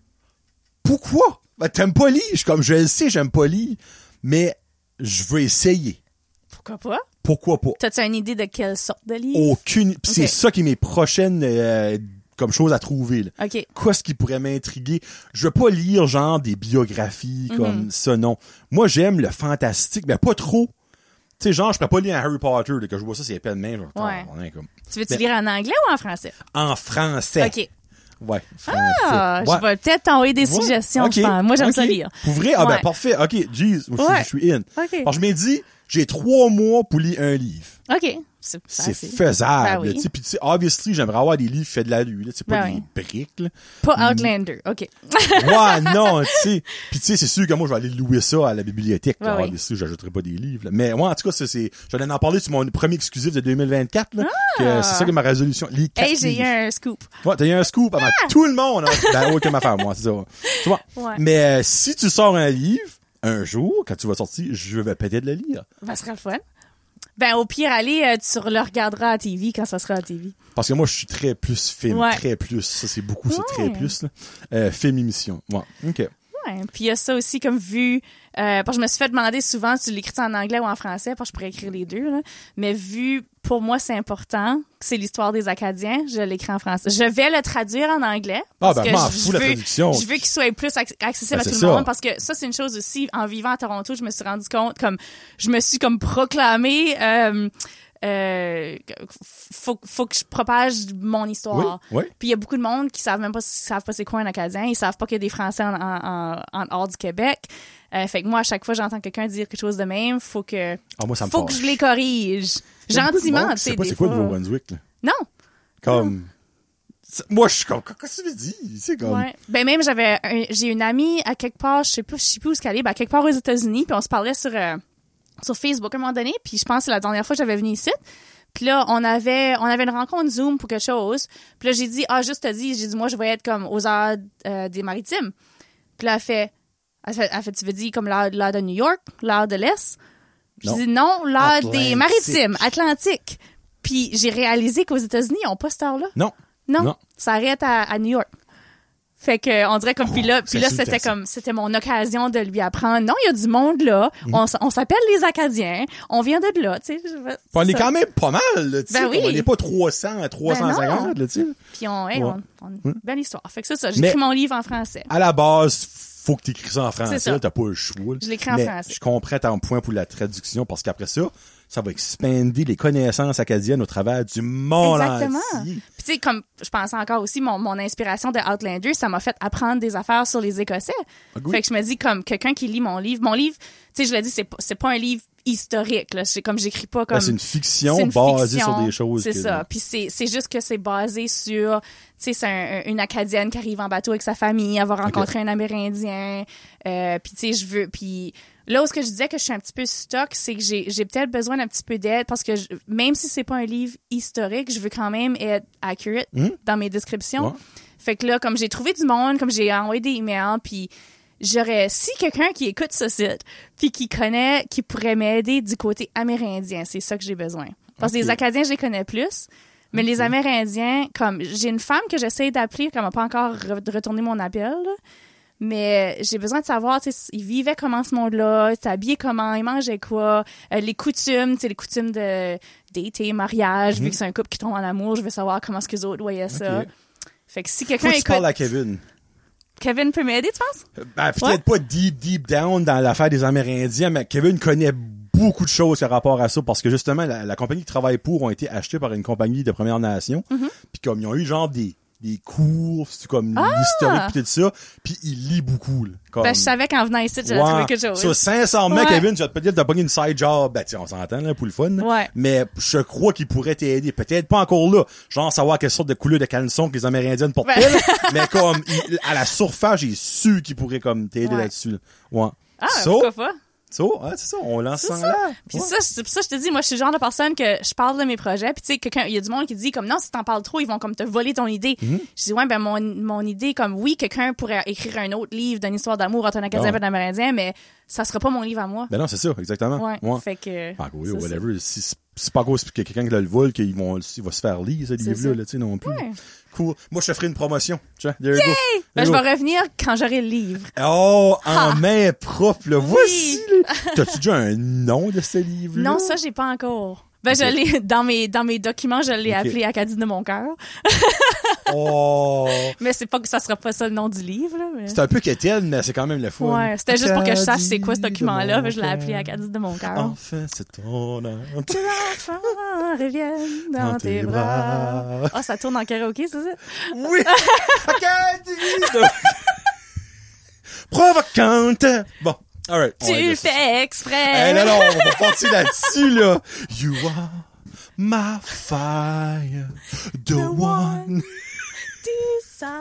pourquoi? Ben, t'aimes pas lire? Je suis comme, je le sais, j'aime pas lire, mais je veux essayer.
Pourquoi pas?
Pourquoi pas?
T'as-tu une idée de quelle sorte de livre?
Aucune. Puis C'est
Ok.
ça qui est mes prochaines euh, comme chose à trouver. là.
OK.
Quoi ce qui pourrait m'intriguer? Je veux pas lire genre des biographies
Mm-hmm.
comme ça, non. Moi j'aime le fantastique, mais pas trop. Tu sais, genre, je pourrais pas lire un Harry Potter, là, que je vois ça, c'est plein de main, genre,
Ouais.
on est comme-
Tu veux-tu
Ben-
lire en anglais ou en français?
En français.
OK.
Ouais.
Ah,
français. Ouais.
je vais peut-être t'envoyer des
Ouais.
suggestions.
Ok.
je pense. Moi, j'aime
Ok.
ça lire.
Pour vrai? Ah ben
Ouais.
parfait. OK, jeez, moi, je
Ouais.
suis- je suis in.
Ok.
Alors, je m'ai dit, j'ai trois mois pour lire un livre.
OK. C'est
C'est
facile.
faisable.
Ben oui.
tu sais. Puis tu sais, obviously, j'aimerais avoir des livres faits de la lue. là. C'est pas
Ben
des briques. Là.
Pas Outlander. OK.
ouais, non, tu sais. Puis tu sais, c'est sûr que moi, je vais aller louer ça à la bibliothèque. là.
Ouais, Ben oui.
Obviously, j'ajouterai pas des livres. là. Mais moi, en tout cas, ça, c'est. J'allais en parler sur mon premier exclusif de 2024. Là, que c'est ça que ma résolution. Les quatre
Ah! Hey, j'ai eu
livres.
un scoop.
Ouais, t'as eu un scoop avant tout le monde. hein. Ben ouais, que ma femme, moi, c'est ça. Tu vois.
Ouais.
Mais euh, si tu sors un livre, un jour, quand tu vas sortir, je vais peut-être le lire.
Ça sera le fun. Ben, au pire, allez, euh, tu le regarderas à TV quand ça sera à TV.
Parce que moi, je suis très plus film,
Ouais.
très plus. Ça, c'est beaucoup, c'est très
Ouais.
plus. Là. Euh, film émission. Ouais. OK.
Ouais. Puis il y a ça aussi comme vu. Euh, parce que je me suis fait demander souvent si tu l'écris en anglais ou en français, parce que je pourrais écrire les deux. Là. Mais vu, pour moi, c'est important, que c'est l'histoire des Acadiens, je l'écris en français. Je vais le traduire en anglais.
Ah,
parce
ben,
que
m'en
je
fous, la
veux-
traduction.
Je veux qu'il soit plus ac- accessible
Ben,
à tout
c'est
le
ça.
monde, parce que ça, c'est une chose aussi. En vivant à Toronto, je me suis rendu compte, comme, je me suis comme proclamée. Euh, euh, faut, faut que je propage mon
Oui,
histoire.
oui.
Puis il y a beaucoup de monde qui savent même pas savent pas c'est quoi un Acadien, ils savent pas qu'il y a des Français en, en, en- en hors du Québec. Euh, fait que moi à chaque fois j'entends quelqu'un dire quelque chose de même, faut que
Ah, moi, ça me
faut que je
fâche.
les corrige gentiment, tu
C'est
sais
pas
des
c'est quoi le
fois.
Nouveau-Brunswick, là?
Non.
Comme. C'est- Moi, je suis comme. Qu'est-ce que tu veux dire? C'est comme.
Ouais. Ben même j'avais un- j'ai une amie à quelque part, je sais plus je sais plus où ce qu'elle est, ben, à quelque part aux États-Unis, puis on se parlait sur euh, sur Facebook à un moment donné, puis je pense que c'est la dernière fois que j'avais venu ici. Puis là, on avait, on avait une rencontre Zoom pour quelque chose. Puis là, j'ai dit, ah, juste te dit, j'ai dit, moi, je vais être comme aux heures euh, des maritimes. Puis là, elle fait, Elle fait, elle fait, tu veux dire comme l'heure l'heure de New York, l'heure de l'Est? Je
Non.
dis non, l'heure des
Atlantique.
maritimes, Atlantique. Puis j'ai réalisé qu'aux États-Unis, ils n'ont pas cette heure-là.
Non.
Non,
Non.
ça arrête à, à New York. Fait que euh, on dirait comme puis là, puis
c'est
là
super,
c'était
ça.
comme c'était mon occasion de lui apprendre. Non, il y a du monde là.
Mm.
On, s- on s'appelle les Acadiens. On vient de là, tu sais. je-
Puis on est
ça.
quand même pas mal, là, tu sais.
Ben oui.
On n'est pas 300 à 350,
Ben non.
là, tu sais.
Puis on, hey,
Ouais. Mm.
on- on- belle histoire. Fait que c'est ça.
Mais-
J'écris mon livre en français.
À la base, faut que t'écris ça en français,
C'est ça.
là, t'as pas le choix. là.
Je l'écris en
Mais
français.
Je comprends ton point pour la traduction parce qu'après ça, ça va expander les connaissances acadiennes au travers du monde
Exactement.
entier.
Puis tu sais, comme je pensais encore aussi, mon, mon inspiration de Outlander, ça m'a fait apprendre des affaires sur les Écossais.
Ah oui.
Fait que je me dis, comme quelqu'un qui lit mon livre, mon livre, tu sais, je l'ai dit, c'est pas, c'est pas un livre historique. Là. C'est Comme j'écris pas comme...
Là, Ben, c'est une fiction
C'est une
basée
fiction,
sur des choses.
C'est
que-
ça. Puis c'est c'est juste que c'est basé sur, tu sais, c'est un- une Acadienne qui arrive en bateau avec sa famille, avoir rencontré un Amérindien. Euh, puis tu sais, je veux. Puis là où ce que je disais que je suis un petit peu stock, c'est que j'ai j'ai peut-être besoin d'un petit peu d'aide parce que je- même si c'est pas un livre historique, je veux quand même être accurate dans mes descriptions.
Hmm? Ouais.
Fait que là, comme j'ai trouvé du monde, comme j'ai envoyé des emails, puis j'aurais si quelqu'un qui écoute ce site puis qui connaît qui pourrait m'aider du côté amérindien c'est ça que j'ai besoin parce que les
Ok.
acadiens je les connais plus mais les amérindiens comme j'ai une femme que j'essaie d'appeler comme elle m'a pas encore re- retourné mon appel là. mais euh, j'ai besoin de savoir tu sais, ils vivaient comment ce monde là s'habillaient comment ils mangeaient quoi euh, les coutumes tu sais les coutumes de d'été mariage vu que c'est un couple qui tombe en amour je veux savoir comment est-ce que les autres voyaient ça
Mhm. Ok.
fait que si
Faut
quelqu'un
que tu parles
écoute
à Kevin.
Kevin peut m'aider tu penses
Ben, peut-être pas deep, deep down dans l'affaire des Amérindiens, mais Kevin connaît beaucoup de choses par rapport à ça parce que justement, la, la compagnie qui travaille pour ont été achetées par une compagnie de Première Nation. Puis comme ils ont eu genre des, des cours, c'est comme l'historique pis tout ça. Puis il lit beaucoup. Là, comme...
Ben, je savais qu'en venant ici, j'allais
Um, Ouais.
trouver quelque chose.
Sur 500 mecs,
Ouais.
Kevin, je vais te pas dire de pogner une side job. Ben, tiens, on s'entend, là, pour le fun.
Ouais.
Mais je crois qu'il pourrait t'aider. Peut-être pas encore là. Genre, savoir quelle sorte de couleur de caleçon que les Amérindiennes portaient.
Ben.
là. mais comme, il- à la surface, j'ai su qu'il pourrait, comme, t'aider
Ouais.
là-dessus. là. Ouais.
Ah,
so,
pourquoi pas?
so, hein, c'est ça, on lance
C'est
ça en
ça.
l'air.
Puis
Ouais.
ça, c'est pour ça, que je te dis, moi, je suis le genre de personne que je parle de mes projets. Puis tu sais, quelqu'un, il y a du monde qui dit comme non, si t'en parles trop, ils vont comme te voler ton idée.
Mhm.
Je dis ouais, ben mon, mon idée, comme oui, quelqu'un pourrait écrire un autre livre d'une histoire d'amour entre un Acadien
Ah.
et un Amérindien, mais ça sera pas mon livre à moi.
Ben non, c'est ça, exactement.
ouais.
Ouais.
Fait que.
Pas gros,
c'est ça.
whatever. Si c'est- c'est pas gros, c'est que quelqu'un qui le vole, qu'il vont- il va se faire lire, ce
ça.
livre-là, là, tu sais, non plus.
Ouais.
Cool. Moi, je te ferai une promotion. Tiens, there you go.
Ben,
There
je
you go.
vais revenir quand j'aurai le livre.
Oh,
Ah.
en main propre, là. Voici. là. T'as-tu déjà un nom de ce livre
Non, ça, j'ai pas encore. Ben, je
Ok.
l'ai, dans mes, dans mes documents, je l'ai
Ok.
appelé Acadie de mon cœur.
Oh.
Mais c'est pas que ça sera pas ça le nom du livre, là. mais-
C'est un peu quétaine, mais c'est quand même le fun.
Ouais, c'était juste pour que je sache c'est quoi ce
Acadie
document-là.
de
puis Je l'ai
mon
appelé
cœur. Ah.
Acadie de mon cœur.
Enfin, c'est ton nom.
Que l'enfant revienne dans,
Dans
tes
tes
bras.
bras.
Ah, ça tourne en karaoké, c'est ça?
Oui! Acadie! de- Provocante! Bon, alright.
tu le fais exprès!
Eh non, non, on va partir là-dessus, là. You are my fire, the, one.
Desire.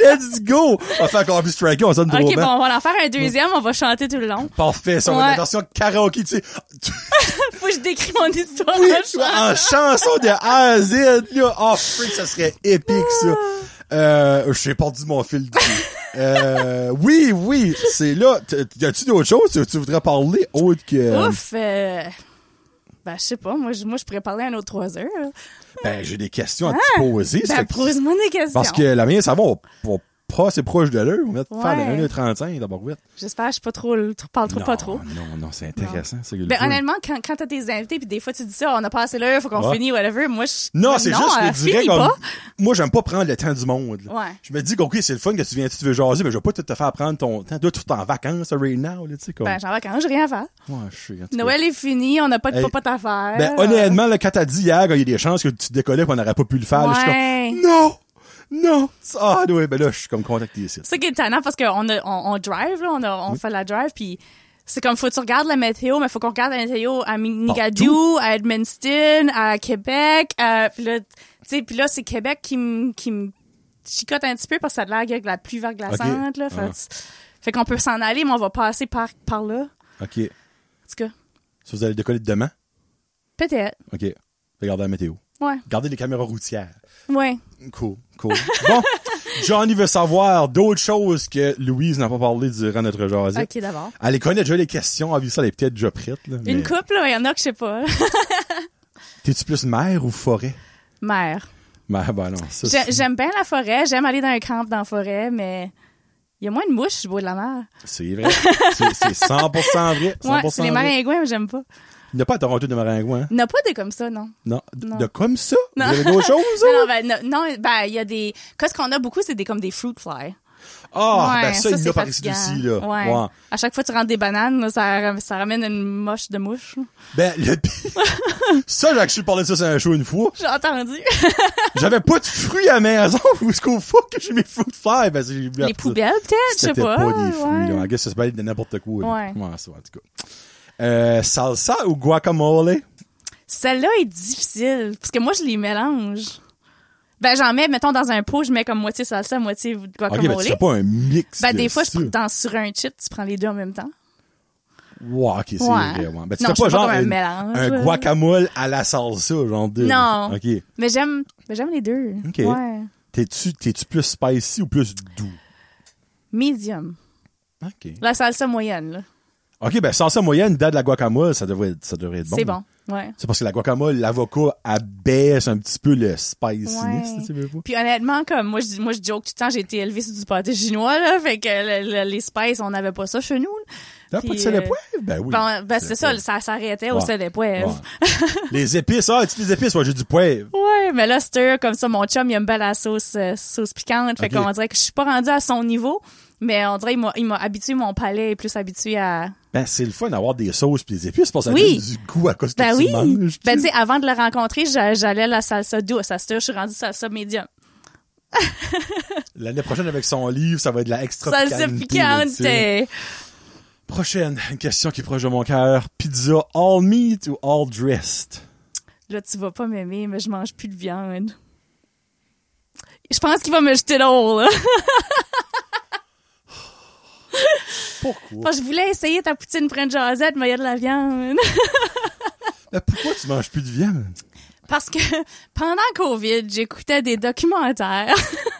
Let's go! On va faire encore plus striker, on sonne drôlement.
ok, bon, on va en faire un deuxième, on va chanter tout le long.
hein. Parfait, ça, on a
Ouais.
une version karaoké, tu sais. Tu-
Faut que je décris mon histoire.
oui,
je
tu
chante.
vois, en chanson de A à Z, là. Oh, freak, ça serait épique, ça. Euh, je sais pas du mon fil du. Euh, oui, oui, c'est là. T- Y a-tu d'autres choses que tu voudrais parler autre que.
Ouf! euh, Ben, je sais pas, moi, je- moi, je pourrais parler un autre trois heures. là.
Ben, j'ai des questions à te poser. ça
Ben,
fait-
pose-moi des questions.
Parce que la mienne, ça va, on on pas assez proche de l'heure. On va faire
Ouais.
le 1h35 d'abord, oui.
J'espère que je suis pas trop, trop- parle trop, pas trop.
Non, non, c'est intéressant, ça.
Ben, honnêtement, quand, quand t'as des invités, puis des fois, tu dis ça, on a passé l'heure, faut qu'on
Ouais.
finisse, whatever. Moi, je.
Ah. Non, c'est juste
euh,
que je dirais
finis
comme-
pas.
Moi, j'aime pas prendre le temps du monde. là.
Ouais.
Je me dis, que, OK, c'est le fun que tu viens, tu veux jaser, mais je vais pas tout te faire prendre ton temps. Toi, tu es en vacances, right now, là, tu sais, comme.
Ben, j'en vais quand j'ai rien à faire.
Ouais, je suis. en tout cas.
Noël euh, est fini, on n'a pas de
Hey.
popote à faire.
Ben, honnêtement, là, quand t'as dit hier, il y a des chances que tu décollais qu'on n'aurait pas pu le faire, là,
Ouais.
je suis comme, non! Non! Ah, ouais, ben là, je suis comme contacté ici.
C'est ça qui est tannant parce qu'on a- on, on drive, là, on, a- on fait la drive, puis c'est comme, faut que tu regardes la météo, mais faut qu'on regarde la météo à Minigadou, à Edmundston, à Québec, à, puis là, tu sais, puis là, c'est Québec qui me, qui me chicote un petit peu parce que ça a de l'air avec la pluie verglaçante, là. Fait,
Ah.
fait qu'on peut s'en aller, mais on va passer par, par là. En
OK.
tout cas,
Si vous allez décoller de demain,
peut-être.
OK. Regardez la météo.
Ouais.
Gardez les caméras routières.
Ouais.
Cool, cool. Bon, Johnny veut savoir d'autres choses que Louise n'a pas parlé durant notre jasette.
OK, d'abord.
Elle les connaît déjà les questions, elle a vu ça, elle est peut-être déjà prête. Là, mais
Une couple, là, il y en a que je sais pas.
T'es-tu plus mer ou forêt?
Mère.
Ben, ben non, ça,
J'ai-
c'est-
J'aime bien la forêt, j'aime aller dans un camp dans la forêt, mais il y a moins de mouches au bout de la mer.
c'est vrai. C'est c'est 100% vrai. 100%
Ouais, c'est les
vrai.
maringouins, mais j'aime pas.
Il n'y a pas à Toronto de maringouin. hein?
Il n'y en a pas des comme ça, non.
Non. De,
Non.
de comme ça?
Non.
Vous avez d'autres choses?
Non,
hein?
non, ben, non, non, ben, il y a des. Qu'est-ce qu'on a beaucoup, c'est des, comme des fruit flies.
Ah,
Ouais,
ben ça, il
c'est
l'a par ici
fatigant.
aussi, là.
Ouais.
Ouais.
À chaque fois que tu rentres des bananes, là, ça, ram- ça ramène une moche de mouche.
Ben, le pire- ça, j'ai actually parlé de ça sur un show une fois.
J'ai entendu.
J'avais pas de fruits à la maison. Où est-ce qu'on faut que j'ai mes fruits de fer? Ben, j'ai
les poubelles, peut-être, je sais
C'était
pas.
pas, des fruits,
ouais.
là. I guess ça se balade de n'importe quoi, là.
Ouais.
ça, en tout cas. Euh, salsa ou guacamole?
Celle-là est difficile, parce que moi, je les mélange. Ben, j'en mets, mettons, dans un pot, je mets comme moitié salsa, moitié
Ok,
Ah, guacamole.
ben, tu fais pas un mix.
Ben,
de
des fois, je
ça.
prends- dans, sur un chip, tu prends les deux en même temps.
Wow, ok, c'est
Ouais.
vrai, ouais. Ben, tu fais
Non, je
pas
fais pas
genre
comme un
une-
mélange,
un
là.
guacamole à la salsa, genre de.
Non.
Euh, Ok.
Mais j'aime, mais j'aime les deux.
Ok.
Ouais.
T'es-tu, t'es-tu plus spicy ou plus doux?
Medium.
Ok.
La salsa moyenne, là.
Ok, ben, salsa moyenne, date de la guacamole, ça devrait, être- ça devrait être bon. ben.
C'est bon. Ouais.
C'est parce que la guacamole, l'avocat, abaisse un petit peu le spiciness,
Ouais.
tu sais pas.
Puis honnêtement, comme moi, je, moi, je joke tout le temps, j'ai été élevée sur du pâté chinois, là. Fait que le- le- les spices, on n'avait pas ça chez nous. là.
T'as pas de
Puis,
sel
euh,
poivre? Ben oui.
Ben, ben,
sel
c'est
et
ça,
poivre.
ça s'arrêtait au
Ouais.
sel et poivre.
Ouais. les épices, ah, tu les épices? Moi, j'ai du poivre.
Ouais, mais là, c'était comme ça, mon chum, il aime bien la sauce, euh, sauce piquante. Fait
Ok.
qu'on dirait que je suis pas rendue à son niveau, mais on dirait qu'il m'a- il m'a habitué, mon palais est plus habitué à...
Ben, c'est le fun d'avoir des sauces pis des épices, parce que ça
Oui.
donne du goût à cause que tu
Ben oui!
manges.
Ben, tu sais, avant de le rencontrer, j'a- j'allais à la salsa douce. À ce je suis rendue salsa médium.
L'année prochaine, avec son livre, ça va être de la extra picante,
Salsa
là, tu
piquante! euh.
sais. Prochaine, une question qui est proche de mon cœur. Pizza all meat ou all dressed?
Là, tu vas pas m'aimer, mais je mange plus de viande. Je pense qu'il va me jeter l'eau, là.
Pourquoi? Oh.
Parce que je voulais essayer ta poutine prenne jasette, mais il y a de la viande.
Ben, pourquoi tu manges plus de viande?
Parce que pendant COVID, j'écoutais des documentaires.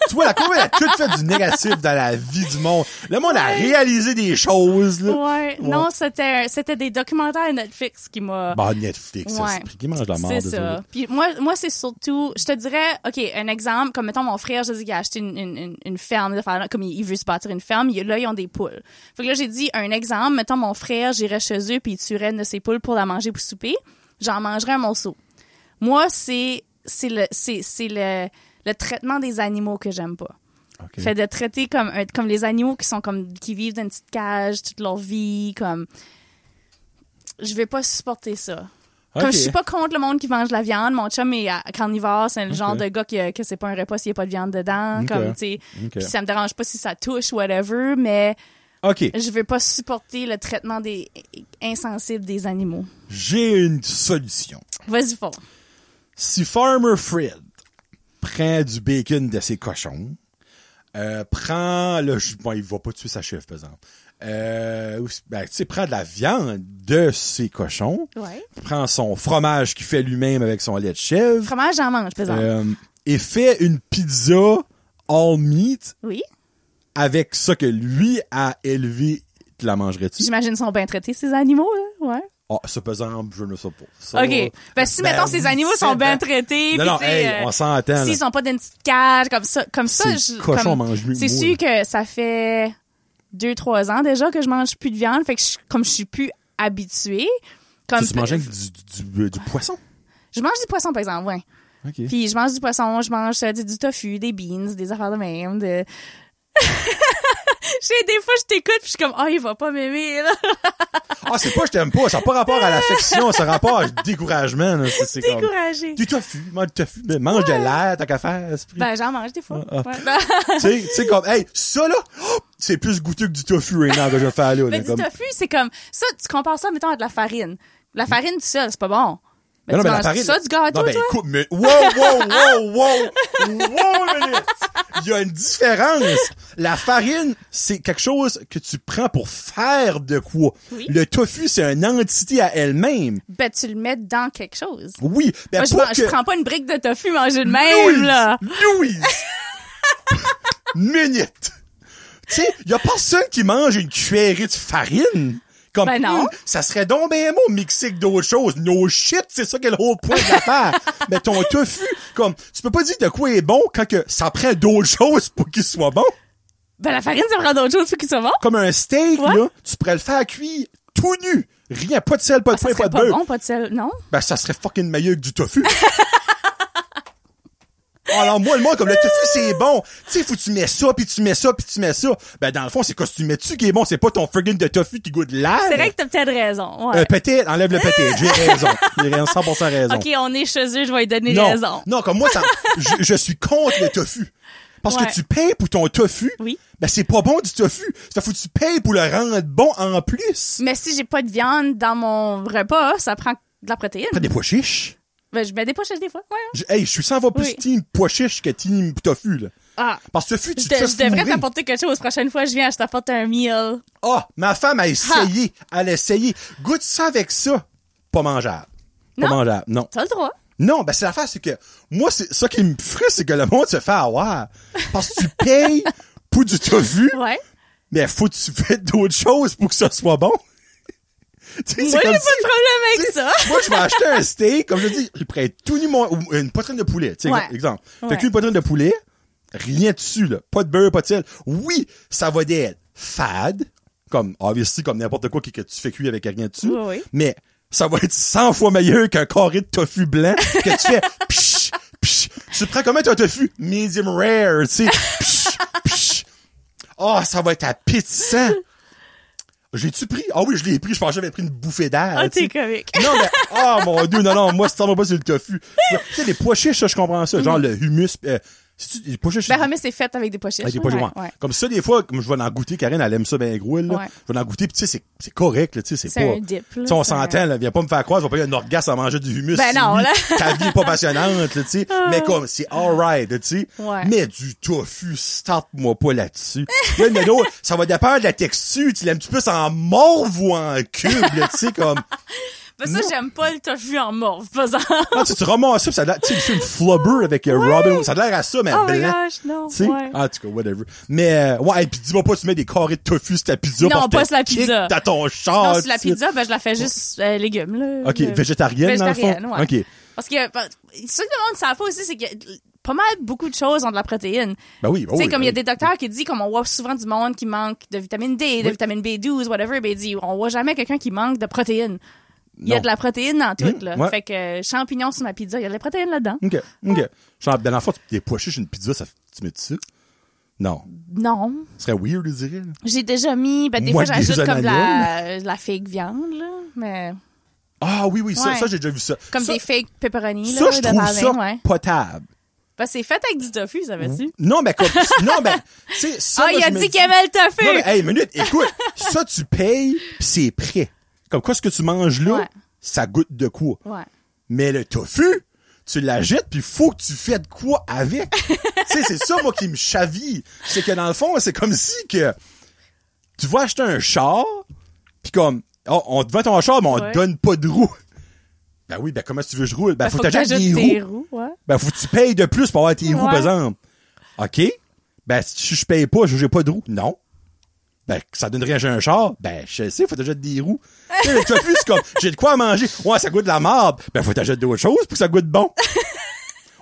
tu vois, la COVID a tout fait du négatif dans la vie du monde. Le monde a réalisé des choses, là.
Ouais, non, c'était un- c'était des documentaires Netflix qui m'a
Bah, Netflix, ça,
Ouais.
c'est pris qui mange de la merde.
C'est
eux
ça.
autres.
Puis moi, moi c'est surtout, je te dirais, OK, un exemple, comme mettons mon frère, je dis qu'il a acheté une, une, une, une ferme, des affaires là, comme il, il veut se bâtir une ferme, il- là, ils ont des poules. Fait que là, j'ai dit, un exemple, mettons mon frère, j'irais chez eux, puis il tuerait une de ses poules pour la manger pour souper, j'en mangerais un morceau. Moi, c'est c'est le, c'est c'est le, le traitement des animaux que j'aime pas.
Ok.
Fait de traiter comme, un- comme les animaux qui sont comme qui vivent dans une petite cage toute leur vie, comme je vais pas supporter ça. Comme
Ok.
je suis pas contre le monde qui mange de la viande, mon chum est euh, carnivore, c'est le genre
Ok.
de gars qui, euh, que c'est pas un repas s'il y a pas de viande dedans,
Ok.
comme tu sais.
Ok.
Puis ça me dérange pas si ça touche whatever, mais
OK.
je vais pas supporter le traitement des insensible des animaux.
J'ai une solution.
Vas-y fort.
Si Farmer Fred prend du bacon de ses cochons, euh, prend le... ch- Bon, il va pas tuer sa chef, par exemple. Euh, ou- ben, tu sais, prend de la viande de ses cochons,
Ouais.
prend son fromage qu'il fait lui-même avec son lait de chèvre,
Fromage j'en mange, par exemple.
euh, et fait une pizza all meat
Oui.
avec ça que lui a élevé, tu la mangerais-tu?
J'imagine qu'ils sont bien traités ces animaux là, ouais.
Ah, ça pesant, je ne sais pas. Ça,
OK. Ben, si, mettons, ces
oui,
animaux
c'est
sont bien
vrai.
traités,
Non,
puis,
non,
tu sais,
hey,
euh,
on s'entend. là.
S'ils sont pas dans une petite cage, comme ça, comme ça,
C'est
je-
cochon
comme-
mange-lui,
C'est
moi,
sûr que ça fait deux, trois ans déjà que je mange plus de viande, fait que je- comme je suis plus habituée, comme.
Tu manges avec du, du, du, euh, du poisson.
Je mange du poisson, par exemple, ouais.
OK.
Puis je mange du poisson, je mange euh, du, du tofu, des beans, des affaires de même, de. Je sais, des fois, je t'écoute, puis je suis comme, oh, il va pas m'aimer, là.
Ah, c'est pas je t'aime pas. Ça n'a pas rapport à l'affection, ça a rapport au découragement. Là. C'est, c'est comme-
Découragé.
Du tofu, mange du tofu. mais mange de l'air, t'as qu'à faire. esprit.
Ben, j'en mange des fois.
Ah, ah.
Ouais.
tu sais, tu sais, comme, hey, ça là, oh, c'est plus goûteux que du tofu right now que je vais faire là. là,
Mais du
comme...
tofu, c'est comme ça, tu compares ça, mettons, à de la farine. La farine tout seul, c'est pas bon. Mais
Non, non, mais
tu
la
manges
farine-
ça du gâteau,
non, ben,
toi?
écoute, mais, wow, wow, wow, wow, wow, minute. Il y a une différence. La farine, c'est quelque chose que tu prends pour faire de quoi.
Oui.
Le tofu, c'est une entité à elle-même.
Ben, tu le mets dans quelque chose.
Oui. Ben,
Moi, je,
pour
prends-
que...
je prends pas une brique de tofu manger de même, là.
Louise! minute. Tu sais, y a personne qui mange une cuillerée de farine. Comme,
Ben non.
Hum, ça serait donc bien beau mixer avec d'autres choses. No shit, c'est ça qu'est le whole point de l'affaire. Mais ton tofu, comme, tu peux pas dire de quoi est bon quand que ça prend d'autres choses pour qu'il soit bon.
Ben, la farine, ça prend d'autres choses pour qu'ils soient bons.
Comme un steak,
Ouais.
là, tu pourrais le faire cuire tout nu. Rien, pas de sel, pas de
Ah, Ça
poivre,
serait
pas de
pas
beurre.
bon, pas de sel, non?
Ben, ça serait fucking meilleur que du tofu. Alors, moi, le monde, comme le tofu, c'est bon. Tu sais, faut que tu mets ça, puis tu mets ça, puis tu mets ça. Ben, dans le fond, c'est quoi, si tu mets dessus qui est bon, c'est pas ton friggin' de tofu qui goûte l'air.
C'est vrai que t'as peut-être raison. ouais.
Ah, Euh, peut-être, enlève le peut-être. J'ai raison. J'ai raison, 100% raison.
ok, on est chez eux, je vais lui donner
non.
raison.
Non, comme moi, ça, je, je suis contre le tofu. Parce
Ouais.
que tu payes pour ton tofu.
Oui.
Ben, c'est pas bon du tofu. Ça faut que tu payes pour le rendre bon en plus.
Mais si j'ai pas de viande dans mon repas, ça prend de la protéine.
Prends des pois chiches.
Ben, je mets des pochettes des fois. Ouais. ouais.
Je- Hey, je suis 100 fois plus
Oui.
team pois chiches que team tofu, là.
Ah.
Parce que tofu, tu
Je,
te
te-
fais
je devrais
fourrer.
t'apporter quelque chose. Prochaine fois, je viens, je t'apporte un meal.
Ah, ma femme a essayé. Elle a essayé. Goûte ça avec ça. Pas mangeable. Pas
Non?
mangeable, non.
T'as le droit.
Non, ben c'est l'affaire, c'est que moi, c'est ça qui me frustre, c'est que le monde se fait avoir. Parce que tu payes pour du tofu,
Ouais.
mais faut que tu fasses d'autres choses pour que ça soit bon. Tu sais,
Moi,
c'est
j'ai
comme
pas de
si-
problème avec
tu sais,
ça.
Moi, je vais acheter un steak, comme je dis, il prend tout nu mon, ou une poitrine de poulet, tu sais,
Ouais.
ex- exemple.
Ouais.
Fait qu'une poitrine de poulet, rien dessus, là. Pas de beurre, pas de sel. Oui, ça va d'être fade, comme, obviously, comme n'importe quoi que, que tu fais cuire avec rien dessus.
Oui, oui.
Mais, ça va être 100 fois meilleur qu'un carré de tofu blanc que tu fais psh, psh. Tu prends comment ton tofu? Medium rare, tu sais. Psh, psh. Oh, ça va être appétissant. J'ai-tu pris? Ah oui, je l'ai pris. Je pensais que j'avais pris une bouffée d'air.
Ah,
tu sais.
t'es comique.
Non, mais, ah, mon dieu, non, non, moi, ça tombe pas sur le tofu. Tu sais, les pois chiches, ça, je comprends ça. Genre, le humus, euh, c'est-tu- les pois chiches.
Mhm. Ben, remis, c'est fait avec des pochettes.
avec des pois chiches, ouais.
ouais.
Comme ça, des fois, comme je vais en goûter, Karine, elle aime ça bien gros, là.
Ouais.
Je vais en goûter, pis tu sais, c'est- c'est correct, là, tu sais, c'est
C'est
pas.
un dip, là,
Tu sais, on
c'est un-
s'entend, là. Viens pas me faire croire, je vais pas y avoir un orgasme à manger du humus.
Ben
si
non,
oui,
là. Ah.
Ta vie est pas passionnante, là, tu sais. Mais comme, c'est alright, tu sais.
Ouais.
Mais du tofu, stop-moi pas là-dessus. Là, il y en a d'autres, ça va dépendre de la texture. Tu l'aimes-tu plus en morve ou en cube, là, tu sais, comme.
Ben, ça,
Non.
j'aime pas le tofu en morve, par exemple.
Non, tu, tu ramasses ça, pis ça a l'air- tu sais, le film Flubber avec euh, Robin, ça a l'air à ça, mais
Oh my
blanc.
gosh, non,
Tu sais, Ah,
ouais.
en tout cas, whatever. Mais, euh, ouais, et puis dis-moi pas, tu mets des carrés de tofu sur ta pizza.
Non,
parce que
pas
t'as
sur la
kick
pizza.
Dans ton char.
Non, sur la
tu sais.
pizza, ben, je la fais juste euh, légumes, là.
Ok,
Le-
végétarienne, dans le fond.
Végétarienne, ouais.
Ok.
Parce que, ben, ce que le monde ne savent pas aussi, c'est que euh, pas mal beaucoup de choses ont de la protéine.
Ben oui, ben
tu sais,
oui,
comme
ben
il y a
oui.
des docteurs qui disent, comme on voit souvent du monde qui manque de vitamine D, de
Oui.
vitamine B12, whatever, ben, il dit, on voit jamais quelqu'un qui manque de protéines. Il y a
Non.
de la protéine dans tout,
Mm,
là.
ouais. Mmh.
Fait que euh, champignons sur ma pizza, il y a de la protéine là-dedans.
Ok, ok. Genre, ben, dans le fond, tu des pois chiches, une pizza, ça, tu mets dessus. Non.
Non.
Ce serait weird, je dirais. là.
J'ai déjà mis, ben, des
Moi,
fois, j'ajoute
des
comme de la, euh,
oignons.
de la fake viande, là. Mais,
Ah oui, oui, ça,
Ouais.
ça j'ai déjà vu ça.
comme
ça,
des fake pepperoni, là.
Ça, je
de
trouve
ramen,
ça
ouais.
potable.
Ben, c'est fait avec du tofu, savais-tu?
Non, mais comme, non, mais, tu sais, Mmh. ça.
Ah,
moi,
il a
je me
dit
dis-
qu'il aimait le tofu!
Non, mais, hey, minute, écoute, ça, tu payes, pis c'est prêt. Comme quoi, ce que tu manges là,
Ouais.
ça goûte de quoi.
Ouais.
Mais le tofu, tu l'achètes, puis faut que tu fasses de quoi avec. tu sais, c'est ça, moi, qui me chaville. C'est que, dans le fond, c'est comme si que tu vas acheter un char, puis comme, oh, on te vend ton char, mais on
Ouais.
te donne pas de roue. Ben oui, ben comment tu veux que je roule? Ben,
Ben,
faut, que t'achètes
t'ajoutes
des
tes
roues.
roues, ouais.
Ben, faut que tu payes de plus pour avoir tes roues,
Ouais.
par exemple. OK? Ben, si je paye pas, je j'ai pas de roues. Non. Ben, ça donnerait à un char. Ben, je sais, faut que t'achètes des roues. Tu sais, le tofu, c'est comme, j'ai de quoi à manger. Ouais, ça goûte de la marde. Ben, faut que t'achètes d'autres choses pour que ça goûte bon.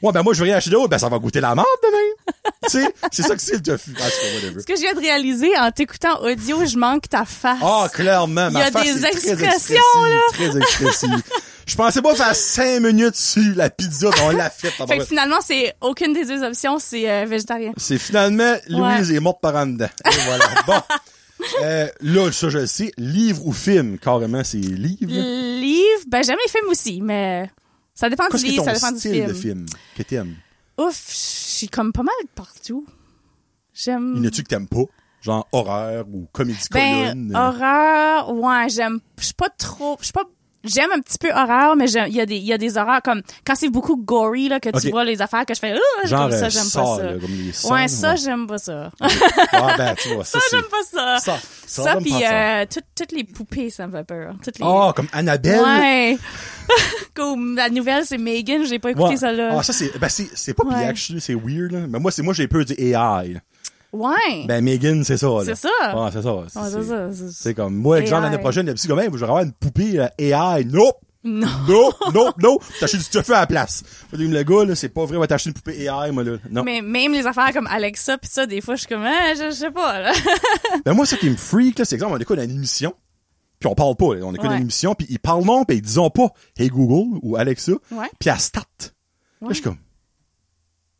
Ouais, ben, moi, je veux rien acheter d'autre. Ben, ça va goûter la marde de même. tu sais, c'est ça que c'est le tofu. En tout cas, whatever.
Ce que je viens de réaliser en t'écoutant audio, je manque ta face.
Ah, clairement, ma
Il y a
face
des
est très
expressions,
expressive,
là.
Très expressive. Je pensais pas faire cinq minutes sur la pizza, mais on l'a fait.
fait que finalement, c'est aucune des deux options, c'est euh, végétarien.
C'est finalement Louise est morte par en dedans. Et voilà. Bon. Euh, là, ça, je le sais. Livre ou film? Carrément, c'est livre. là.
Livre, ben j'aime les films aussi, mais ça dépend du
Qu'est-ce que est
livre,
ton
ça dépend du
style
film.
de film que t'aimes?
Ouf, je suis comme pas mal partout.
Il y en
J'aime.
a-tu que t'aimes pas? Genre horreur ou comédie
Ben,
colonne? euh,
horreur, ouais, j'aime. Je suis pas trop. Je suis pas. J'aime un petit peu horreur, mais j'aime- il y, a des- il y a des horreurs comme quand c'est beaucoup gory, là, que tu
Ok.
vois les affaires que je fais, Ah,
genre
comme ça,
euh,
j'aime
Saw,
pas ça.
là, comme les sangs,
ouais, ça,
ouais.
j'aime pas ça.
Ah, ben, tu vois, ça,
Ça,
c'est...
j'aime pas ça.
Ça, ça,
Ça,
j'aime
puis
pas ça.
euh, tout- toutes les poupées, ça me fait peur. hein, Toutes les...
Ah, comme Annabelle.
Ouais. Comme la nouvelle, c'est Megan, j'ai pas écouté
Ouais.
ça là.
Ah, ça, c'est, ben, c'est, c'est pas
Ouais.
pire, actually, c'est weird, là. Mais moi, c'est, moi, j'ai peur du AI, là.
Ouais.
Ben, Megan, c'est ça, là.
C'est ça.
Ouais, c'est ça. C'est-
Ouais, c'est
c'est-
ça, c'est-
C'est comme, moi, exemple,
AI.
l'année prochaine, le psy, comme, hey, je vais avoir une poupée euh, AI. Nope!
Non.
Nope, nope, nope! T'achètes du stuff à la place. Moi, Le gars, là, c'est pas vrai, on va t'acheter une poupée AI, moi, là. Non.
Mais même les affaires comme Alexa pis ça, des fois, je suis comme, ah, je je sais pas, là.
Ben moi, ce qui me freak, là, c'est exemple, on écoute une émission, puis on parle pas. là. On écoute
Ouais.
une émission, puis ils parlent non, puis ils disent pas « Hey Google » ou « Alexa
Ouais.
puis elle start. Là,
Ouais.
je suis comme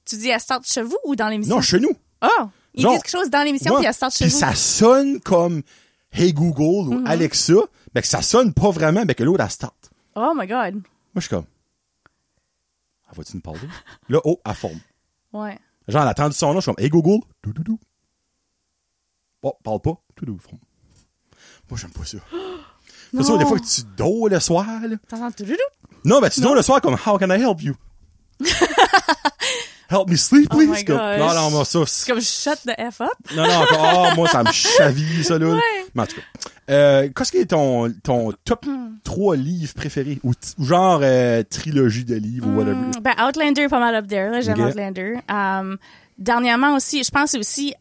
tu dis, elle start chez vous ou
«
dans l'émission?
Non, chez nous.
Oh! Ils
Non.
disent quelque chose dans l'émission
Moi,
puis elle start chez Mm-hmm.
puis
vous.
ça sonne comme « Hey Google » ou Alexa », mais que ça sonne pas vraiment, mais que l'autre, elle start.
Oh my god.
Moi, je suis comme « Elle va-tu nous parler? » Là, oh, elle forme.
Ouais.
Genre, elle a entendu son nom, je suis comme, hey Google, tout, tout, tout. Oh, parle pas, tout, tout, front. Moi, j'aime pas ça. C'est ça, des
Non.
fois que tu dors le soir, là.
T'entends tout doudou?
Non, ben, tu dors le soir comme, how can I help you? help me sleep,
Oh
please.
my
comme,
gosh.
non, non, moi, ça,
C'est comme, shut the F up.
non, non, encore, oh, moi, ça me chaville, ça, là.
Ouais.
Mais en tout cas, euh, qu'est-ce qui est ton, ton top 3 livres préférés? Ou, t- ou genre, euh, trilogie de livres, ou whatever.
Mm, Ben, Outlander est pas mal up there. là. J'aime
Ok.
Outlander. Um, dernièrement aussi, je pense aussi...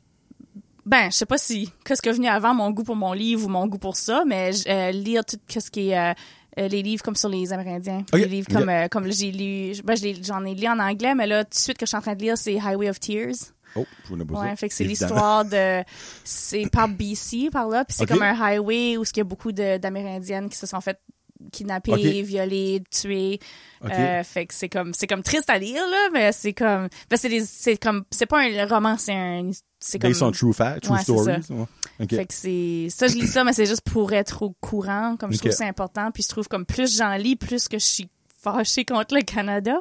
Ben, je sais pas si... Qu'est-ce qui est venu avant, mon goût pour mon livre ou mon goût pour ça, mais j- euh, lire tout ce qui est... euh, euh, les livres comme sur les Amérindiens.
Ok.
Les livres comme,
Ok.
euh, comme j'ai lu... Ben, je l'ai- j'en ai lu en anglais, mais là, tout de suite que je suis en train de lire, c'est Highway of Tears.
Oh, je voulais pas
Ouais,
ça,
fait que c'est
évidemment.
l'histoire de. C'est par BC, par là. Puis c'est
Ok.
comme un highway où il y a beaucoup de- d'Amérindiennes qui se sont fait kidnapper,
Ok.
violer, tuer.
Ok.
Euh, fait que c'est comme c'est comme triste à lire là, mais c'est comme ben, c'est des- c'est comme c'est pas un roman, c'est un c'est comme
Based on true facts, true
Ouais, c'est
stories.
ça.
ouais. Ok.
fait que c'est ça je lis ça mais c'est juste pour être au courant comme je
Ok.
trouve c'est important puis je trouve comme plus j'en lis plus que je suis fâchée contre le Canada.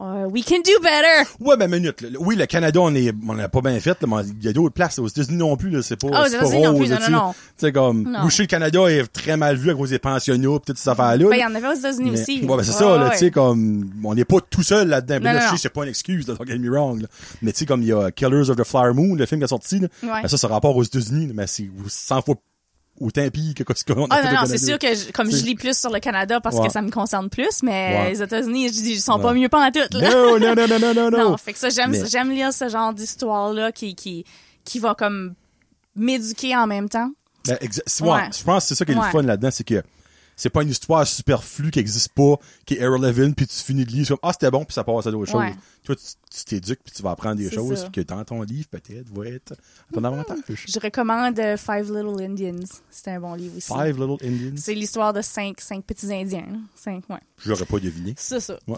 Euh, we can do better.
Ouais, ben minute. là. Oui, le Canada, on est, on l'a pas bien fait, là, mais il y a d'autres places. là. Aux États-Unis non plus, là, c'est pas,
Ah, aux
c'est pas
États-Unis non plus,
rose, là,
non,
tu sais.
non, non.
Tu sais, comme,
Non.
boucher le Canada est très mal vu à cause des pensionnats pis toutes ces affaires-là.
Ben, il y
là.
en avait aux États-Unis
Mais-
aussi.
ouais, ben c'est
Ouais,
ça, là,
ouais.
tu sais, comme, on n'est pas tout seul là-dedans. Puis
Non,
là,
non,
je sais,
non.
c'est pas une excuse, là, don't get me wrong, là. Mais tu sais, comme il y a Killers of the Flower Moon, le film qui est sorti, là,
Ouais.
ben ça, c'est rapport aux États-Unis, là, mais c'est 100 fois autant pire que ce qu'on a
Ah
fait
non,
au
non,
Canada.
c'est sûr que je- comme je
C'est-
lis plus sur le Canada parce
Ouais.
que ça me concerne plus, mais
Ouais.
les États-Unis, je dis, ils sont pas
Ouais.
mieux pas en tout. Là.
Non, non, non, non, non, non, non.
Non, fait que ça, j'aime
Mais-
j'aime lire ce genre d'histoire-là qui, qui, qui va comme m'éduquer en même temps.
Ben, exa-
Ouais.
ouais, Je pense que c'est ça qui est le
Ouais.
fun là-dedans, c'est que c'est pas une histoire superflue qui existe pas, qui est Errol Levin, puis tu finis de lire, c'est comme, ah, c'était bon, puis ça passe à d'autres
Ouais.
choses. Toi, tu- tu t'éduques, puis tu vas apprendre des
C'est
choses
ça.
que dans ton livre, peut-être, va être à ton avantage.
Je recommande euh, Five Little Indians. C'est un bon livre aussi.
Five Little Indians,
C'est l'histoire de cinq, cinq petits Indiens. là. Cinq, ouais.
j'aurais pas deviné.
C'est ça.
Ouais.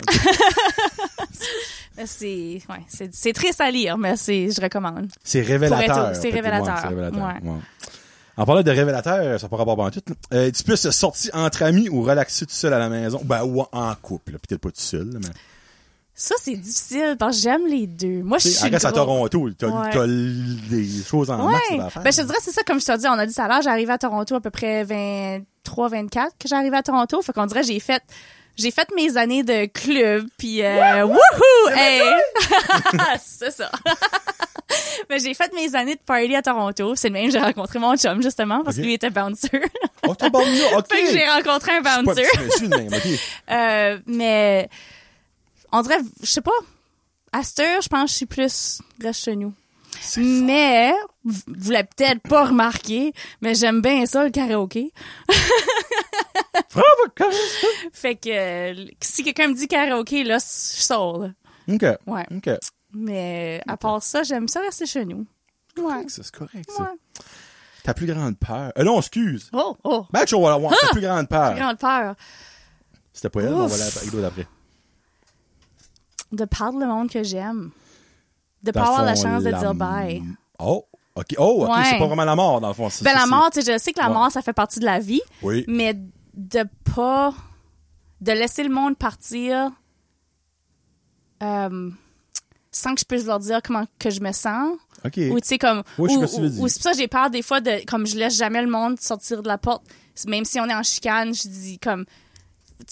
Mais C'est ouais, c'est- c'est triste à lire, mais c'est je recommande.
C'est révélateur.
Pour être- c'est
peut-être, ouais,
révélateur,
c'est révélateur,
ouais.
ouais. En parlant de révélateur, ça n'a pas rapport à tout. là. Euh, tu peux se sortir entre amis ou relaxer tout seul à la maison, ben, ou en couple, là, peut-être pas tout seul, là, mais.
Ça, c'est difficile parce que j'aime les deux. Moi, je
Tu sais,
suis.
elle reste à
gros-
Toronto, t'as
Ouais.
t'as des choses en masse
Ouais.
là, à faire.
Ben, je te dirais, c'est ça, comme je te dis, on a dit tout à l'heure, j'arrivais à Toronto à peu près 23, 24 que j'arrivais à Toronto. Fait qu'on dirait, j'ai fait, j'ai fait mes années de club, puis euh, wouhou! Hey! c'est ça. Mais j'ai fait mes années de party à Toronto. C'est le même, j'ai rencontré mon chum, justement, parce
Ok.
que lui était bouncer. fait
Oh, t'as bon, là, ok.
que j'ai rencontré un
Pas-
bouncer.
je me suis de même, ok.
Euh, mais on dirait, je sais pas, à cette heure, je pense que je suis plus reste chez nous. Mm. Mais, vous vous l'avez peut-être pas remarqué, mais j'aime bien ça, le karaoké.
Bravo, Carlos.
Fait que, euh, si quelqu'un me dit karaoké, là, c- je sors, là.
OK.
Ouais.
OK.
Mais, à part ça, j'aime ça rester chez nous. Ouais.
Ça, C'est correct,
Ouais.
ça. Ta plus grande peur. Euh, non, excuse.
Oh, oh,
Match, on va l'avoir. Ta plus grande peur.
grande peur
C'était pas elle, mais on va
Ouf.
la avec l'autre après.
de perdre le monde que j'aime. De
Dans le
pas avoir la
fond,
chance de dire bye.
Oh, OK. Oh, OK.
Ouais.
C'est pas vraiment la mort, dans le fond. c'est-
Ben,
c'est-
la mort, tu sais, je sais que la
Ouais.
mort, ça fait partie de la vie.
Oui.
Mais de pas. de laisser le monde partir euh, sans que je puisse leur dire comment que je me sens.
OK.
Ou tu sais, comme.
Oui, je
ou,
sais pas ce que tu veux dire.
ou- ou c'est pour ça que j'ai peur des fois de. Comme je laisse jamais le monde sortir de la porte. Même si on est en chicane, je dis comme.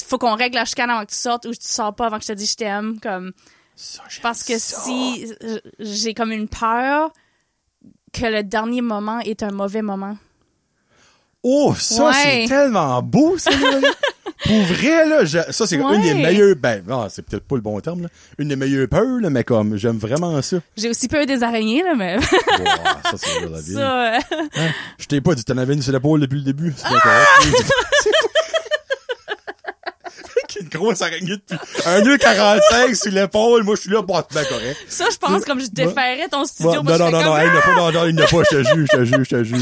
Faut qu'on règle la chicane avant que tu sortes ou tu sors pas avant que je te dise je t'aime. Comme.
Ça, j'aime
Parce que
ça.
si euh, j'ai comme une peur que le dernier moment est un mauvais moment.
Oh, ça, c'est
Ouais.
tellement beau, ça. là. Pour vrai, là, je- ça, c'est
Ouais.
une des meilleures, ben, ah, c'est peut-être pas le bon terme, là. Une des meilleures peurs, là, mais comme, j'aime vraiment ça.
J'ai aussi peur des araignées, là, mais
Wow, ça, c'est dur, la vie.
ça, euh,
Hein? Je t'ai pas dit, t'en avais une sur l'épaule depuis le début. C'est bien correct. C'est une grosse araignée depuis 1h45 sur l'épaule. Moi, je suis là, bon, c'est bien correct.
ça, je pense comme je déferais ton
Bon,
studio.
non,
moi, je
non,
fais
non,
comme, ah!
non, hey, il n'a pas, non, non, il n'a pas, je te jure, je te jure, je te jure.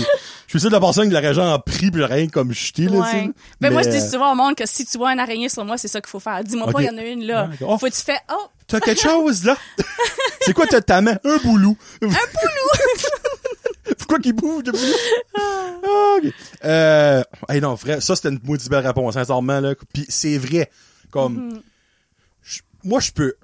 Je suis sûr de la personne qui l'aurait genre pris pis l'aurait rien comme jeté, là, tu sais.
Ouais. Mais, moi, je dis
euh,
souvent au monde que si tu vois une araignée sur moi, c'est ça qu'il faut faire. Dis-moi pas,
Ok.
il y en a une là.
Ah, oh.
Faut que tu fais, oh,
T'as quelque chose, là? c'est quoi, t'as ta main? Un boulou. Un boulou! Pourquoi qu'il bouge de boulou? Ah, ok. Euh, hey, non, vrai, ça, c'était une maudite belle réponse, sincèrement, là. Puis c'est vrai. Comme, je- moi, je peux,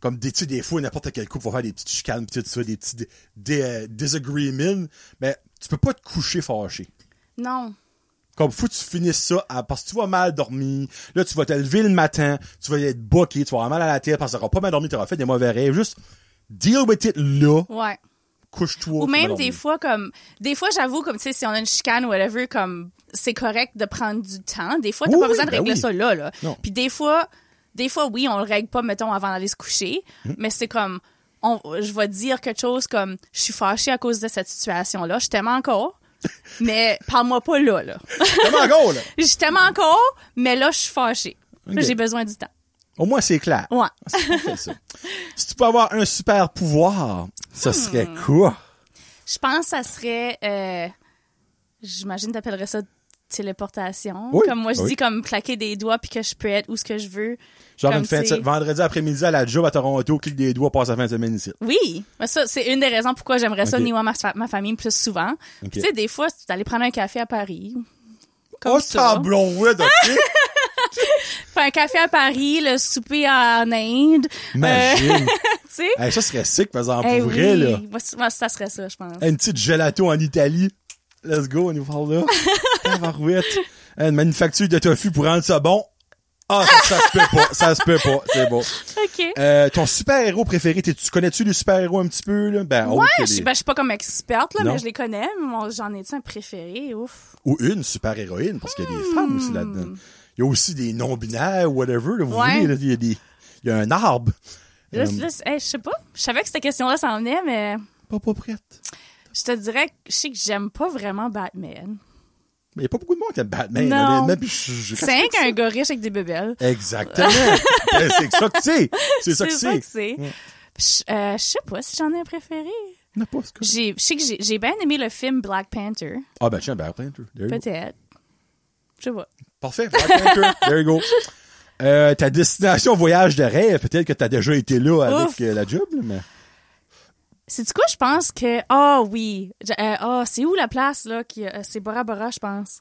comme, des, tu sais, des fois, n'importe quel couple va faire des petites chicanes, pis tout ça, des petits, des, des, euh, disagreements, mais tu peux pas te coucher fâché.
non.
Comme faut que tu finisses ça à- parce que tu vas mal dormir. Là, tu vas te lever le matin, tu vas être booké, tu vas avoir mal à la tête parce que t'auras pas mal dormi, t'auras fait des mauvais rêves. Juste deal with it là,
Ouais.
couche-toi.
Ou
tu vas
même
dormir.
des fois, comme, des fois, j'avoue, comme, tu sais, si on a une chicane ou whatever, comme, c'est correct de prendre du temps. Des fois, t'as
Oui,
pas besoin
oui,
de
ben
régler
oui.
ça là, là.
Non.
Puis des fois, des fois, oui, on le règle pas, mettons, avant d'aller se coucher.
Hmm.
Mais c'est comme, on, je vais dire quelque chose comme, je suis fâchée à cause de cette situation-là. Je t'aime encore. mais parle-moi pas là, là.
Comment go, là?
je t'aime encore, mais là, je suis fâchée.
Ok.
J'ai besoin du temps.
Au moins, c'est clair.
Ouais.
C'est parfait, ça. si tu peux avoir un super pouvoir,
Hmm.
ça serait quoi?
Je pense que ça serait. euh, J'imagine t'appellerais ça téléportation.
Oui,
Comme moi, je
oui.
dis comme claquer des doigts puis que je peux être où ce que je veux.
Genre
Comme
une fin de
c'est-
se- vendredi après-midi à la job à Toronto, clique des doigts, passe la fin de semaine ici.
Oui, Mais ça, c'est une des raisons pourquoi j'aimerais ça
Ok.
niveau ma, ma famille plus souvent.
Ok.
Tu sais, des fois, c'est d'aller prendre un café à Paris. Comme
Oh,
ça.
tablon, ouais, ok?
Faire un café à Paris, le souper en Inde. Euh, tu
Imagine.
sais?
Hey, ça serait sick, par exemple,
Eh
pour vrai,
oui.
là.
Moi, c- moi, ça serait ça, je pense.
Hey, Une petite gelato en Italie. Let's go, on y parle là. Tabarouette. Hey, Une manufacture de tofu pour rendre ça bon. Ah, ça, ça se peut pas. Ça se peut pas. C'est bon.
OK.
Euh, ton super-héros préféré, t'es- tu connais-tu les super-héros un petit peu, là? Ben,
ouais,
autre que
je suis
des-
ben, je suis pas comme experte, là,
Non.
mais je les connais. Mon- J'en ai-tu un préféré? Ouf.
Ou une super-héroïne, parce qu'il y a des femmes aussi là-dedans. Il y a aussi des non-binaires, whatever, là, vous
Hmm. Ouais.
voulez, là, il y a des, il y a un arbre.
Là,
Euh,
là, c'est- hey, je sais pas. Je savais que cette question-là s'en venait, mais
pas, pas prête.
je te dirais que je sais que j'aime pas vraiment Batman.
Mais il n'y a pas beaucoup de monde qui aime Batman,
Non.
honnêtement, puis je- je-
C'est un qu'un gars riche avec des bébelles.
Exactement. Ben, c'est que ça que c'est. C'est ça que c'est.
c'est. Puis Je euh, je sais pas si j'en ai un préféré.
Non, pas ce que-
J'ai- Je sais que j'ai j'ai bien aimé le film Black Panther,
Ah, ben, tiens, Black Panther. There you go.
peut-être. Je sais pas.
Parfait. Black Panther. There you go. Euh, ta destination voyage de rêve, peut-être que t'as déjà été là avec
Ouf.
euh, la job, là, mais.
C'est quoi, je pense que. Ah oui. Je- euh, Ah, c'est où la place, là? qui a- euh, C'est Bora Bora, je pense.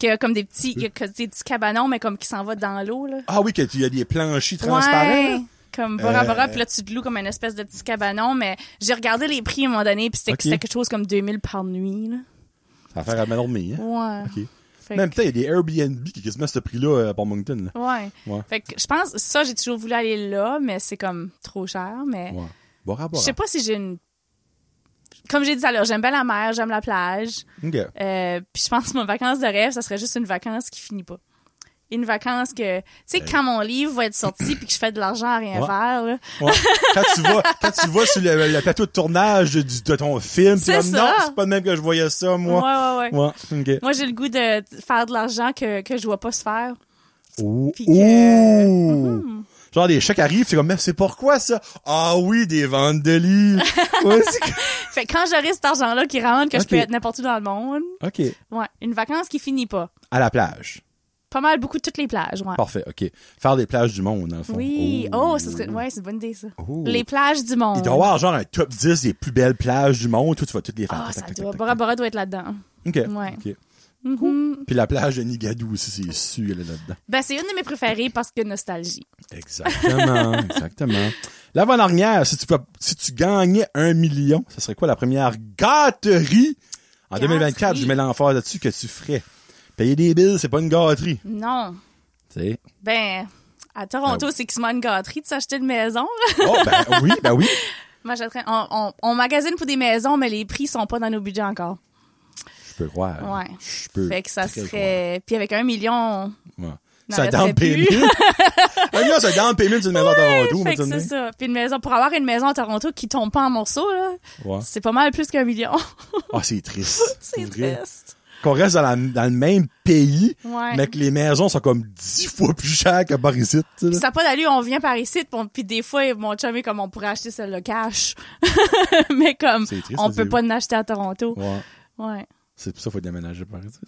Qu'il y a comme des petits, il y a que des petits cabanons, mais comme qui s'en va dans l'eau, là.
Ah oui, que tu y a des planchis transparents. là.
Ouais, Comme Bora
Euh,
Bora, puis là, tu te loues comme une espèce de petit cabanon, mais j'ai regardé les prix à un moment donné, puis c'était
Ok.
c'était quelque chose comme 2000 par nuit. Là.
Ça va faire à mal dormir, hein.
Ouais.
OK.
Fait
Même
que-
peut-être, il y a des Airbnb qui se mettent ce prix-là euh, à Moncton, là.
Ouais.
Ouais.
Fait que je pense, ça, j'ai toujours voulu aller là, mais c'est comme trop cher. Mais
Ouais. Bora
je
Bora.
sais pas si j'ai une. Comme j'ai dit alors, j'aime bien la mer, j'aime la plage.
OK.
Euh, puis je pense que ma vacance de rêve, ça serait juste une vacance qui finit pas. Une vacance que, tu sais, quand mon livre va être sorti puis que je fais de l'argent à rien
Ben Ouais.
faire, là,
Ouais. quand, tu vas, quand tu vas sur le, le plateau de tournage du- de ton film, tu
C'est
vas non,
ça.
c'est pas le même que je voyais ça, moi.
ouais, ouais, ouais.
Ouais. OK.
Moi, j'ai le goût de t- faire de l'argent que, que je vois pas se faire.
Ouh.
Puis que-
Ouh. Genre, les chèques arrivent, c'est comme, mais c'est pourquoi ça? Ah oui, des ventes de livres. Ouais, c'est que-
Fait que quand j'aurai cet argent-là qui rentre, que je
Ok.
peux être n'importe où dans le monde,
OK.
ouais, une vacance qui finit pas.
À la plage.
Pas mal beaucoup toutes les plages, ouais.
Parfait, OK. Faire des plages du monde, dans le fond.
Oui. Oh, ça serait- ouais, c'est une bonne idée, ça.
Oh.
Les plages du monde.
Il doit y avoir genre un top 10 des plus belles plages du monde. Toi, tu vas toutes les faire.
Ah,
Tac,
ça
tac,
doit.
tac,
Bora
tac,
Bora doit être là-dedans.
tac. OK.
Ouais.
OK.
Mhm.
Puis la plage de Nigadou aussi, c'est sûr, elle est là-dedans.
Ben, c'est une de mes préférées parce que nostalgie.
Exactement, exactement. L'avant-dernière, si tu, peux- si tu gagnais un million, ça serait quoi la première gâterie en 2024? Je mets l'emphase là-dessus que tu ferais. Payer des billes, c'est pas une gâterie.
Non.
tu sais.
Ben, à Toronto, c'est quasiment une gâterie de s'acheter une maison.
Oh, ben oui, ben oui.
Moi, j'achèterais- on, on, on magasine pour des maisons, mais les prix sont pas dans nos budgets encore.
Je peux croire.
Ouais.
Je peux.
Fait que ça
très
serait. Puis avec un million,
croire. Ouais.
n'en
C'est un down
restait plus.
payment. Même là, c'est un down payment d'une maison à Toronto. mais
Fait que
tu
c'est
sais.
ça. Puis une maison, pour avoir une maison à Toronto qui tombe pas en morceaux, là,
Ouais.
c'est pas mal plus qu'un million.
Ah, c'est triste.
c'est
vrai.
triste.
Qu'on reste dans, la- dans le même pays,
Ouais.
mais que les maisons sont comme dix fois plus chères que par ici. tu sais, là.
Puis ça n'a pas d'allure, on vient par ici, puis on- puis des fois, mon chum est comme, on pourrait acheter celle-là cash. mais comme,
C'est triste,
on
ça,
peut
c'est
pas en acheter à Toronto.
Ouais.
Ouais.
C'est pour ça qu'il faut déménager par ici.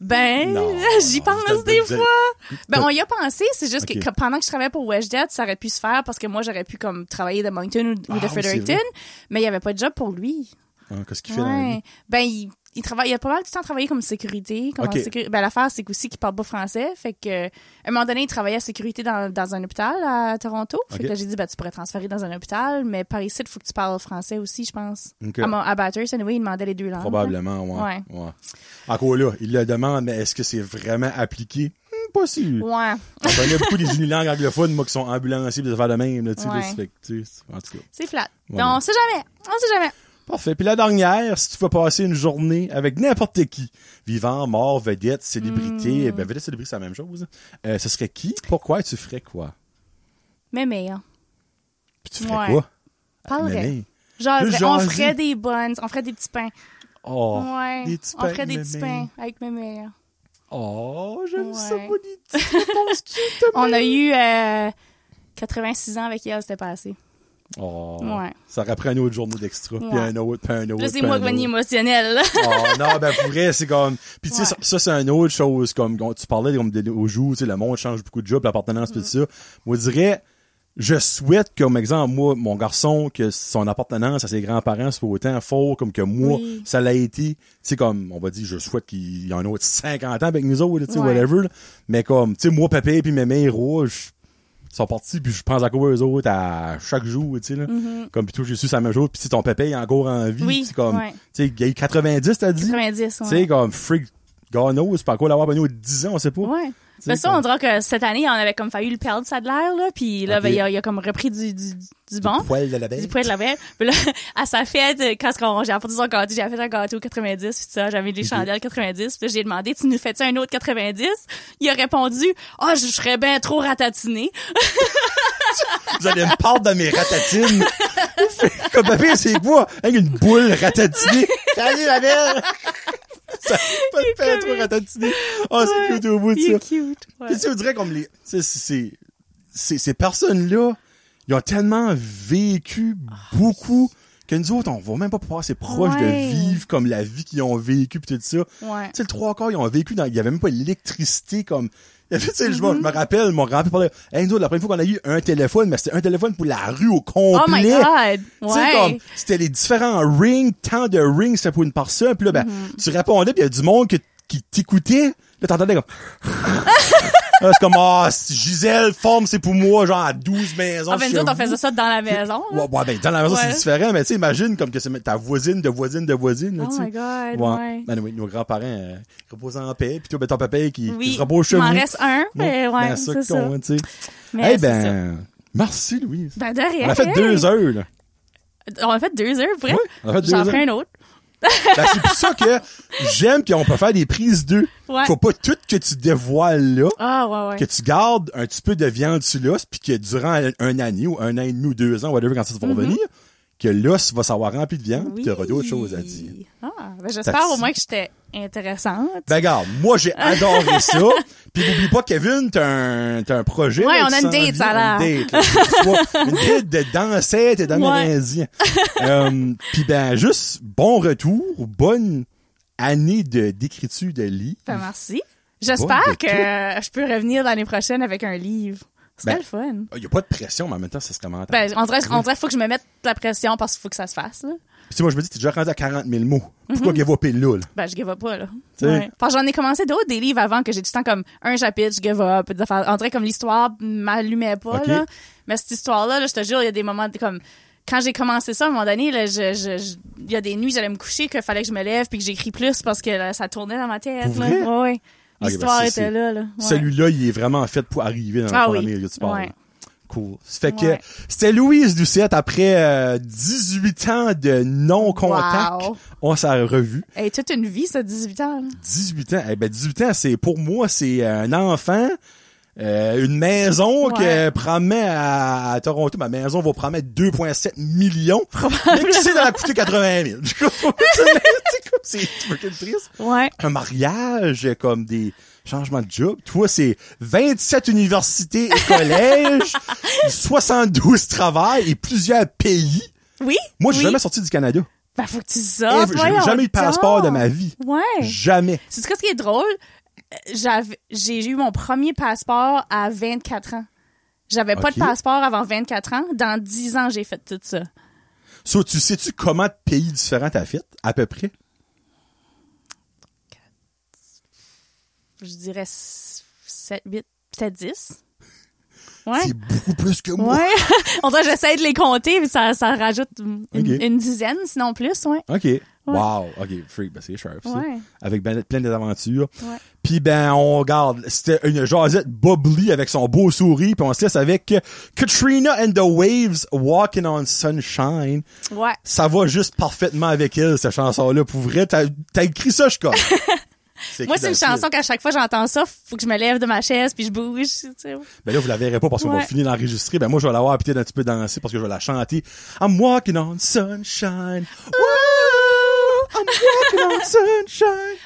Ben,
Non.
j'y
Vous
pense
êtes-
des
vous êtes-
fois. Ben, on y a pensé, c'est juste
Ok.
que, que pendant que je travaillais pour WestJet, ça aurait pu se faire parce que moi, j'aurais pu comme travailler de Moncton ou,
Ah,
ou de
oui, c'est
Fredericton,
vrai.
mais il y avait pas de job pour lui.
Hein, Qu'est-ce qu'il fait dans la
Ouais.
vie?
Ben, il, il travaille, il a pas mal tout le temps travaillé comme sécurité. Comme en
Ok.
sécu- Ben, l'affaire, c'est qu'aussi qu'il parle pas français. Fait que, à un moment donné, il travaillait à sécurité dans, dans un hôpital à Toronto. Fait
Ok.
que là, j'ai dit, ben, tu pourrais transférer dans un hôpital, mais par ici, il faut que tu parles français aussi, je pense.
Ok.
À, mon, à Batters, anyway, il demandait les deux langues.
Probablement, ouais.
Ouais.
ouais. Encore là, il le demande, mais est-ce que c'est vraiment appliqué? Hmm, pas sûr.
Ouais.
On connaît beaucoup des unilangues anglophones, moi, qui sont ambulanciers, des affaires de même, là, tu sais, là,
Ouais.
ça fait que, tu sais, en tout cas.
C'est flat.
Voilà.
Donc, on sait jamais. On sait jamais.
Parfait. Puis la dernière, si tu veux passer une journée avec n'importe qui, vivant, mort, vedette, célébrité,
Hmm.
ben vedette, célébrité, c'est la même chose, euh, ce serait qui, pourquoi, et tu ferais quoi?
Mais hein, meilleur.
Puis tu ferais
Ouais. Ah,
quoi?
Parlerait.
Mémé.
Genre,
Ah, Juste
on
jaser.
ferait des buns, on ferait des petits pains.
Oh,
ouais.
des petits
on
pains,
ferait des petits
mémé.
pains avec mes meilleurs.
Oh, j'aime ça,
Ouais.
mon petit réponse cute.
On a eu euh, 86 ans avec elle, c'était passé.
Oh,
Ouais.
ça aurait pris une autre journée d'extra, puis
Ouais.
un autre, puis un autre.
Là, c'est
puis
moi
un
qui
autre.
suis émotionnelle.
Oh, non, ben, pour vrai, c'est comme, puis tu sais,
Ouais.
ça, ça, c'est une autre chose, comme, comme tu parlais, comme, de- au jour, tu sais, le monde change beaucoup de job, l'appartenance, puis tout
Mm.
ça. Moi, je dirais, je souhaite, comme exemple, moi, mon garçon, que son appartenance à ses grands-parents soit autant fort comme que moi,
Oui.
ça l'a été. Tu sais, comme, on va dire, je souhaite qu'il y en ait autre 50 ans avec nous autres, tu sais,
Ouais.
whatever, là. Mais comme, tu sais, moi, papa, puis mes mères, rouges, sont partis puis je pense encore eux autres à chaque jour tu sais là comme plutôt j'ai su ça même jour puis si ton pépé est encore en vie
Mm-hmm. Oui,
c'est comme
ouais.
tu sais il y a eu 90 t'as dit
90,
tu
ouais.
sais, comme freak, God knows, pas quoi l'avoir connu 10 ans, on sait pas.
Ouais.
sais,
Mais ça,
comme-
on dirait que cette année, on avait comme failli le perdre, ça de l'air, là. Puis là,
Ok.
ben, il, a, il a comme repris du, du, du bon.
Poil de la bête.
Du poil de la bête. Puis là, à sa fête, quand on- j'ai apporté son gâteau, j'avais fait un gâteau 90, puis ça, j'avais des chandelles 90. Puis là, j'ai demandé, tu nous fais-tu un autre 90? Il a répondu, ah, je serais bien trop ratatiné.
Vous allez me parler de mes ratatines. comme papier, c'est quoi? Avec une boule ratatinée. Salut, la belle! ça pas de faire trop ratatiné. Oh, c'est cute au bout de
Il
ça.
est cute. Ouais.
Puis tu sais, on dirait comme les, tu sais, c'est, c'est, c'est- ces personnes-là, ils ont tellement vécu
Ah,
beaucoup que nous autres, on va même pas pouvoir assez proche
Ouais.
de vivre comme la vie qu'ils ont vécu pis tout ça.
Ouais.
Tu sais, le trois quarts, ils ont vécu dans, il y avait même pas l'électricité comme, tu sais, je me-
Mm-hmm.
je me rappelle, mon grand-père parlait, hey, nous autres, la première fois qu'on a eu un téléphone, mais c'était un téléphone pour la rue au complet.
Oh my God!
Tu sais,
Ouais.
comme, c'était les différents rings, tant de rings, c'était pour une personne, puis là, ben,
Mm-hmm.
tu répondais, puis il y a du monde que- qui t'écoutait, là, t'entendais comme... Là, c'est comme, ah, si Gisèle forme, c'est pour moi, genre, à 12 maisons.
Ah, ben, nous
chez
autres, on
vous.
faisait ça dans la maison. là.
Ouais, ouais, ben, dans la maison,
Ouais.
c'est différent, mais tu sais, imagine comme que c'est ta voisine de voisine de voisine, là,
Oh
tu sais. Ben,
my God, ouais.
Anyway, nos grands-parents euh, reposent en paix, puis toi, ben, ton papa qui, qui
Oui.
se repose chez
Il m'en
vous.
reste un, mais ouais,
ben, ça,
c'est ça.
con, tu sais.
Mais
Eh
c'est
ben, merci, Louise.
Ben, de rien.
On a fait
hey.
deux heures, là.
On a fait deux heures, vrai?
Oui, on a fait deux
J'en
heures.
ferai un autre.
Ben, c'est pour ça que j'aime qu'on peut faire des prises d'eux.
Ouais.
Faut pas tout que tu dévoiles là,
Ah, ouais, ouais.
que tu gardes un petit peu de viande sur l'os, puis que durant un année ou un an et demi ou deux ans, whatever, quand ça
Mhm.
va revenir, que l'os va s'avoir rempli de viande, puis t'auras d'autres choses à dire.
Ah, ben j'espère
Ça-
au moins que j'étais intéressante.
Ben regarde, moi j'ai adoré ça. Puis n'oublie pas Kevin, t'as un, t'as un projet.
Ouais,
là,
on
qui
a une
s'en
date, ça a
vient, Une date, là, que ce soit une date de dansette et d'amérindien. Euh, Puis ben juste bon retour, bonne année de d'écriture de livre.
Ben, merci. J'espère
Bon, de
que euh, je peux revenir l'année prochaine avec un livre. C'est
Ben-
le fun.
Il n'y a pas de pression, mais en même temps, ça serait mental.
Ben, on dirait, on dirait qu'il faut que je me mette la pression parce qu'il faut que ça se fasse. Là.
Puis tu sais, moi, je me dis, t'es déjà rendu à 40 000 mots.
Mhm.
Pourquoi qu'il va pile là? là?
Ben, je give up pas, là.
T'sais.
Ouais. Parce que j'en ai commencé d'autres des livres avant que j'ai du temps comme un chapitre, je give up. des affaires- On dirait comme l'histoire m'allumait pas,
Ok.
là. Mais cette histoire-là, là, je te jure, il y a des moments de- comme. Quand j'ai commencé ça, à un moment donné, là, je, je- je- il y a des nuits, j'allais me coucher, qu'il fallait que je me lève puis que j'écris plus parce que là, ça tournait dans ma tête.
Pour
là.
vrai?
Ouais, ouais.
ben,
L'histoire
ça, c'est-
était là, là. Ouais.
Celui-là, il est vraiment fait pour arriver dans le
Ah
fond
oui.
de la mer que tu parles.
Ouais.
Cool. Ça fait que
Ouais.
c'était Louise Doucette après euh, 18 ans de non-contact.
Wow.
On s'est revus.
Hey, toute une vie, ça, 18 ans. là.
18 ans. Eh ben 18 ans, c'est pour moi, c'est euh, un enfant. Euh, une maison qui
Ouais.
prend à, à Toronto, ma maison va promettre 2,7 millions. Mais qui sait, elle a coûté 80 000. Tu comprends? c'est fucking triste.
Ouais.
Un mariage, comme des changements de job. Toi, c'est 27 universités et collèges, 72 travails et plusieurs pays.
Oui?
Moi, je
oui.
suis jamais sorti du Canada.
Ben, faut que tu
Et
sortes.
J'ai jamais eu de passeport de ma vie.
Ouais.
Jamais.
C'est ce qui est drôle. Euh, j'avais- J'ai eu mon premier passeport à 24 ans. J'avais pas de
Ok.
passeport avant 24 ans. Dans 10 ans, j'ai fait tout ça.
So, tu sais-tu comment de pays différents t'as fait, à peu près?
Je dirais 7, 8, peut-être 10. Ouais.
C'est beaucoup plus que moi.
Ouais. On dirait que j'essaie de les compter, mais ça, ça rajoute une,
Ok.
une dizaine, sinon plus, ouais.
OK. Wow. OK. Freak, ben c'est sharp, ça.
Ouais.
Avec ben- plein d'aventures.
Ouais.
Puis ben, on regarde, c'était une jasette bubbly avec son beau sourire, puis on se laisse avec euh, Katrina and the Waves Walking on Sunshine.
Ouais.
Ça va juste parfaitement avec elle, cette chanson-là. Pour vrai, t'as t'as écrit ça, je crois.
Moi, c'est une chanson qu'à chaque fois j'entends ça, faut que je me lève de ma chaise puis je bouge, tu sais.
Ben là, vous la verrez pas parce qu'on va
Ouais.
finir d'enregistrer. Ben moi, je vais l'avoir peut-être un petit peu danser parce que je vais la chanter. I'm walking on sunshine. Woo! I'm walking on sunshine.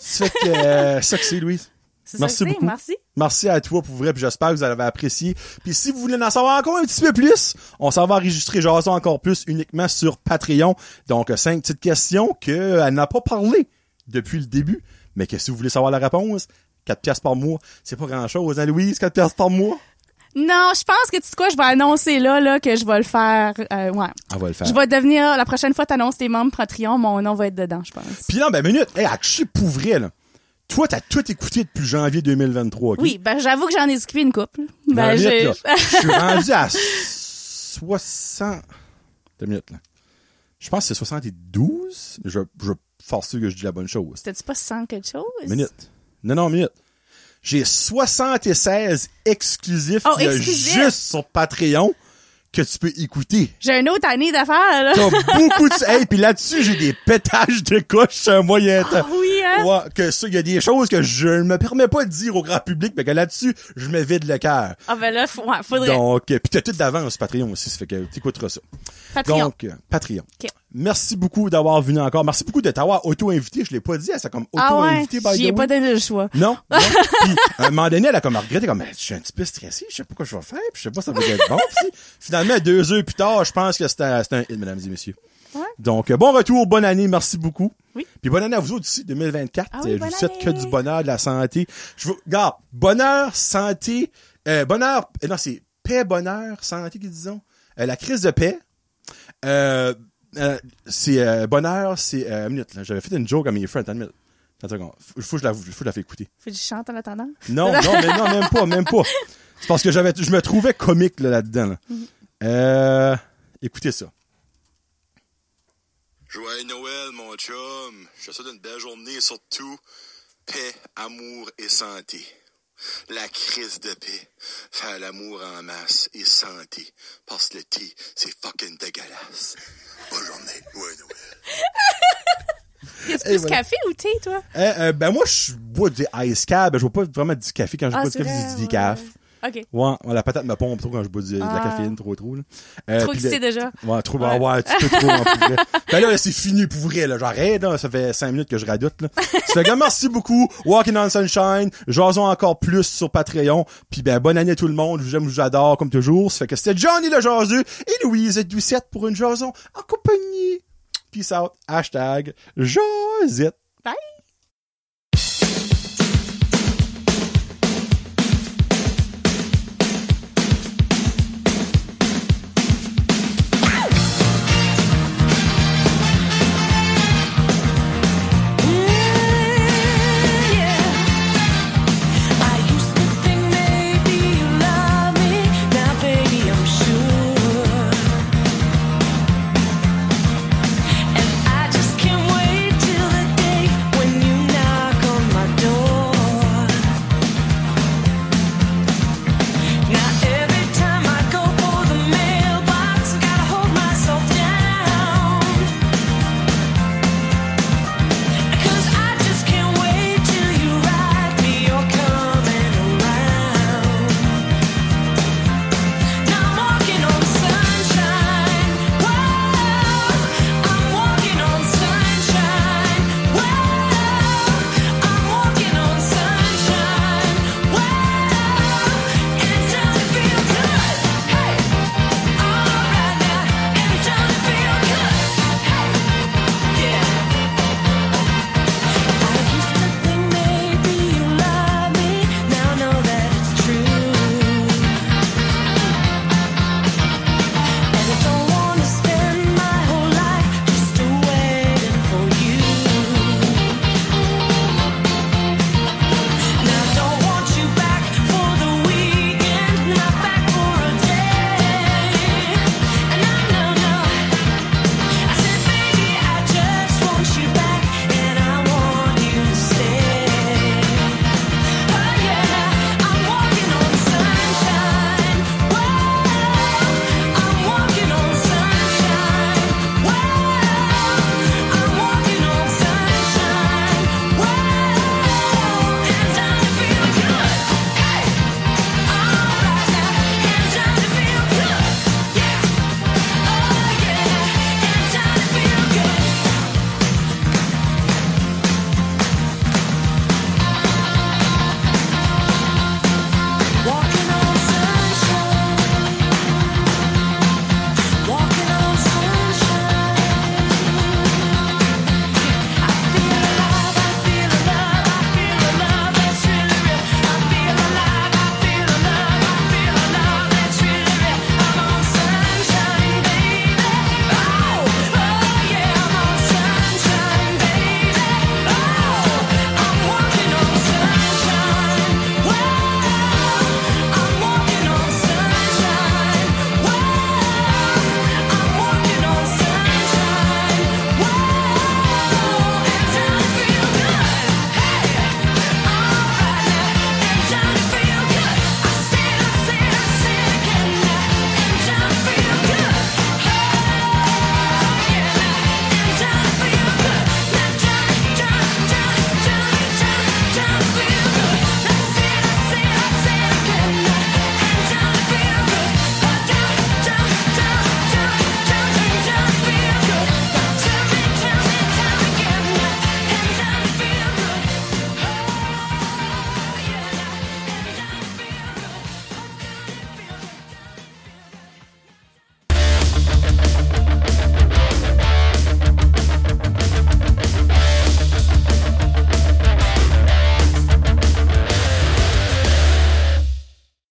Ça fait que, euh, ça que c'est, Louise.
C'est ça
Merci
que c'est,
beaucoup.
merci.
Merci à toi pour vrai, puis j'espère que vous avez apprécié. Puis si vous voulez en savoir encore un petit peu plus, on s'en va enregistrer Jason encore plus uniquement sur Patreon. Donc, euh, cinq petites questions qu'elle n'a pas parlé depuis le début, mais que si vous voulez savoir la réponse, 4 piastres par mois, c'est pas grand-chose, hein, Louise, 4 piastres par mois?
Non, je pense que tu sais quoi, je vais annoncer là là que je vais le faire euh, ouais.
On va le faire.
Je vais devenir la prochaine fois t'annonces tes membres Patreon, mon nom va être dedans, je pense.
Puis non, ben minute, hey, Akshay, pour vrai, là. Toi, t'as tout écouté depuis janvier 2023, ok?
Oui, ben j'avoue que j'en ai skippé une couple. Ben
Minute,
j'ai-
là, je suis rendu à 60... Deux minutes, là. Je pense que c'est 72. Je, je force que je dis la bonne chose.
C'était-tu pas sans quelque chose?
Minute. Non, non, minute. J'ai 76 exclusifs
Oh,
qu'il y a
exclusifs!
juste sur Patreon que tu peux écouter.
J'ai une autre année d'affaires là.
T'as beaucoup de... Hey, puis là-dessus, j'ai des pétages de coche sur un moyen temps.
Ah oui, hein?
Ouais, que ça, il y a des choses que je ne me permets pas de dire au grand public, mais que là-dessus, je me vide le cœur.
Ah ben là, faut- ouais, faudrait
Donc, euh, puis t'as tout d'avance Patreon aussi, ça fait que t'écouteras ça.
Patreon.
Donc, euh, Patreon.
Ok.
Merci beaucoup d'avoir venu encore. Merci beaucoup de t'avoir auto-invité. Je l'ai pas dit, elle s'est comme
ah ouais,
auto-invitée, by
j'y ai
the
pas
way.
donné le choix.
Non, non. Puis, à un moment donné, elle a comme regretté, comme, je suis un petit peu stressé, je sais pas quoi je vais faire, puis je sais pas ça va être bon. Puis, finalement, deux heures plus tard, je pense que c'était un c'était un hit, mesdames et messieurs.
Ouais.
Donc, euh, bon retour, bonne année, merci beaucoup.
Oui.
Puis bonne année à vous autres aussi, 2024.
Ah oui,
Euh, je
bonne
vous souhaite que
année.
du bonheur, de la santé. Je vous, regarde, bonheur, santé, euh, bonheur, euh, non, c'est paix, bonheur, santé, qu'ils disons. Euh, la crise de paix, euh, euh, c'est euh, bonheur, c'est, euh, une minute, là, j'avais fait une joke à mes friends, attends une minute. Attends une seconde. Faut- faut que je la, faut que je la fais écouter.
Faut que je chante en attendant.
Non, non, mais non, même pas, même pas. C'est parce que j'avais, je me trouvais comique là, là-dedans. là. Euh, écoutez ça.
Joyeux Noël, mon chum. Je te souhaite une belle journée et surtout paix, amour et santé. La crise de paix. Faire l'amour en masse et santé. Parce que le thé, c'est fucking dégueulasse. Bonne journée. Joyeux Noël.
Qu'est-ce
Et
plus
voilà.
café ou thé, toi?
Euh, euh, ben moi, je bois des ice cab. Je bois pas vraiment du café quand je
Ah,
bois du
c'est
café,
vrai,
c'est du
ouais.
caf.
OK.
Ouais, ouais, la patate me pompe trop quand je bois du- de la
Ah.
caféine, trop, trop. Là. Euh,
Trop
puis
excité
le-
déjà.
Ouais, trop,
Ouais.
ouais, ouais, un petit peu trop, en pour vrai. Ben là, là, c'est fini pour vrai, là. J'arrête, là. Ça fait cinq minutes que je radoute, là. C'est que ben, merci beaucoup. Walking on Sunshine. Jason encore plus sur Patreon. Puis ben, bonne année à tout le monde. Je vous aime, je vous adore, comme toujours. Ça fait que c'était Johnny le Jaseux et Louise Doucette pour une Jason en compagnie. Peace out. Hashtag Josette.
Bye!